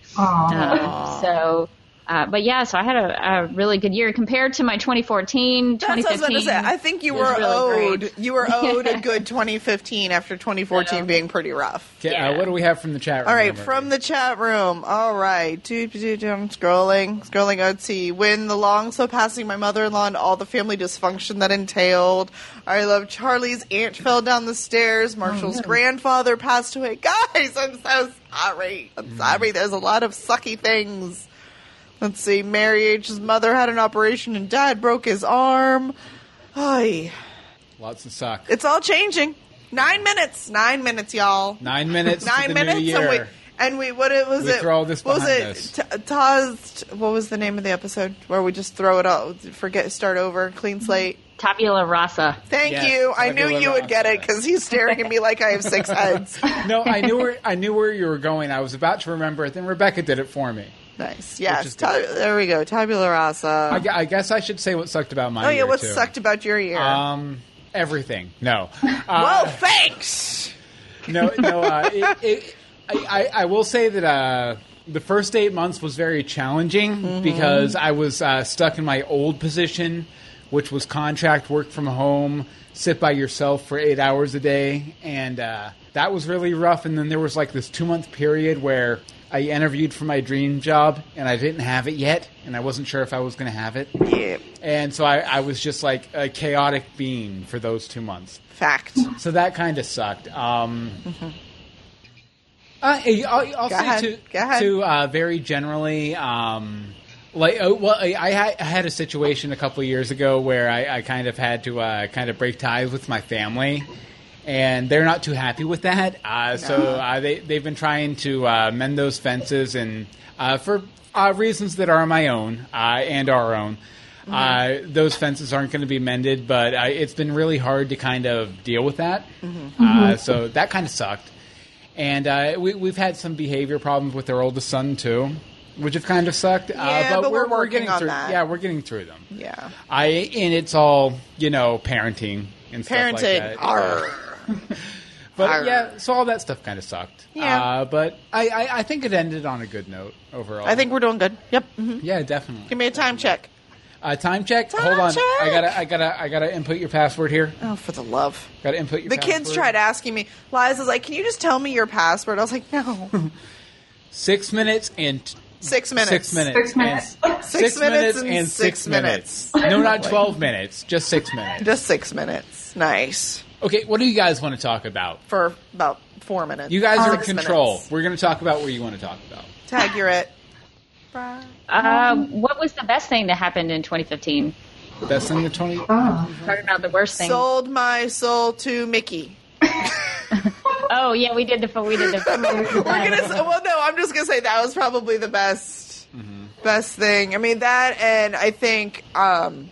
Speaker 5: Uh, so. Uh, but yeah, so I had a, a really good year compared to my 2014,
Speaker 2: That's what I was about to
Speaker 5: 2015.
Speaker 2: say. I think you
Speaker 5: is
Speaker 2: were
Speaker 5: really
Speaker 2: owed.
Speaker 5: great.
Speaker 2: You were owed a good 2015 after 2014
Speaker 5: So-
Speaker 2: being pretty rough.
Speaker 1: Okay, uh,
Speaker 5: Yeah.
Speaker 1: what do we have from the chat room?
Speaker 2: All right, from the chat room. All right, Doo, doo, doo, doo. I'm scrolling, scrolling. Let's see. When the long so passing my mother-in-law and all the family dysfunction that entailed. I love Charlie's aunt fell down the stairs. Marshall's grandfather passed away. Guys, I'm so sorry. I'm sorry. There's a lot of sucky things. Let's see. Mary H's mother had an operation and dad broke his arm. Ay,
Speaker 1: Lots of suck.
Speaker 2: it's all changing. Nine minutes. Nine minutes, y'all
Speaker 1: Nine minutes. to
Speaker 2: nine
Speaker 1: the
Speaker 2: minutes
Speaker 1: New year.
Speaker 2: and we and we what it was
Speaker 1: We
Speaker 2: it
Speaker 1: throw all this
Speaker 2: what was
Speaker 1: behind
Speaker 2: it
Speaker 1: us.
Speaker 2: T- tossed what was the name of the episode where we just throw it all forget start over clean slate
Speaker 5: Tabula rasa.
Speaker 2: thank
Speaker 1: Yes,
Speaker 2: you i knew
Speaker 1: Tabula
Speaker 2: you would get it
Speaker 1: rasa.
Speaker 2: because he's staring at me like i have six heads
Speaker 1: No, I knew where I knew where you were going. I was about to remember it. Then Rebecca did it for me.
Speaker 2: nice
Speaker 1: is
Speaker 2: yes
Speaker 1: good.
Speaker 2: Ta- there we go tabula rasa
Speaker 1: I, gu- I guess I should say what sucked about my
Speaker 2: oh yeah
Speaker 1: year,
Speaker 2: what
Speaker 1: too.
Speaker 2: sucked about your year
Speaker 1: Um, everything. No.
Speaker 2: well
Speaker 1: Uh,
Speaker 2: thanks
Speaker 1: no, no. Uh, it, it, I, I, I will say that uh, the first eight months was very challenging because I was uh, stuck in my old position which was contract work from home, sit by yourself for eight hours a day, and uh, that was really rough. And then there was like this two month period where I interviewed for my dream job and I didn't have it yet, and I wasn't sure if I was going to have it.
Speaker 2: Yeah.
Speaker 1: And so I, I was just like a chaotic being for those two months.
Speaker 2: Fact.
Speaker 1: So that kind of sucked. Um, uh, I- I'll, I'll
Speaker 2: Go
Speaker 1: say
Speaker 2: ahead.
Speaker 1: to,
Speaker 2: Go ahead.
Speaker 1: to uh, very generally, um, like uh, well, I, I had- I had a situation a couple of years ago where I, I kind of had to uh, kind of break ties with my family, and they're not too happy with that. Uh, So uh, they they've been trying to uh, mend those fences, and uh, for uh, reasons that are my own uh, and our own.
Speaker 2: Mm-hmm.
Speaker 1: Uh, those fences aren't going to be mended, but uh, it's been really hard to kind of deal with that.
Speaker 2: Mm-hmm.
Speaker 1: Uh, so that kind of sucked. And uh, we, we've had some behavior problems with their oldest son too, which have kind of sucked.
Speaker 2: Yeah,
Speaker 1: uh, but,
Speaker 2: but
Speaker 1: we're,
Speaker 2: we're working
Speaker 1: getting
Speaker 2: on
Speaker 1: through.
Speaker 2: that.
Speaker 1: Yeah, we're getting through them.
Speaker 2: Yeah.
Speaker 1: I and it's all you know parenting and stuff like
Speaker 2: Parenting.
Speaker 1: that.
Speaker 2: Arr.
Speaker 1: But
Speaker 2: Arr.
Speaker 1: yeah, so all that stuff kind of sucked.
Speaker 2: Yeah.
Speaker 1: Uh, but I, I, I think it ended on a good note overall.
Speaker 2: I think we're doing good. Yep. hmm
Speaker 1: Yeah, definitely.
Speaker 2: Give me a time check.
Speaker 1: Uh, time check.
Speaker 2: Time
Speaker 1: Hold on. I
Speaker 2: check.
Speaker 1: gotta I gotta I gotta input your password here.
Speaker 2: Oh, for the love.
Speaker 1: Gotta input your.
Speaker 2: The kids
Speaker 1: password.
Speaker 2: tried asking me. Liza's like, "Can you just tell me your password?" I was like, "No."
Speaker 1: Six minutes and. t-
Speaker 2: Six minutes.
Speaker 1: Six minutes.
Speaker 4: Six minutes.
Speaker 1: And
Speaker 2: Six minutes and six minutes.
Speaker 1: No, not
Speaker 2: Like-
Speaker 1: 12 minutes. Just six minutes.
Speaker 2: Just six minutes. Nice
Speaker 1: Okay, what do you guys want to talk about?
Speaker 2: for about four minutes.
Speaker 1: You guys are in
Speaker 2: Oh, Six
Speaker 1: control.
Speaker 2: minutes.
Speaker 1: We're going to talk about what you want to talk about.
Speaker 2: Tag, you're it.
Speaker 5: Uh, what was the best thing that happened in 2015?
Speaker 1: The best thing that Tony.
Speaker 5: Talking about the worst thing.
Speaker 2: Sold my soul to Mickey.
Speaker 5: oh yeah, we did the we did the.
Speaker 2: We're gonna. s- Well, no, I'm just gonna say that was probably the best, best thing. I mean that, and I think, um,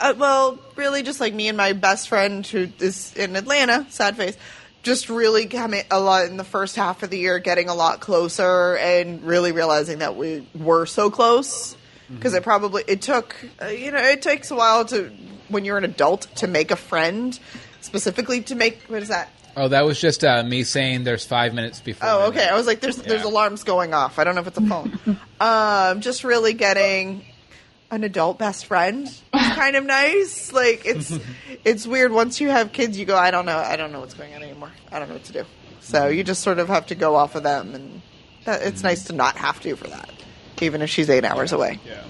Speaker 2: uh, well, really, just like me and my best friend who is in Atlanta, sad face, just really coming a lot in the first half of the year, getting a lot closer, and really realizing that we were so close because it probably it took uh, you know it takes a while to when you're an adult to make a friend specifically to make what is that
Speaker 1: Oh, that was just uh, me saying there's five minutes before.
Speaker 2: Oh,
Speaker 1: midnight.
Speaker 2: okay. I was like, there's there's
Speaker 1: Yeah.
Speaker 2: alarms going off. I don't know if it's a phone. um, just really getting an adult best friend. It's kind of nice. Like it's it's weird. Once you have kids, you go, I don't know, I don't know what's going on anymore. I don't know what to do. So you just sort of have to go off of them, and that, it's nice to not have to for that, even if she's eight hours away.
Speaker 1: yeah.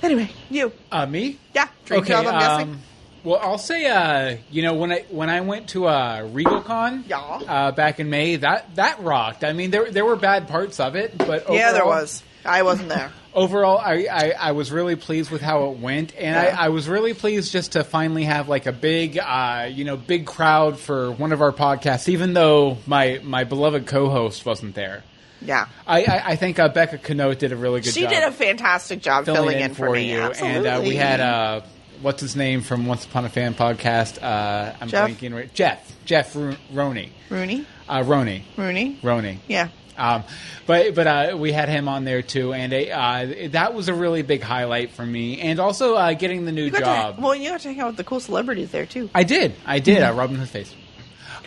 Speaker 2: Anyway, you
Speaker 1: Uh, me?
Speaker 2: yeah, dream job. I'm guessing.
Speaker 1: um, well, I'll say, uh, you know, when I when I went to uh, RegalCon
Speaker 2: Yeah.
Speaker 1: uh, back in May, that that rocked. I mean, there there were bad parts of it, but overall,
Speaker 2: yeah, there was. I wasn't there.
Speaker 1: overall I, I, I was really pleased with how it went and
Speaker 2: Yeah.
Speaker 1: I, I was really pleased just to finally have like a big uh, you know big crowd for one of our podcasts even though my my beloved co-host wasn't there
Speaker 2: Yeah,
Speaker 1: I, I, I think uh, Becca Canote did a really good
Speaker 2: she
Speaker 1: job
Speaker 2: did a fantastic job filling, in, for, me.
Speaker 1: you
Speaker 2: Absolutely.
Speaker 1: and uh, we had uh, what's his name from Once Upon a Fan podcast uh, I'm
Speaker 2: Jeff?
Speaker 1: blanking right Jeff Jeff Ro- Roney
Speaker 2: Rooney.
Speaker 1: uh, Roney
Speaker 2: Rooney.
Speaker 1: Roney
Speaker 2: Yeah.
Speaker 1: Um, but but uh, we had him on there too, and uh, that was a really big highlight for me. And also uh, getting the new
Speaker 2: You got
Speaker 1: job.
Speaker 2: To, well, Mm-hmm. you got to hang out with the cool celebrities there too.
Speaker 1: I did, I did. I rubbed him in the face.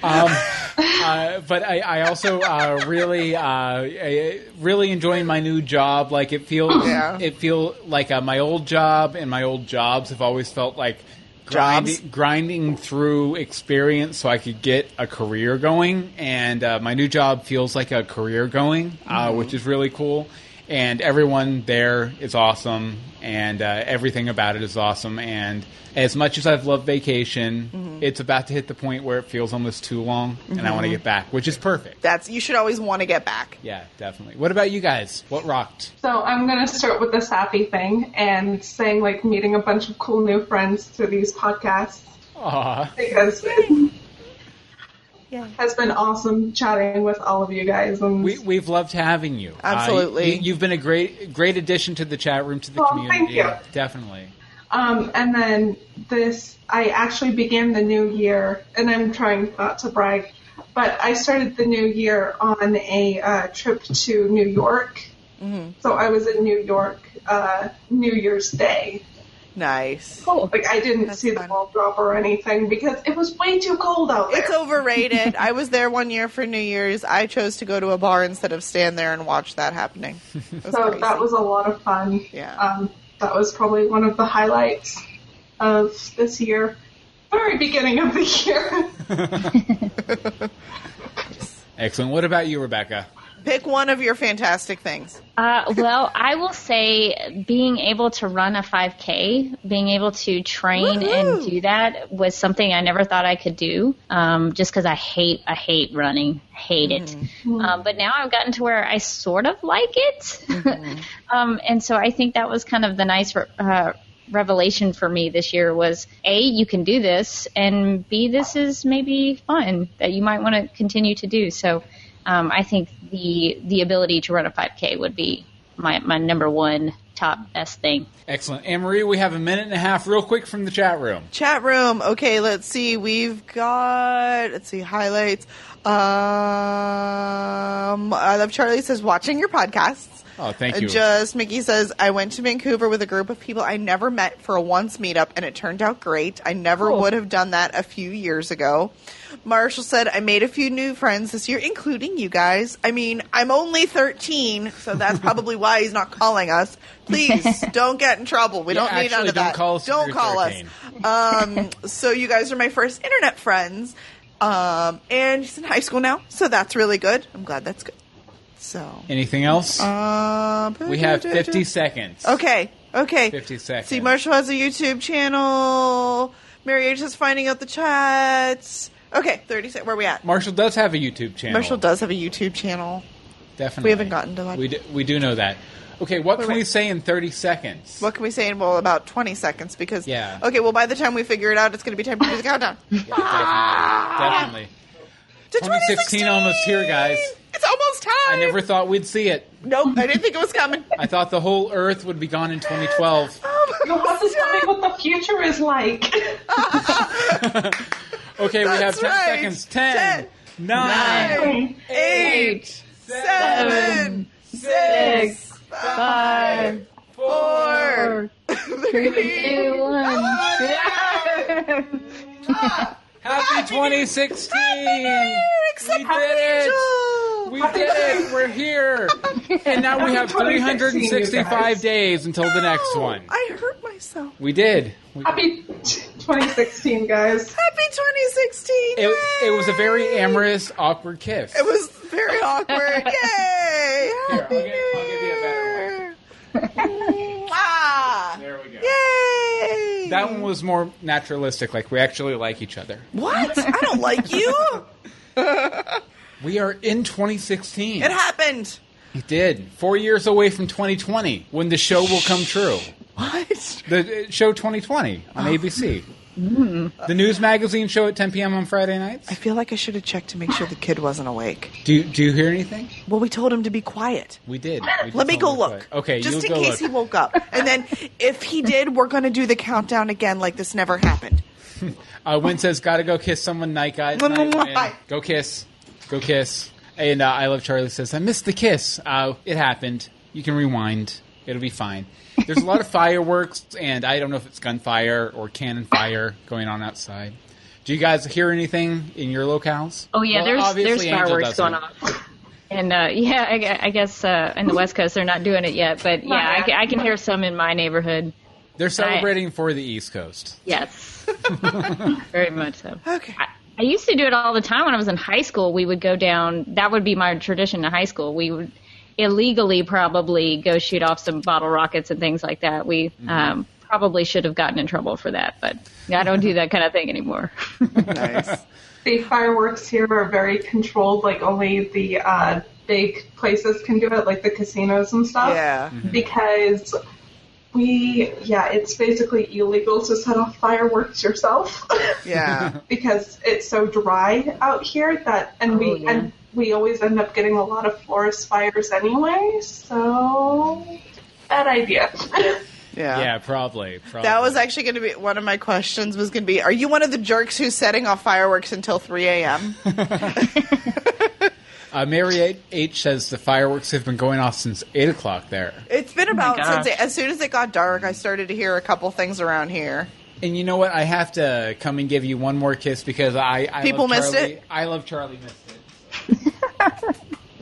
Speaker 1: Um, uh, but I, I also uh, really, uh, I- really enjoying my new job. Like it feels,
Speaker 2: Yeah.
Speaker 1: it feel like uh, my old job and my old jobs have always felt like grinding,
Speaker 2: Jobs?
Speaker 1: grinding through experience so I could get a career going. And uh, my new job feels like a career going, uh, which is really cool. And everyone there is awesome, and uh, everything about it is awesome. And as much as I've loved vacation, it's about to hit the point where it feels almost too long, and I want to get back, which is perfect.
Speaker 2: That's you should always want to get back.
Speaker 1: Yeah, definitely. What about you guys? What rocked?
Speaker 4: So I'm gonna start with this happy thing and saying like meeting a bunch of cool new friends through these podcasts
Speaker 1: Aw.
Speaker 4: because it has been awesome chatting with all of you guys and
Speaker 1: We, we've loved having you. Uh,
Speaker 2: Absolutely.
Speaker 1: you, have been a great great addition to the chat room, to the
Speaker 4: Oh, thank
Speaker 1: community.
Speaker 4: you.
Speaker 1: Definitely.
Speaker 4: Um, and then this, I actually began the new year, and I'm trying not to brag, but I started the new year on a uh, trip to New York. So I was in New York uh, New Year's Day.
Speaker 2: Nice.
Speaker 4: Like I didn't
Speaker 2: That's
Speaker 4: see
Speaker 2: fun.
Speaker 4: the ball drop or anything because it was way too cold out there.
Speaker 2: It's overrated. I was there one year for New Year's. I chose to go to a bar instead of stand there and watch that happening. It was
Speaker 4: so
Speaker 2: crazy.
Speaker 4: that was a lot of fun.
Speaker 2: Yeah.
Speaker 4: Um, That was probably one of the highlights of this year. Very beginning of the year.
Speaker 1: Excellent. What about you, Rebecca?
Speaker 2: Pick one of your fantastic things.
Speaker 5: Uh, well, I will say being able to run a 5K, being able to train
Speaker 2: Woohoo!
Speaker 5: and do that was something I never thought I could do. Um, just because I hate, I hate running, hate it. Um, but now I've gotten to where I sort of like it, um, and so I think that was kind of the nice. re- Uh, revelation for me this year was a you can do this and b this is maybe fun that you might want to continue to do so um, I think the the ability to run a 5K would be my, my number one top best thing.
Speaker 1: Excellent. Anne Marie, we have a minute and a half, real quick, from the chat room.
Speaker 2: Chat room. Okay, let's see. We've got let's see highlights. Um, I love Charlie says watching your podcasts.
Speaker 1: Oh, thank
Speaker 2: Uh,
Speaker 1: you.
Speaker 2: Just Mickey says I went to Vancouver with a group of people I never met for a once meetup, and it turned out great. I never
Speaker 5: Cool.
Speaker 2: would have done that a few years ago. Marshall said I made a few new friends this year, including you guys. I mean, I'm only 13, so that's probably why he's not calling us. Please don't get in trouble. We
Speaker 1: Yeah,
Speaker 2: don't need
Speaker 1: actually,
Speaker 2: none of
Speaker 1: don't
Speaker 2: that.
Speaker 1: call us if
Speaker 2: don't
Speaker 1: you're
Speaker 2: call us.
Speaker 1: 13.
Speaker 2: Um, so you guys are my first internet friends. Um, and she's in high school now, so that's really good. I'm glad that's good. So
Speaker 1: Anything else?
Speaker 2: um,
Speaker 1: we have 50 seconds.
Speaker 2: Okay, okay.
Speaker 1: 50 seconds.
Speaker 2: See, Marshall has a YouTube channel. Mary H is finding out the chats. Okay, thirty seconds. Where we at?
Speaker 1: Marshall does have a YouTube channel.
Speaker 2: Marshall does have a YouTube channel.
Speaker 1: Definitely.
Speaker 2: We haven't gotten to that.
Speaker 1: We do, we do know that. Okay, what
Speaker 2: Wait,
Speaker 1: can we
Speaker 2: wait.
Speaker 1: say in 30 seconds?
Speaker 2: What can we say in well about twenty seconds? Because
Speaker 1: Yeah.
Speaker 2: Okay, well by the time we figure it out, it's going to be time to do the countdown.
Speaker 1: Yeah, definitely. definitely.
Speaker 2: To
Speaker 1: 2016 almost here, guys.
Speaker 2: It's almost time.
Speaker 1: I never thought we'd see it.
Speaker 2: Nope, I didn't think it was coming.
Speaker 1: I thought the whole Earth would be gone in 2012.
Speaker 4: You'll have to tell me what the future is like.
Speaker 1: Okay, we have
Speaker 2: That's
Speaker 1: 10
Speaker 2: right.
Speaker 1: seconds. 10, 9,
Speaker 2: 10, Nine, eight, seven, six, five, four, three.
Speaker 5: Oh,
Speaker 1: Happy 2016!
Speaker 2: Except
Speaker 1: We
Speaker 2: for
Speaker 1: did it!
Speaker 2: Rachel.
Speaker 1: We did it! We're here! And now we have 365 days until the next one.
Speaker 2: I hurt myself.
Speaker 1: We did. We-
Speaker 4: Happy 2016, guys.
Speaker 2: Happy 2016.
Speaker 1: It,
Speaker 2: yay!
Speaker 1: it was a very amorous, awkward kiss.
Speaker 2: It was very awkward. Yay!
Speaker 1: Here, I'll
Speaker 2: Happy
Speaker 1: give- I'll give you a better
Speaker 2: New Year. Mwah.
Speaker 1: There we go.
Speaker 2: Yay!
Speaker 1: That one was more naturalistic, like we actually like each other.
Speaker 2: What? I don't like you.
Speaker 1: We are in 2016.
Speaker 2: It happened.
Speaker 1: It did. Four years away from 2020, when the show will come true.
Speaker 2: What?
Speaker 1: The uh, show 2020 on
Speaker 2: Oh.
Speaker 1: ABC. The news magazine show at 10 p.m. on Friday nights.
Speaker 2: Mm. I feel like I should have checked to make sure the kid wasn't awake.
Speaker 1: Do you, do you hear anything?
Speaker 2: Well, we told him to be quiet.
Speaker 1: We did. We did
Speaker 2: Let me go
Speaker 1: tell them
Speaker 2: look.
Speaker 1: to play. Okay,
Speaker 2: just
Speaker 1: you'll
Speaker 2: in
Speaker 1: go
Speaker 2: case he
Speaker 1: look.
Speaker 2: woke up, and then if he did, we're going to do the countdown again, like this never happened.
Speaker 1: Uh, Win says, "Gotta go kiss someone." Night guys, night, Wynn. go kiss, go kiss. And uh, I love Charlie says, "I missed the kiss. Uh, it happened. You can rewind. It'll be fine." There's a lot of fireworks, and I don't know if it's gunfire or cannon fire going on outside. Do you guys hear anything in your locales?
Speaker 5: Oh yeah,
Speaker 1: Well,
Speaker 5: there's
Speaker 1: obviously
Speaker 5: there's
Speaker 1: Angel
Speaker 5: fireworks
Speaker 1: doesn't.
Speaker 5: going off. And uh, yeah, I, gue- I guess uh, in the West Coast they're not doing it yet, but yeah, I, ca- I can hear some in my neighborhood.
Speaker 1: They're celebrating for the East Coast.
Speaker 5: Yes, very much so.
Speaker 2: Okay.
Speaker 5: I, I used to do it all the time when I was in high school. We would go down. That would be my tradition in high school. We would illegally probably go shoot off some bottle rockets and things like that. We um, probably should have gotten in trouble for that, but I don't do that kind of thing anymore.
Speaker 2: Nice.
Speaker 4: The fireworks here are very controlled. Like only the uh, big places can do it, like the casinos and stuff.
Speaker 2: Yeah.
Speaker 4: Because we, yeah, it's basically illegal to set off fireworks yourself.
Speaker 2: Yeah.
Speaker 4: because it's so dry out here that, and we and we always end up getting a lot of forest fires anyway. So bad idea.
Speaker 2: Yeah.
Speaker 1: Yeah, probably. probably.
Speaker 2: That was actually going to be one of my questions. Was going to be, are you one of the jerks who's setting off fireworks until 3
Speaker 1: Oh
Speaker 2: a.m.?
Speaker 1: uh, Mary H says the fireworks have been going off since eight o'clock there.
Speaker 2: It's been about
Speaker 5: gosh.
Speaker 2: since it, as soon as it got dark, I started to hear a couple things around here.
Speaker 1: And you know what? I have to come and give you one more kiss because I, I love
Speaker 2: People missed
Speaker 1: Charlie.
Speaker 2: it?
Speaker 1: I love Charlie missed it.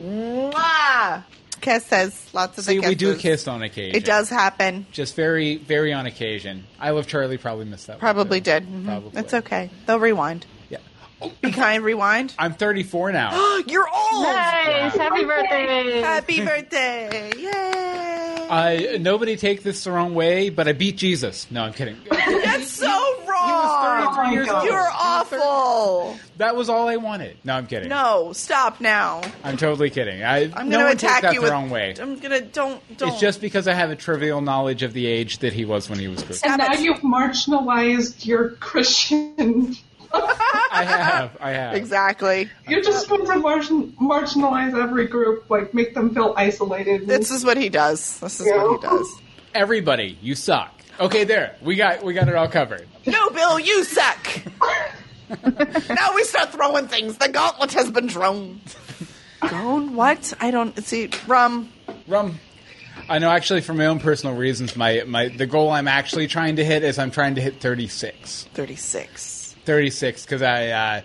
Speaker 2: Mwah! kiss kisses. Lots of
Speaker 1: See,
Speaker 2: the kisses.
Speaker 1: we do kiss on occasion.
Speaker 2: It does happen.
Speaker 1: Just very, very on occasion. I Love Charlie probably missed that one,
Speaker 2: Probably
Speaker 1: too.
Speaker 2: did. Mhm.
Speaker 1: Probably.
Speaker 2: It's okay. They'll rewind.
Speaker 1: Yeah. Oh,
Speaker 2: Be kind, rewind.
Speaker 1: I'm 34 now.
Speaker 2: You're old.
Speaker 5: Nice. Happy birthday.
Speaker 2: Happy birthday. Yay.
Speaker 1: I, Uh, nobody take this the wrong way, but I beat Jesus. No, I'm kidding.
Speaker 2: That's so wrong.
Speaker 1: was 33 years old.
Speaker 2: You're awful.
Speaker 1: that was all I wanted. No, I'm kidding.
Speaker 2: No, stop now.
Speaker 1: I'm totally kidding. I,
Speaker 2: I'm
Speaker 1: no
Speaker 2: gonna
Speaker 1: one takes
Speaker 2: attack
Speaker 1: that
Speaker 2: you
Speaker 1: the
Speaker 2: with.
Speaker 1: wrong way.
Speaker 2: I'm gonna don't don't.
Speaker 1: It's just because I have a trivial knowledge of the age that he was when he was crucified.
Speaker 4: And
Speaker 2: Stop
Speaker 4: now
Speaker 2: it.
Speaker 4: you've marginalized your Christian.
Speaker 1: I have. I have.
Speaker 2: exactly.
Speaker 4: you just want to margin- marginalize every group, like make them feel isolated.
Speaker 2: This is what he does. This is what he does.
Speaker 1: Everybody, you suck. Okay, there. We got we got it all covered.
Speaker 2: No, Bill, you suck. now we start throwing things. The gauntlet has been thrown. Thrown? What? I don't see. Rum.
Speaker 1: Rum. I know actually for my own personal reasons my, my the goal I'm actually trying to hit is I'm trying to hit 36.
Speaker 2: 36.
Speaker 1: 36 cuz I uh,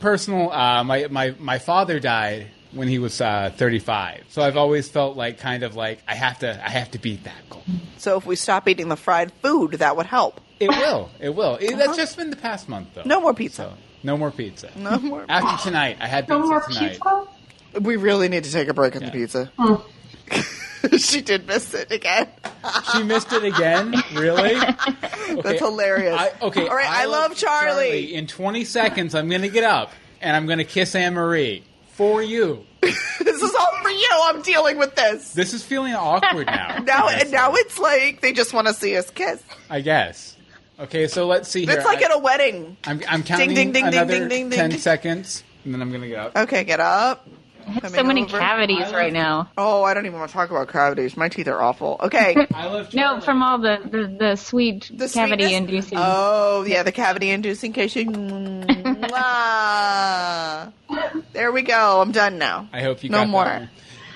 Speaker 1: personal uh, my, my my father died when he was uh, 35. So I've always felt like kind of like I have to I have to beat that goal.
Speaker 2: So if we stop eating the fried food, that would help.
Speaker 1: It will. It will. It, That's just been the past month though.
Speaker 2: Uh-huh. No more pizza.
Speaker 1: So, no more pizza.
Speaker 2: No more.
Speaker 1: After tonight, I had pizza
Speaker 4: no more
Speaker 1: tonight.
Speaker 4: pizza.
Speaker 2: We really need to take a break on the pizza. she did miss it again.
Speaker 1: She missed it again. Really? Okay.
Speaker 2: That's hilarious.
Speaker 1: I, okay.
Speaker 2: All right. I, love, Charlie.
Speaker 1: In 20 seconds, I'm going to get up and I'm going to kiss Anne Marie for you.
Speaker 2: This is all for you. I'm dealing with this.
Speaker 1: This is feeling awkward now.
Speaker 2: Now,
Speaker 1: honestly.
Speaker 2: and now it's like they just want to see us kiss.
Speaker 1: I guess. Okay, so let's see here.
Speaker 2: It's like
Speaker 1: I,
Speaker 2: at a wedding.
Speaker 1: I'm, I'm counting
Speaker 2: ding, ding, ding,
Speaker 1: another
Speaker 2: ding, ding, ding,
Speaker 1: 10
Speaker 2: ding. Uh,
Speaker 1: seconds, and then I'm going to get up.
Speaker 2: Okay, get up.
Speaker 5: I have so
Speaker 2: Coming
Speaker 5: many
Speaker 2: over.
Speaker 5: cavities right now.
Speaker 2: Oh, I don't even want to talk about cavities. My teeth are awful. Okay.
Speaker 1: I love Charlie.
Speaker 5: No, from all the, the, the sweet
Speaker 2: The
Speaker 5: cavity
Speaker 2: sweetness-
Speaker 5: inducing.
Speaker 2: Oh, yeah, the cavity inducing casing. Mwah. there we go. I'm done now.
Speaker 1: I hope you
Speaker 2: no
Speaker 1: got that
Speaker 2: more.
Speaker 1: one.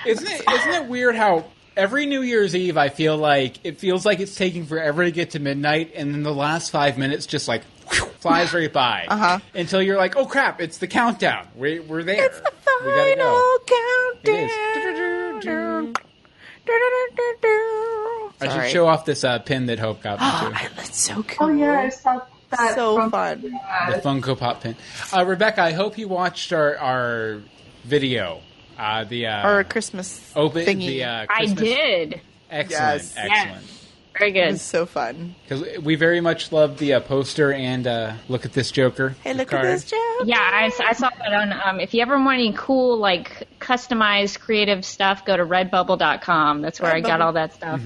Speaker 1: Isn't it isn't it weird how every New Year's Eve I feel like it feels like it's taking forever to get to midnight, and then the last five minutes just like whew, flies right by
Speaker 2: Uh-huh.
Speaker 1: until you're like, oh crap, it's the countdown. We, we're there. It's the we gotta
Speaker 2: Final
Speaker 1: go. It
Speaker 2: countdown.
Speaker 1: I
Speaker 2: Sorry.
Speaker 1: should show off this uh, pin that Hope got me too.
Speaker 2: I- That's so cool.
Speaker 4: Oh yeah, I saw that.
Speaker 2: So
Speaker 4: from-
Speaker 2: fun.
Speaker 1: the Funko Pop pin. Uh, Rebecca, I hope you watched our our video. Uh, the uh,
Speaker 2: Or a Christmas
Speaker 1: open
Speaker 2: thingy.
Speaker 1: the uh,
Speaker 5: I
Speaker 1: Christmas-
Speaker 5: did.
Speaker 1: Excellent,
Speaker 2: Yes.
Speaker 1: excellent.
Speaker 5: Very good.
Speaker 2: It's so fun.
Speaker 1: Because we very much love the uh, poster and uh, look at this Joker.
Speaker 2: Hey, look
Speaker 1: card.
Speaker 2: at this, Joe.
Speaker 5: Yeah, I, s- I saw that on. Um, if you ever want any cool, like customized, creative stuff, go to redbubble.com. That's where I got
Speaker 2: Redbubble.
Speaker 5: all that stuff.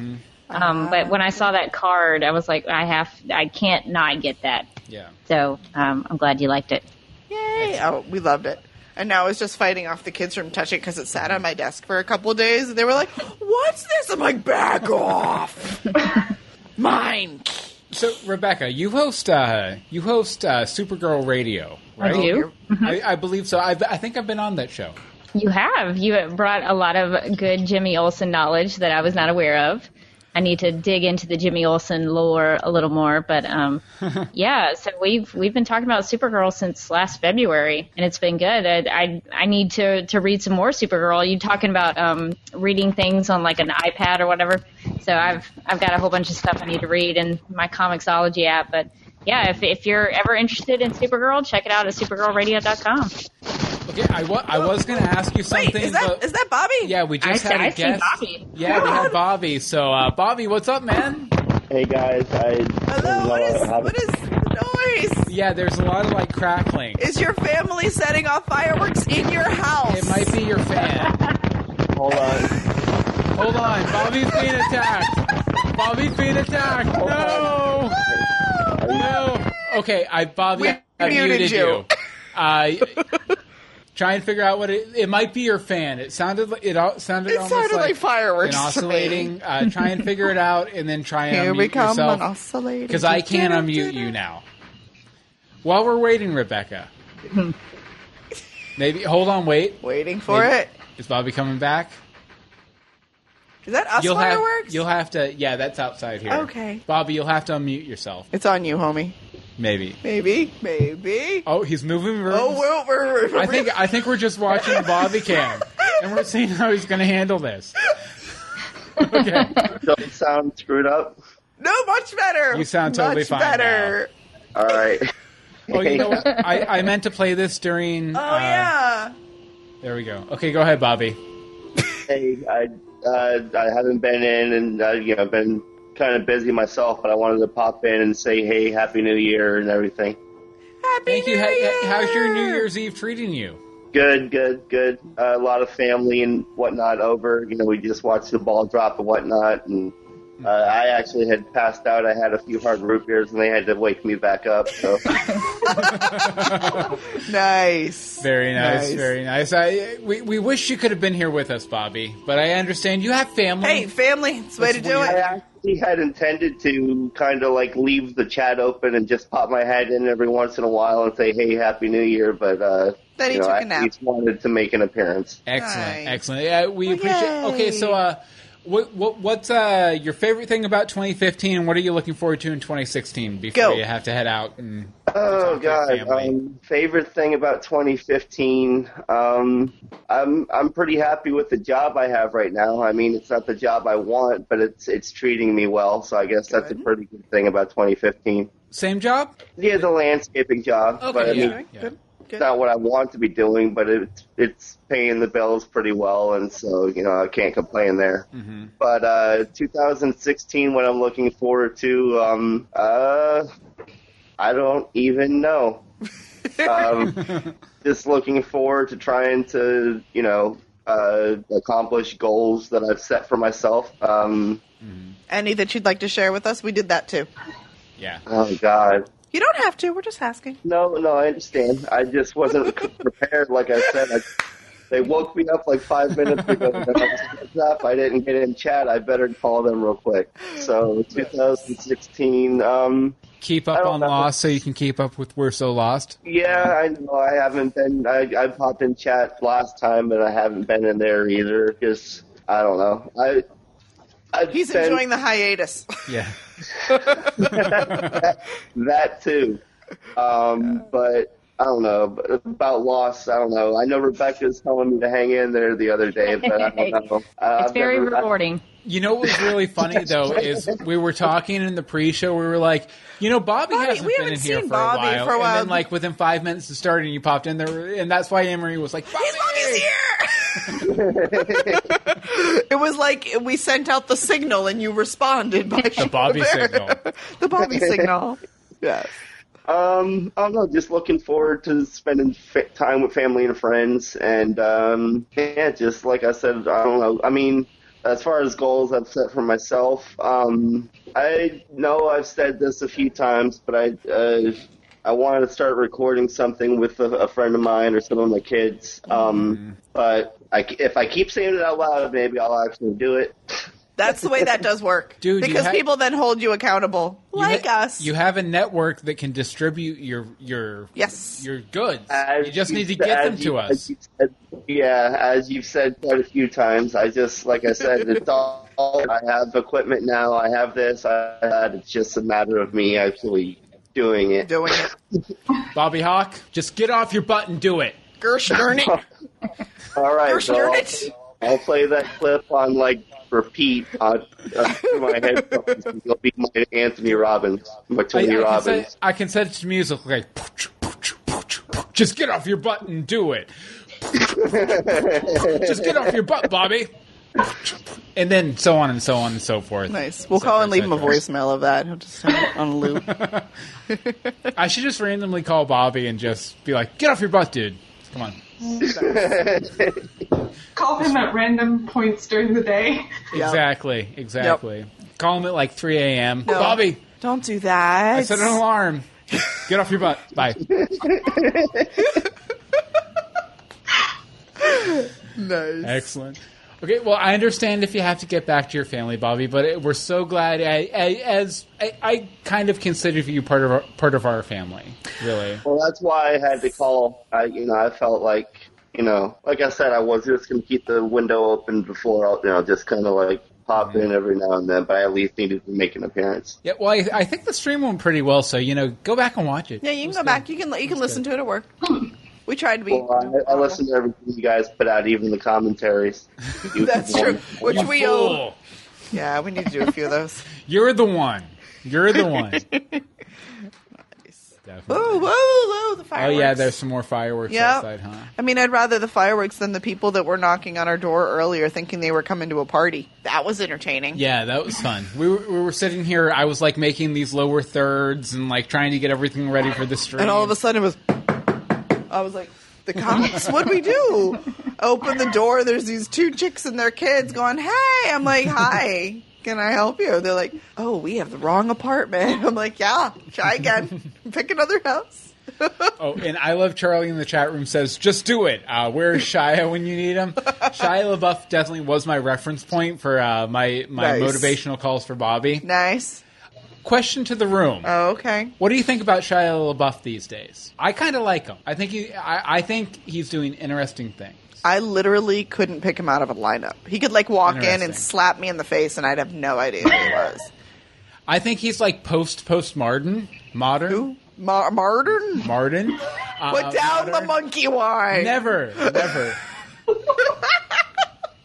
Speaker 5: Um, but when I saw that card, I was like, I have, I can't not get that.
Speaker 1: Yeah.
Speaker 5: So um, I'm glad you liked it.
Speaker 2: Yay! Oh, we loved it. And now I was just fighting off the kids from touching because it sat on my desk for a couple days, and they were like, "What's this?" I'm like, "Back off, mine."
Speaker 1: So Rebecca, you host uh, you host uh, Supergirl Radio, right?
Speaker 5: do. You?
Speaker 1: I, I believe so. I've, I think I've been on that show.
Speaker 5: You have. You have brought a lot of good Jimmy Olsen knowledge that I was not aware of. I need to dig into the Jimmy Olsen lore a little more, but um, yeah. So we've we've been talking about Supergirl since last February, and it's been good. I I, I need to, to read some more Supergirl. You talking about um, reading things on like an iPad or whatever? So I've I've got a whole bunch of stuff I need to read in my Comixology app. But yeah, if if you're ever interested in Supergirl, check it out at supergirlradio.com.
Speaker 1: Okay, I wa- I was going to ask you
Speaker 2: Wait,
Speaker 1: something.
Speaker 2: is that
Speaker 1: but-
Speaker 2: is that Bobby?
Speaker 1: yeah, we just
Speaker 5: I
Speaker 1: had
Speaker 5: see-
Speaker 1: a
Speaker 5: I see
Speaker 1: guest.
Speaker 5: Bobby.
Speaker 1: Yeah, we had Bobby. So uh, Bobby, what's up, man?
Speaker 10: Hey guys, I
Speaker 2: Hello. What is
Speaker 10: have-
Speaker 2: what is the noise?
Speaker 1: Yeah, there's a lot of like crackling.
Speaker 2: Is your family setting off fireworks in your house?
Speaker 1: It might be your fan.
Speaker 10: hold on.
Speaker 1: Hold on, Bobby's being attacked. Bobby's being attacked. No.
Speaker 10: Are you-
Speaker 1: No. Okay, I Bobby,
Speaker 2: We
Speaker 1: I
Speaker 2: muted
Speaker 1: muted
Speaker 2: you.
Speaker 1: you. I try and figure out what it. It might be your fan. It sounded like it all sounded.
Speaker 2: It
Speaker 1: almost
Speaker 2: sounded like fireworks
Speaker 1: An
Speaker 2: to me.
Speaker 1: oscillating. Uh, try and figure it out, and then try and
Speaker 2: Here
Speaker 1: unmute
Speaker 2: we come
Speaker 1: yourself
Speaker 2: an oscillator.
Speaker 1: because I can't unmute you now. While we're waiting, Rebecca. Maybe hold on, wait.
Speaker 2: Waiting for
Speaker 1: Maybe-
Speaker 2: it.
Speaker 1: Is Bobby coming back?
Speaker 2: Is that us
Speaker 1: You'll have,
Speaker 2: fireworks?
Speaker 1: you'll have to. Yeah, that's outside here.
Speaker 2: Okay.
Speaker 1: Bobby, you'll have to unmute yourself.
Speaker 2: it's on you, homie.
Speaker 1: Maybe.
Speaker 2: Maybe, maybe.
Speaker 1: Oh, he's moving rooms.
Speaker 2: Oh, we're, we're, we're
Speaker 1: I think I think we're just watching the Bobby cam. and we're seeing how he's going to handle this.
Speaker 10: Okay. Does it sound screwed up?
Speaker 2: No, much better.
Speaker 1: You sound totally
Speaker 2: much
Speaker 1: fine
Speaker 2: Better.
Speaker 10: All right.
Speaker 1: Oh, you know what? I, I meant to play this during. uh,
Speaker 2: Oh yeah.
Speaker 1: There we go. Okay, go ahead, Bobby.
Speaker 10: Hey, I uh, I haven't been in, and uh, you know, been kind of busy myself, but I wanted to pop in and say, hey, happy New Year and everything.
Speaker 2: Happy
Speaker 1: Thank you.
Speaker 2: New
Speaker 1: How-
Speaker 2: Year.
Speaker 1: how's your New Year's Eve treating you?
Speaker 10: Good, good, good. Uh, a lot of family and whatnot over. You know, we just watched the ball drop and whatnot, and uh, I actually had passed out. I had a few hard root beers, and they had to wake me back up. So
Speaker 2: Nice.
Speaker 1: Very nice,
Speaker 2: Nice.
Speaker 1: very nice. I, we, we wish you could have been here with us, Bobby, but I understand you have family.
Speaker 2: Hey, family, it's the way to do
Speaker 10: I
Speaker 2: it.
Speaker 10: actually had intended to kind of like leave the chat open and just pop my head in every once in a while and say, hey, happy New Year, but uh,
Speaker 2: Then he
Speaker 10: you know,
Speaker 2: took
Speaker 10: I
Speaker 2: a nap.
Speaker 10: at least wanted to make an appearance.
Speaker 1: Excellent,
Speaker 2: Nice.
Speaker 1: excellent. Yeah, we
Speaker 2: Well,
Speaker 1: appreciate.
Speaker 2: yay.
Speaker 1: Okay, so uh, what what what's uh your favorite thing about 2015? What are you looking forward to in 2016 before
Speaker 2: Go.
Speaker 1: you have to head out? And
Speaker 10: Oh
Speaker 1: Talk to your
Speaker 10: God!
Speaker 1: family.
Speaker 10: Um, favorite thing about 2015? Um, I'm I'm pretty happy with the job I have right now. I mean, it's not the job I want, but it's it's treating me well. So I guess that's a
Speaker 2: Good.
Speaker 10: pretty good thing about 2015.
Speaker 1: same job?
Speaker 10: Yeah, the landscaping job,
Speaker 1: Okay,
Speaker 10: but I mean,
Speaker 1: yeah,
Speaker 2: Okay,
Speaker 1: yeah.
Speaker 2: Good.
Speaker 10: it's
Speaker 2: Good.
Speaker 10: not what I want to be doing, but it's it's paying the bills pretty well, and so you know I can't complain there.
Speaker 1: hmm
Speaker 10: But uh, 2016, what I'm looking forward to, um, uh, I don't even know. um, just looking forward to trying to, you know, uh, accomplish goals that I've set for myself. Um,
Speaker 2: Any that you'd like to share with us? We did that too.
Speaker 1: Yeah.
Speaker 10: oh God,
Speaker 2: You don't have to. We're just asking.
Speaker 10: no, no, I understand. I just wasn't prepared. Like I said, I, they woke me up like five minutes ago. And I was woken up. I didn't get in chat. I better call them real quick. So 2016. Um,
Speaker 1: Keep
Speaker 10: I
Speaker 1: up
Speaker 10: don't
Speaker 1: on
Speaker 10: know.
Speaker 1: Lost so you can keep up with We're So Lost.
Speaker 10: Yeah, I know. I haven't been. I, I popped in chat last time, but I haven't been in there either. Just I don't know. I I've
Speaker 2: He's
Speaker 10: been
Speaker 2: enjoying the hiatus.
Speaker 1: Yeah.
Speaker 10: that too, um, but I don't know But about loss. I don't know. I know Rebecca was telling me to hang in there the other day, but I don't know. I,
Speaker 5: It's
Speaker 10: I've
Speaker 5: very
Speaker 10: never- I-
Speaker 5: rewarding.
Speaker 1: You know what was really funny though is we were talking in the pre-show. We were like, you know, Bobby,
Speaker 2: Bobby-
Speaker 1: hasn't
Speaker 2: we
Speaker 1: been
Speaker 2: haven't
Speaker 1: in here
Speaker 2: seen
Speaker 1: for
Speaker 2: Bobby
Speaker 1: a while.
Speaker 2: for a while.
Speaker 1: And then, like within five minutes of starting, you popped in there, and that's why Emery was like, Bobby!
Speaker 2: Bobby's here. it was like we sent out the signal and you responded by
Speaker 1: The Bobby signal.
Speaker 2: the Bobby signal. Yes.
Speaker 10: Um, I don't know. Just looking forward to spending fa- time with family and friends, and um, yeah, just like I said, I don't know. I mean, as far as goals I've set for myself, um, I know I've said this a few times, but I uh, I wanted to start recording something with a, a friend of mine or some of my kids. Um, but I, if I keep saying it out loud, maybe I'll actually do it.
Speaker 2: That's the way that does work.
Speaker 1: Dude, you
Speaker 2: because
Speaker 1: ha-
Speaker 2: people then hold you accountable.
Speaker 1: You
Speaker 2: like
Speaker 1: ha-
Speaker 2: us.
Speaker 1: You have a network that can distribute your your
Speaker 2: Yes.
Speaker 1: your goods.
Speaker 10: As
Speaker 1: you just need to
Speaker 10: you've-
Speaker 1: get
Speaker 10: as
Speaker 1: them to
Speaker 10: you-
Speaker 1: us.
Speaker 10: as you've said- yeah, as you've said quite a few times, I just, like I said, it's all, I have equipment now, I have this, I have that. It's just a matter of me actually doing it.
Speaker 2: doing it.
Speaker 1: Bobby Hawk, just get off your butt and do it.
Speaker 2: Gersh darn it.
Speaker 10: all right,
Speaker 2: Gosh
Speaker 10: so
Speaker 2: darn
Speaker 10: I'll,
Speaker 2: it.
Speaker 10: I'll play that clip on, like, repeat on, uh, through my headphones. and You'll be my Anthony Robbins, my
Speaker 1: I,
Speaker 10: Tony
Speaker 1: I can
Speaker 10: Robbins.
Speaker 1: set, I can set it to music like "Pooch, pooch, pooch, pooch." just get off your butt and do it. just get off your butt, Bobby. And then so on and so on and so forth.
Speaker 2: Nice. We'll call and leave him a
Speaker 1: Etcetera, etcetera.
Speaker 2: voicemail of that. He'll just have it on loop.
Speaker 1: I should just randomly call Bobby and just be like, "Get off your butt, dude! Come on."
Speaker 4: Call him at random points during the day.
Speaker 1: Exactly. Exactly. Call him at like 3 a.m. Bobby,
Speaker 2: Don't do that.
Speaker 1: I set an alarm. Get off your butt. Bye.
Speaker 2: nice.
Speaker 1: Excellent. Okay, well, I understand if you have to get back to your family, Bobby, but it, we're so glad. I, I, as I, I kind of consider you part of our, part of our family, really.
Speaker 10: Well, that's why I had to call. I, you know, I felt like, you know, like I said, I was just going to keep the window open before, I'll, you know, just kind of like pop
Speaker 2: Mm-hmm.
Speaker 10: in every now and then, but I at least needed to make an appearance.
Speaker 1: Yeah, well, I, I think the stream went pretty well, so you know, go back and watch it.
Speaker 2: Yeah, you can go back. You can you can listen to it at work. We tried to be.
Speaker 10: Hmm. Well, I, I listen to everything you guys put out, even the commentaries. You
Speaker 2: That's
Speaker 10: can-
Speaker 2: true. Which we owe.
Speaker 1: Fool.
Speaker 2: Yeah, we need to do a few of those.
Speaker 1: You're the one. You're the one.
Speaker 2: Whoa,
Speaker 1: Definitely.
Speaker 2: whoa, whoa! The
Speaker 1: Oh
Speaker 2: fireworks.
Speaker 1: yeah, there's some more fireworks
Speaker 2: Yep.
Speaker 1: outside, huh?
Speaker 2: I mean, I'd rather the fireworks than the people that were knocking on our door earlier, thinking they were coming to a party. That was entertaining.
Speaker 1: Yeah, that was fun. We were, we were sitting here. I was like making these lower thirds and like trying to get everything ready for the stream.
Speaker 2: And all of a sudden it was. I was like, the cops? What'd we do? Open the door. There's these two chicks and their kids going, hey. I'm like, hi. Can I help you? They're like, oh, we have the wrong apartment. I'm like, yeah, try again. Pick another house.
Speaker 1: oh, and I love Charlie in the chat room says, "Just do it." Uh, where is Shia when you need him? Shia LaBeouf definitely was my reference point for uh, my my
Speaker 2: Nice.
Speaker 1: motivational calls for Bobby.
Speaker 2: Nice.
Speaker 1: Question to the room.
Speaker 2: Oh, okay.
Speaker 1: What do you think about Shia LaBeouf these days? I kind of like him. I think he, I, I think he's doing interesting things.
Speaker 2: I literally couldn't pick him out of a lineup. He could like walk in
Speaker 1: Interesting.
Speaker 2: and slap me in the face, and I'd have no idea who he was.
Speaker 1: I think he's like post post modern, modern,
Speaker 2: Ma- Martin,
Speaker 1: Martin.
Speaker 2: put
Speaker 1: Uh,
Speaker 2: down the monkey wine.
Speaker 1: Never, never.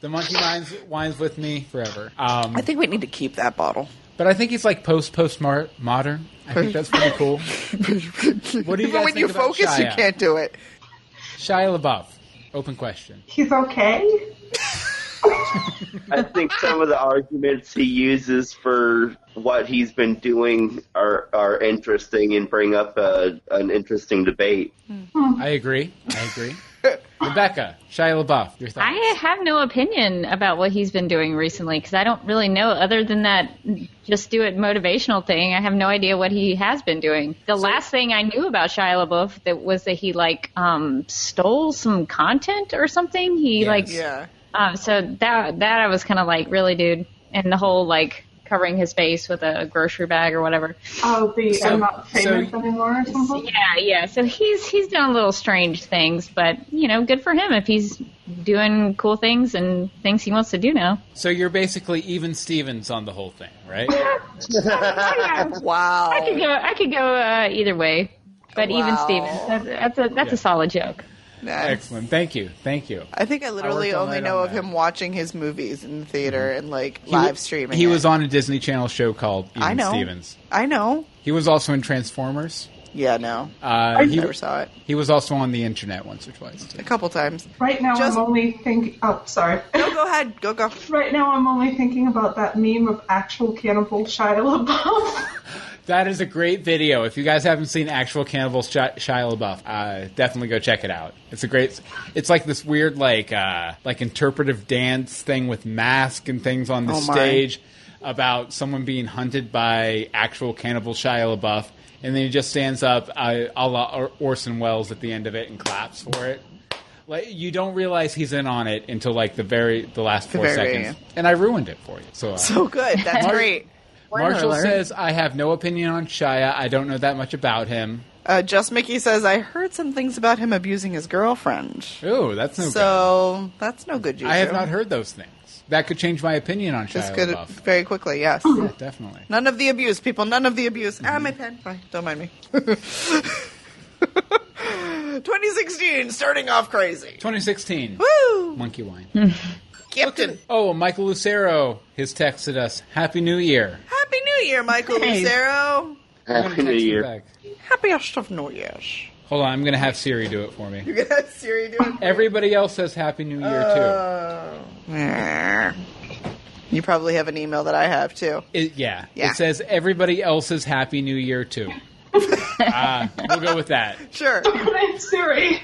Speaker 1: the monkey wines wines with me forever. Um,
Speaker 2: I think we need to keep that bottle.
Speaker 1: but I think he's like post post modern. I think that's pretty cool. What do you
Speaker 2: Even
Speaker 1: guys
Speaker 2: when
Speaker 1: think
Speaker 2: you
Speaker 1: about
Speaker 2: focus, you
Speaker 1: Shia?
Speaker 2: can't do it.
Speaker 1: Shia LaBeouf. Open question.
Speaker 4: He's okay.
Speaker 10: I think some of the arguments he uses for what he's been doing are are interesting and bring up a, an interesting debate.
Speaker 1: I agree. I agree. Rebecca, Shia LaBeouf. Your thoughts?
Speaker 5: I have no opinion about what he's been doing recently because I don't really know other than that just do it motivational thing. I have no idea what he has been doing. The last thing I knew about Shia LaBeouf that was that he like um stole some content or something. He
Speaker 1: Yes.
Speaker 5: like
Speaker 2: Yeah.
Speaker 5: um so that that I was kind of like really dude and the whole like covering his face with a grocery bag or whatever.
Speaker 4: Oh, the
Speaker 1: So-
Speaker 4: I'm not famous
Speaker 1: so-
Speaker 4: anymore or something.
Speaker 5: Yeah, yeah. So he's he's doing little strange things, but you know, good for him if he's doing cool things and things he wants to do now.
Speaker 1: So you're basically even Stevens on the whole thing, right?
Speaker 5: I
Speaker 2: Wow.
Speaker 5: could go. I could go uh, either way. But even
Speaker 2: Wow.
Speaker 5: Stevens, that's, that's a that's
Speaker 1: Yeah.
Speaker 5: a solid joke.
Speaker 2: Nice.
Speaker 1: Excellent. Thank you. Thank you.
Speaker 2: I think I literally
Speaker 1: worked all
Speaker 2: only
Speaker 1: night
Speaker 2: know
Speaker 1: on
Speaker 2: of
Speaker 1: that. Mm-hmm.
Speaker 2: him watching his movies in the theater and like
Speaker 1: He w-
Speaker 2: live streaming.
Speaker 1: He
Speaker 2: it.
Speaker 1: was on a Disney Channel show called Even
Speaker 2: I know.
Speaker 1: Stevens.
Speaker 2: I know.
Speaker 1: He was also in Transformers.
Speaker 2: Yeah, no.
Speaker 1: Uh, he,
Speaker 2: never saw it.
Speaker 1: he was also on the internet once or twice. Too.
Speaker 2: A couple times.
Speaker 4: Right now,
Speaker 2: Just-
Speaker 4: I'm only thinking. Oh, sorry.
Speaker 2: No, go ahead. Go go.
Speaker 4: Right now, I'm only thinking about that meme of actual cannibal Shia LaBeouf.
Speaker 1: That is a great video. If you guys haven't seen Actual Cannibals Shia, Shia LaBeouf, uh, definitely go check it out. It's a great. It's like this weird, like uh, like interpretive dance thing with mask and things on the
Speaker 2: Oh, my.
Speaker 1: stage about someone being hunted by actual cannibal Shia LaBeouf, and then he just stands up, uh, a la Or- Orson Welles, at the end of it and claps for it. Like you don't realize he's in on it until like the very the last four
Speaker 2: very
Speaker 1: seconds,
Speaker 2: end.
Speaker 1: and I ruined it for you. So. Uh,
Speaker 2: So good. That's great.
Speaker 1: Marshall
Speaker 5: alert.
Speaker 1: says, I have no opinion on Shia. I don't know that much about him.
Speaker 2: Uh, Just Mickey says I heard some things about him abusing his girlfriend.
Speaker 1: Ooh, that's no
Speaker 2: So that's no good
Speaker 1: good.
Speaker 2: juju.
Speaker 1: I have not heard those things. That could change my opinion on Shia
Speaker 2: This could
Speaker 1: LaBeouf.
Speaker 2: very quickly, yes.
Speaker 1: Yeah, definitely.
Speaker 2: None of the abuse, people. None of the abuse. Ah, my pen. Sorry, don't mind me. 2016, starting off crazy.
Speaker 1: 2016.
Speaker 2: Woo!
Speaker 1: Monkey Wine.
Speaker 2: Captain.
Speaker 1: Oh, Michael Lucero has texted us. Happy New Year.
Speaker 2: Happy New Year, Michael Lucero.
Speaker 1: I'm gonna
Speaker 10: Happy New
Speaker 1: text him
Speaker 10: Year.
Speaker 1: back.
Speaker 2: Happiest of New Years.
Speaker 1: Hold on, I'm going to have Siri do it for me.
Speaker 2: You got Siri doing
Speaker 1: Everybody else says Happy New Year,
Speaker 2: Uh,
Speaker 1: too.
Speaker 2: You probably have an email that I have too.
Speaker 1: It, yeah.
Speaker 2: yeah.
Speaker 1: It says everybody else's Happy New Year, too. uh, we'll go with that.
Speaker 2: Sure.
Speaker 4: Thanks, Siri.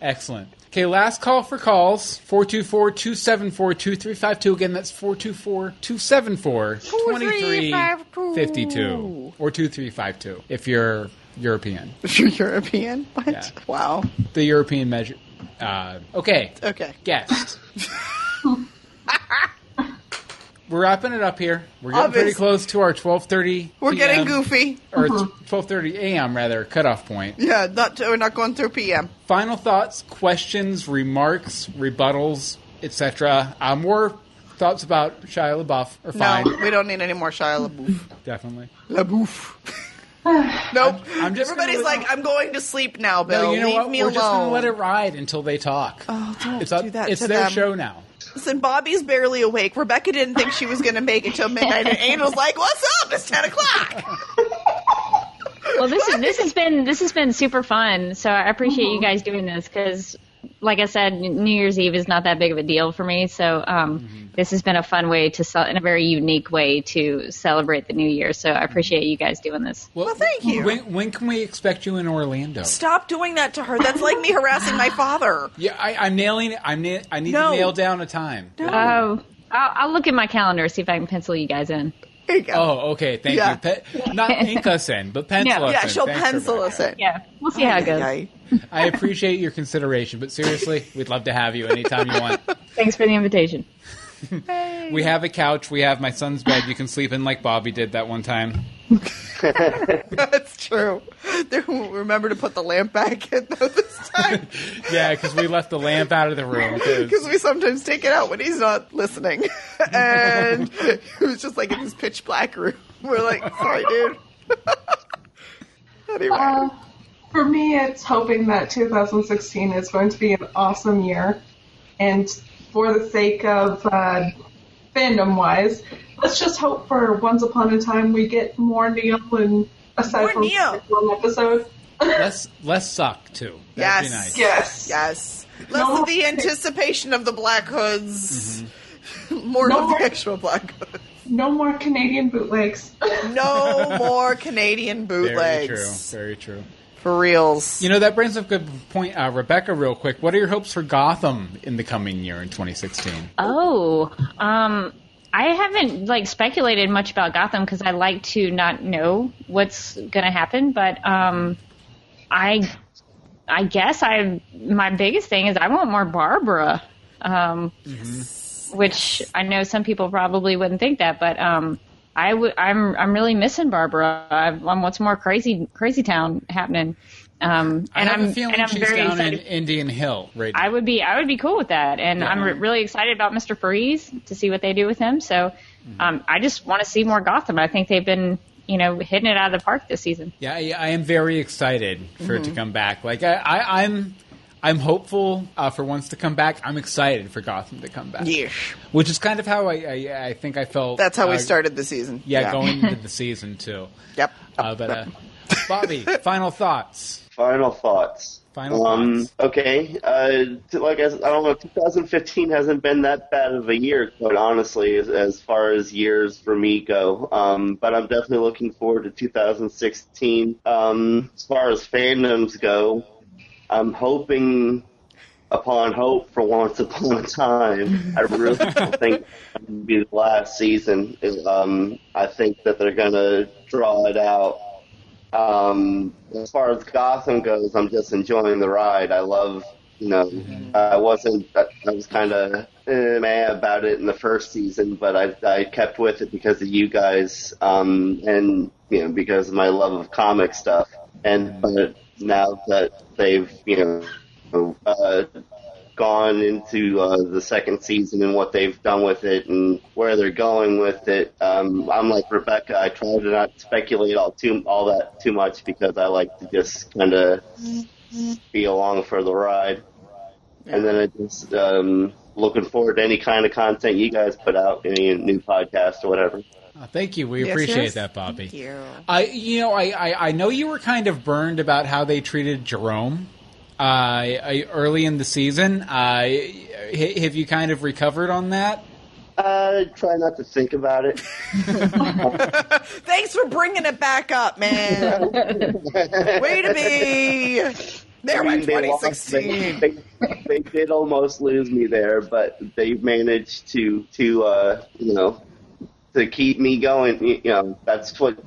Speaker 1: Excellent. Okay, last call for calls 424 274 2352. Again, that's 424 274 2352. Or 2352 if you're European.
Speaker 2: You're European? What?
Speaker 1: Yeah.
Speaker 2: Wow.
Speaker 1: The European measure. Uh, okay,
Speaker 2: Okay.
Speaker 1: guest. We're wrapping it up here. We're getting pretty
Speaker 2: Obvious.
Speaker 1: close to our 12:30.
Speaker 2: We're getting
Speaker 1: PM,
Speaker 2: goofy.
Speaker 1: or 12:30 a.m. rather cutoff point.
Speaker 2: Yeah, not we're not going through PM.
Speaker 1: final thoughts, questions, remarks, rebuttals, etc. Uh, more thoughts about Shia LaBeouf are fine,
Speaker 2: No, we don't need any more Shia LaBeouf.
Speaker 1: definitely.
Speaker 2: LaBeouf. Nope.
Speaker 1: I'm- I'm just gonna
Speaker 2: Everybody's
Speaker 1: let-
Speaker 2: like, I'm going to sleep now, Bill.
Speaker 1: No, you know
Speaker 2: Leave
Speaker 1: what?
Speaker 2: me
Speaker 1: We're
Speaker 2: alone.
Speaker 1: just gonna let it ride until they talk.
Speaker 2: Oh, don't
Speaker 1: it's up,
Speaker 2: do that
Speaker 1: It's
Speaker 2: to
Speaker 1: their
Speaker 2: them.
Speaker 1: show now.
Speaker 2: Listen, Bobby's barely awake. Rebecca didn't think she was going to make it till midnight, and Angel's like, "What's up? It's ten o'clock."
Speaker 5: well this is this has been this has been super fun so i appreciate you guys doing this because like i said N- new year's eve is not that big of a deal for me so um, this has been a fun way to sell in a very unique way to celebrate the new year so i appreciate you guys doing this
Speaker 2: Well, thank you.
Speaker 1: When, when can we expect you in Orlando?
Speaker 2: Stop doing that to her. That's like me harassing my father.
Speaker 1: Yeah, I, I'm nailing it. I'm na- I need
Speaker 2: No.
Speaker 1: to nail down a time.
Speaker 5: oh I'll, I'll look at my calendar see if i can pencil you guys in
Speaker 2: There you go.
Speaker 1: Oh, okay. Thank
Speaker 2: Yeah.
Speaker 1: you. Pe- not ink us in, but pencil
Speaker 5: No.
Speaker 1: us
Speaker 2: yeah,
Speaker 1: in.
Speaker 2: she'll
Speaker 1: Oh, Thanks,
Speaker 2: pencil
Speaker 1: Rebecca.
Speaker 2: us in.
Speaker 5: yeah we'll see how it goes
Speaker 2: Ay, ay, ay.
Speaker 1: I appreciate your consideration, but seriously, we'd love to have you anytime you want.
Speaker 5: thanks for the invitation
Speaker 1: We have a couch. We have my son's bed. You can sleep in like Bobby did that one time.
Speaker 2: That's true. There- Remember to put the lamp back in though this time
Speaker 1: Yeah, because we left the lamp out of the room. 'cause-
Speaker 2: because we sometimes take it out when he's not listening, and it was just like in this pitch black room. We're like, "Sorry, dude." anyway.
Speaker 4: Uh, for me, it's hoping that 2016 is going to be an awesome year. And for the sake of uh, fandom wise, let's just hope for Once Upon a Time we get more Neil and aside
Speaker 2: More
Speaker 4: from
Speaker 2: Neil.
Speaker 4: this one episode.
Speaker 1: less less suck too. That'd
Speaker 2: Yes.
Speaker 1: be nice.
Speaker 4: Yes.
Speaker 2: Yes. Less
Speaker 4: No.
Speaker 2: of the anticipation of the black hoods,
Speaker 1: Mm-hmm.
Speaker 2: more
Speaker 4: No.
Speaker 2: of the actual black hoods.
Speaker 4: No more Canadian bootlegs.
Speaker 2: No more Canadian
Speaker 1: Very
Speaker 2: bootlegs.
Speaker 1: true. Very true.
Speaker 2: For reals.
Speaker 1: You know that brings up a good point, uh, Rebecca. Real quick, what are your hopes for Gotham in the coming year in 2016?
Speaker 5: Oh, um, I haven't like speculated much about Gotham because I like to not know what's going to happen. But um, I, I guess I my biggest thing is I want more Barbara, um, which I know some people probably wouldn't think that, but um, I w- I'm I'm really missing Barbara. I, I want some more crazy crazy town happening. Um, and
Speaker 1: I have
Speaker 5: am
Speaker 1: a feeling
Speaker 5: and I'm
Speaker 1: she's
Speaker 5: very
Speaker 1: down
Speaker 5: excited
Speaker 1: in Indian Hill right now.
Speaker 5: I would be I would be cool with that, and I'm re- really excited about Mr. Freeze to see what they do with him. So, um, I just want to see more Gotham. I think they've been you know hitting it out of the park this season.
Speaker 1: Yeah, I, I am very excited for it to
Speaker 5: Mm-hmm.
Speaker 1: come back. Like I, I I'm, I'm hopeful uh, for once to come back. I'm excited for Gotham to come back.
Speaker 2: Yeesh.
Speaker 1: Which is kind of how I, I, I think I felt.
Speaker 2: That's how
Speaker 1: uh,
Speaker 2: we started the season.
Speaker 1: Yeah, going into the season too.
Speaker 2: Yep.
Speaker 1: Uh, but uh, Bobby, final thoughts.
Speaker 10: Final thoughts. Um,
Speaker 1: Final thoughts.
Speaker 10: Okay. Uh, t- like I, s- I don't know, 2015 hasn't been that bad of a year, quite honestly, as, as far as years for me go. Um, but I'm definitely looking forward to 2016. Um, as far as fandoms go, I'm hoping upon hope for once upon a time. I really don't think it'll be the last season. Um, I think that they're gonna draw it out. Um, as far as Gotham goes, I'm just enjoying the ride. I love, you know, I wasn't, I, I was kind of eh, mad about it in the first season, but I, I kept with it because of you guys, um, and, you know, because of my love of comic stuff. And, but now that they've, you know, uh, gone into uh, the second season and what they've done with it and where they're going with it. Um, I'm like Rebecca. I try to not speculate all too all that too much because I like to just kind of be along for the ride. And then I just um, looking forward to any kind of content you guys put out, any new podcast or whatever.
Speaker 1: Uh, thank you. We
Speaker 2: Yes,
Speaker 1: appreciate
Speaker 2: yes.
Speaker 1: that, Bobby.
Speaker 2: Thank you.
Speaker 1: I, you know, I, I, I know you were kind of burned about how they treated Jerome uh, I, early in the season. Uh, h- have you kind of recovered on that?
Speaker 10: Uh, try not to think about it.
Speaker 2: Thanks for bringing it back up, man. Way to be. There
Speaker 10: I
Speaker 2: went
Speaker 10: mean, they lost-
Speaker 2: 2016.
Speaker 10: They, they, they did almost lose me there, but they managed to to uh, you know to keep me going. You know, that's what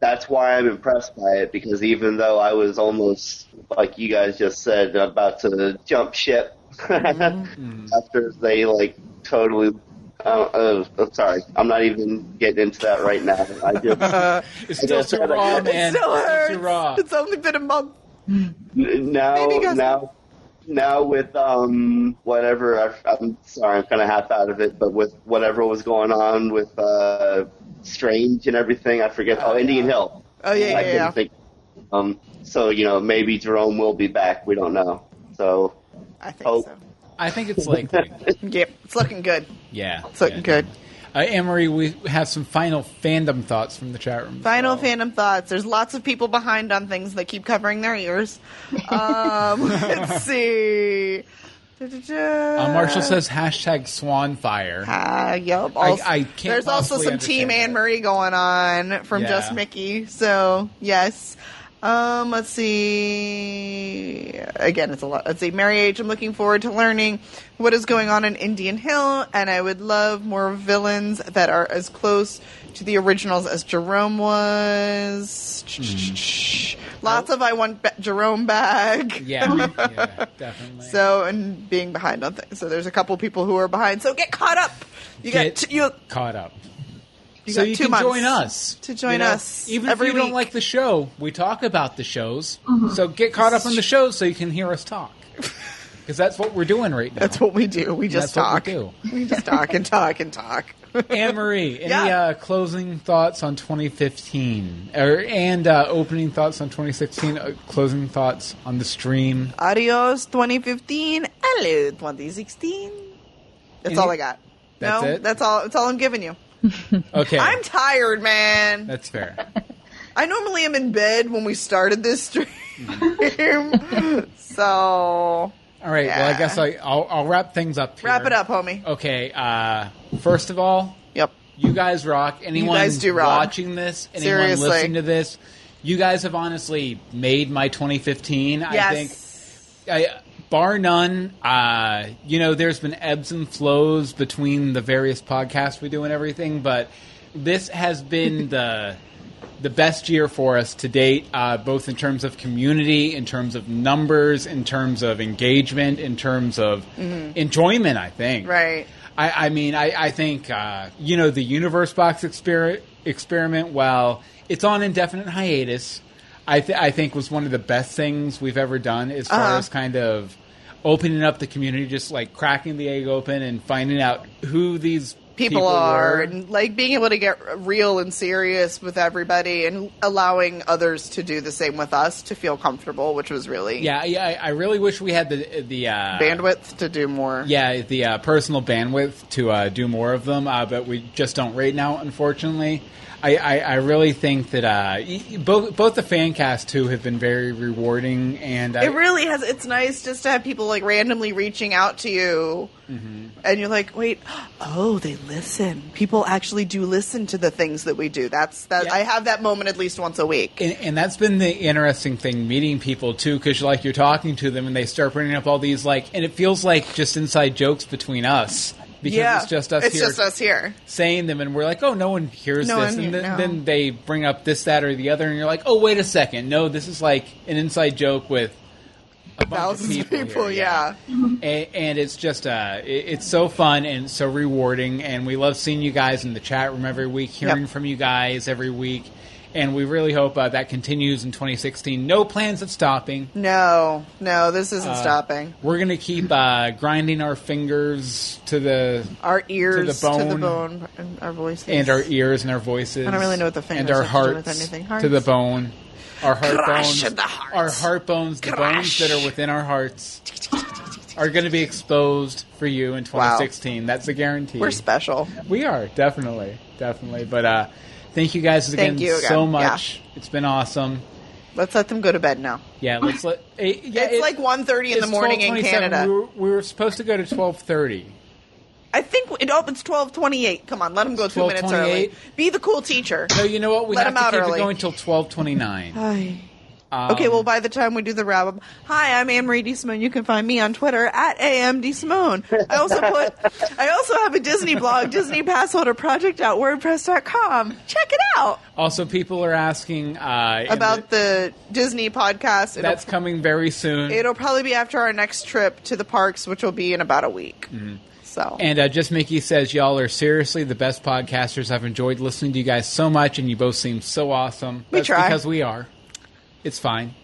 Speaker 10: that's why I'm impressed by it because even though I was almost like you guys just said about to jump ship
Speaker 1: Mm-hmm.
Speaker 10: after they like totally. Uh, uh, I'm sorry. I'm not even getting into that right now. I just
Speaker 1: It's still
Speaker 10: guess
Speaker 1: too
Speaker 10: that I-
Speaker 1: raw,
Speaker 10: It
Speaker 1: man.
Speaker 2: Still
Speaker 1: It's still
Speaker 2: hurts.
Speaker 1: too raw.
Speaker 2: It's only been a month.
Speaker 10: N- now
Speaker 2: Maybe Gus-
Speaker 10: now now with um whatever I, I'm sorry I'm kind of half out of it but with whatever was going on with uh Strange and everything I forget oh Indian Hill
Speaker 2: Oh yeah,
Speaker 10: I
Speaker 2: yeah, yeah.
Speaker 10: couldn't think. Um, so you know, maybe Jerome will be back. We don't know. So
Speaker 2: I think
Speaker 10: hope.
Speaker 2: so.
Speaker 1: I think it's likely.
Speaker 2: Yep, it's looking good.
Speaker 1: Yeah.
Speaker 2: It's looking
Speaker 1: yeah.
Speaker 2: good.
Speaker 1: Uh, Anne-Marie, we have some final fandom thoughts from the chat room.
Speaker 2: Final fandom thoughts. There's lots of people behind on things that keep covering their ears. Um, let's see.
Speaker 1: Uh,
Speaker 2: Uh,
Speaker 1: Marshall says hashtag swanfire.
Speaker 2: yep. Uh, Also,
Speaker 1: I can't
Speaker 2: there's also
Speaker 1: possibly
Speaker 2: some Team
Speaker 1: understand
Speaker 2: Anne Marie going on from
Speaker 1: Yeah.
Speaker 2: Just Mickey. So yes. Um, let's see. Again, it's a lot. Let's see. Mary Age. I'm looking forward to learning what is going on in Indian Hill, and I would love more villains that are as close to the originals as Jerome was. Lots of I want ba- Jerome
Speaker 1: Hmm.
Speaker 2: back.
Speaker 1: Oh. Yeah, yeah, definitely.
Speaker 2: So and being behind on things. So there's a couple people who are behind. So get caught up. You
Speaker 1: Get
Speaker 2: got t- you,
Speaker 1: Caught up.
Speaker 2: you
Speaker 1: so
Speaker 2: got
Speaker 1: you
Speaker 2: two
Speaker 1: can
Speaker 2: months
Speaker 1: join us
Speaker 2: to join
Speaker 1: You know,
Speaker 2: us.
Speaker 1: Even
Speaker 2: every
Speaker 1: if you
Speaker 2: week. Mm-hmm.
Speaker 1: don't like the show, we talk about the shows. So get caught up on the shows so you can hear us talk. Because that's what we're doing right now.
Speaker 2: That's what we do. We just
Speaker 1: That's
Speaker 2: talk.
Speaker 1: What we do.
Speaker 2: we just talk and talk and talk.
Speaker 1: Anne Marie, any
Speaker 2: Yeah.
Speaker 1: uh, closing thoughts on 2015, or and uh, opening thoughts on 2016? Uh, closing thoughts on the stream.
Speaker 2: Adios 2015. Hello 2016. That's
Speaker 1: Any-
Speaker 2: all I got.
Speaker 1: That's
Speaker 2: no,
Speaker 1: it?
Speaker 2: that's all. That's all I'm giving you.
Speaker 1: Okay,
Speaker 2: I'm tired, man.
Speaker 1: that's fair.
Speaker 2: I normally am in bed when we started this
Speaker 1: Mm-hmm.
Speaker 2: stream, so
Speaker 1: All right. Well, I
Speaker 2: Yeah.
Speaker 1: guess I, I'll, I'll wrap things up. Here.
Speaker 2: wrap it up, homie.
Speaker 1: Okay. Uh, first of all,
Speaker 2: Yep.
Speaker 1: you guys rock. Anyone
Speaker 2: guys do rock.
Speaker 1: watching this, anyone
Speaker 2: Seriously.
Speaker 1: listening to this, you guys have honestly made my 2015. I think I, bar none. Uh, you know, there's been ebbs and flows between the various podcasts we do and everything, but this has been the the best year for us to date, uh, both in terms of community, in terms of numbers, in terms of engagement, in terms of enjoyment. I think.
Speaker 2: Mm-hmm. Right.
Speaker 1: I, I mean, I, I think uh, you know the Universe Box exper- experiment. While it's on indefinite hiatus, I, th- I think was one of the best things we've ever done as far
Speaker 2: Uh-huh.
Speaker 1: as kind of opening up the community, just like cracking the egg open and finding out who these
Speaker 2: people,
Speaker 1: people,
Speaker 2: are
Speaker 1: were.
Speaker 2: and like being able to get real and serious with everybody and allowing others to do the same with us to feel comfortable which was really
Speaker 1: Yeah, yeah. I, I really wish we had the the uh,
Speaker 2: bandwidth to do more
Speaker 1: Yeah, the uh, personal bandwidth to uh, do more of them, uh, but we just don't right now, unfortunately. I, I, I really think that uh, y- y- both both the fan cast too have been very rewarding, and uh, I,
Speaker 2: it really has it's nice just to have people like randomly reaching out to you
Speaker 1: Mm-hmm.
Speaker 2: and you're like wait oh they listen people actually do listen to the things that we do that's that
Speaker 1: Yeah.
Speaker 2: i have that moment at least once a week
Speaker 1: and, and that's been the interesting thing meeting people too, because like you're talking to them and they start bringing up all these like, and it feels like just inside jokes between us because
Speaker 2: yeah
Speaker 1: it's just us
Speaker 2: it's
Speaker 1: here
Speaker 2: just us here
Speaker 1: saying them, and we're like, oh, no one hears
Speaker 2: No
Speaker 1: this,
Speaker 2: one
Speaker 1: and
Speaker 2: hear-
Speaker 1: then,
Speaker 2: no.
Speaker 1: then they bring up this, that, or the other, and you're like, oh, wait a second, no, this is like an inside joke with a bunch
Speaker 2: thousands
Speaker 1: of people, here,
Speaker 2: yeah.
Speaker 1: and, and it's just uh, it, it's so fun and so rewarding, and we love seeing you guys in the chat room every week, hearing
Speaker 2: Yep.
Speaker 1: from you guys every week, and we really hope uh, that continues in 2016. No plans of stopping.
Speaker 2: no no this isn't
Speaker 1: Uh,
Speaker 2: stopping
Speaker 1: We're gonna keep uh, grinding our fingers to the
Speaker 2: our ears
Speaker 1: To the
Speaker 2: to the
Speaker 1: bone.
Speaker 2: bone and our voices
Speaker 1: and our ears and our voices.
Speaker 2: I don't really know what the fingers
Speaker 1: and our
Speaker 2: have to do with
Speaker 1: hearts
Speaker 2: anything.
Speaker 1: to the
Speaker 2: Hearts.
Speaker 1: bone. Our heart
Speaker 2: Crush
Speaker 1: bones,
Speaker 2: the hearts.
Speaker 1: our heart bones, the bones
Speaker 2: Crush.
Speaker 1: that are within our hearts are going to be exposed for you in 2016. That's a guarantee.
Speaker 2: we're special
Speaker 1: We are definitely, definitely. But uh, thank you guys again,
Speaker 2: Thank you again.
Speaker 1: so
Speaker 2: Yeah.
Speaker 1: much. It's been awesome.
Speaker 2: let's let them go to bed now
Speaker 1: Yeah, let's let. It, yeah,
Speaker 2: it's
Speaker 1: it-
Speaker 2: like 1.30 in
Speaker 1: it's
Speaker 2: the morning in
Speaker 1: 12:27.
Speaker 2: canada
Speaker 1: We were, we were supposed to go to 12:30.
Speaker 2: i think it oh, opens 12.28 come on let them go two minutes early
Speaker 1: 12:28.
Speaker 2: be the cool teacher
Speaker 1: No, you know what? We
Speaker 2: Let
Speaker 1: have
Speaker 2: them
Speaker 1: to
Speaker 2: out
Speaker 1: keep
Speaker 2: early.
Speaker 1: it going until 12:29.
Speaker 2: Ay.
Speaker 1: Um,
Speaker 2: Okay, well, by the time we do the wrap up, hi, I'm Anne Marie D. Simone. You can find me on Twitter at AMD Simone. I also put, I also have a Disney blog, Disney Passholder Project.wordpress.com. Check it out
Speaker 1: Also, people are asking uh, in
Speaker 2: about the Disney podcast. It'll,
Speaker 1: That's coming very soon.
Speaker 2: it'll probably be after our next trip to the parks, which will be in about a week.
Speaker 1: Mm-hmm.
Speaker 2: So,
Speaker 1: and uh, just Mickey says, y'all are seriously the best podcasters. I've enjoyed listening to you guys so much, and you both seem so awesome.
Speaker 2: We
Speaker 1: That's
Speaker 2: try.
Speaker 1: because we are. It's fine.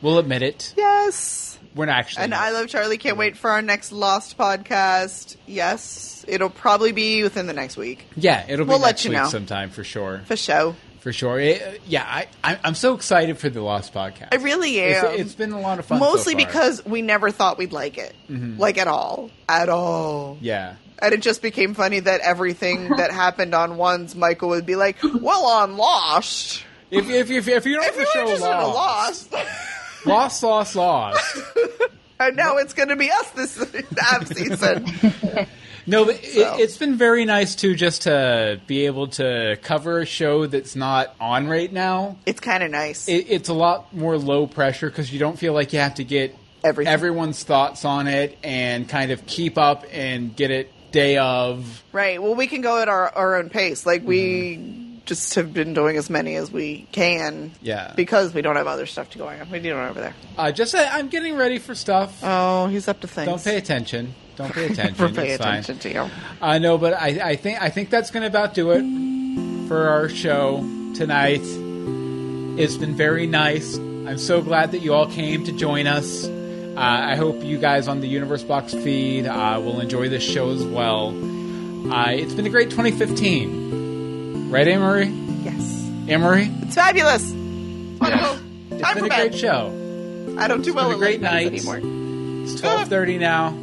Speaker 1: We'll admit it.
Speaker 2: yes.
Speaker 1: We're not actually.
Speaker 2: And I Love Charlie can't wait for our next Lost podcast. Yes, it'll probably be within the next week.
Speaker 1: yeah, it'll be
Speaker 2: We'll let
Speaker 1: next
Speaker 2: you
Speaker 1: week
Speaker 2: know.
Speaker 1: sometime for sure.
Speaker 2: For show.
Speaker 1: for sure. It, uh, yeah, I, I, I'm so excited for the Lost podcast.
Speaker 2: I really
Speaker 1: It's-
Speaker 2: am.
Speaker 1: it's been a lot of fun. so
Speaker 2: Mostly
Speaker 1: far.
Speaker 2: because we never thought we'd like it,
Speaker 1: Mhm.
Speaker 2: like at all, at all.
Speaker 1: yeah,
Speaker 2: And it just became funny that everything that happened on ones, Michael would be like, "Well, on Lost,
Speaker 1: if if if, if you don't have
Speaker 2: if
Speaker 1: the
Speaker 2: we
Speaker 1: show
Speaker 2: were just in a Lost,
Speaker 1: lost, lost, lost.
Speaker 2: and now it's going to be us this ab season."
Speaker 1: No, but
Speaker 2: So.
Speaker 1: it, it's been very nice too, just to be able to cover a show that's not on right now.
Speaker 2: It's kind of nice.
Speaker 1: It, it's a lot more low pressure because you don't feel like you have to get
Speaker 2: Everything.
Speaker 1: everyone's thoughts on it and kind of keep up and get it day of.
Speaker 2: Right. Well, we can go at our, our own pace. Like we just have been doing as many as we can.
Speaker 1: Mm-hmm. Yeah.
Speaker 2: Because we don't have other stuff to going on. We do it over there.
Speaker 1: Uh, just that I'm getting ready for stuff.
Speaker 2: Oh, he's up to things.
Speaker 1: don't pay attention. Don't pay attention.
Speaker 2: We're paying
Speaker 1: it's fine.
Speaker 2: attention to you.
Speaker 1: I know, but I, I think I think that's going to about do it for our show tonight. It's been very nice. I'm so glad that you all came to join us. Uh, I hope you guys on the Universe Box feed uh, will enjoy this show as well. Uh, it's been a great 2015, right, Amory?
Speaker 2: Yes.
Speaker 1: Amory,
Speaker 2: It's fabulous. Wonderful.
Speaker 1: it's
Speaker 2: Time
Speaker 1: been
Speaker 2: for
Speaker 1: a
Speaker 2: bed.
Speaker 1: great show.
Speaker 2: I don't do well
Speaker 1: been a
Speaker 2: at
Speaker 1: great
Speaker 2: late nights
Speaker 1: night.
Speaker 2: anymore.
Speaker 1: It's 12:30 now.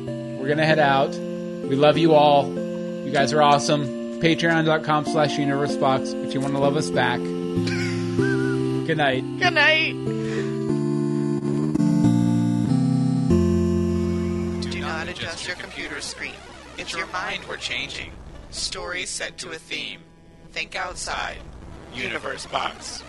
Speaker 1: We're gonna head out. We love you all. You guys are awesome. Patreon.com/slash Universe Box if you want to love us back. Good night.
Speaker 2: Good night.
Speaker 7: Do not adjust your computer screen. It's your mind we're changing. Stories set to a theme. Think outside.
Speaker 3: Universe Box.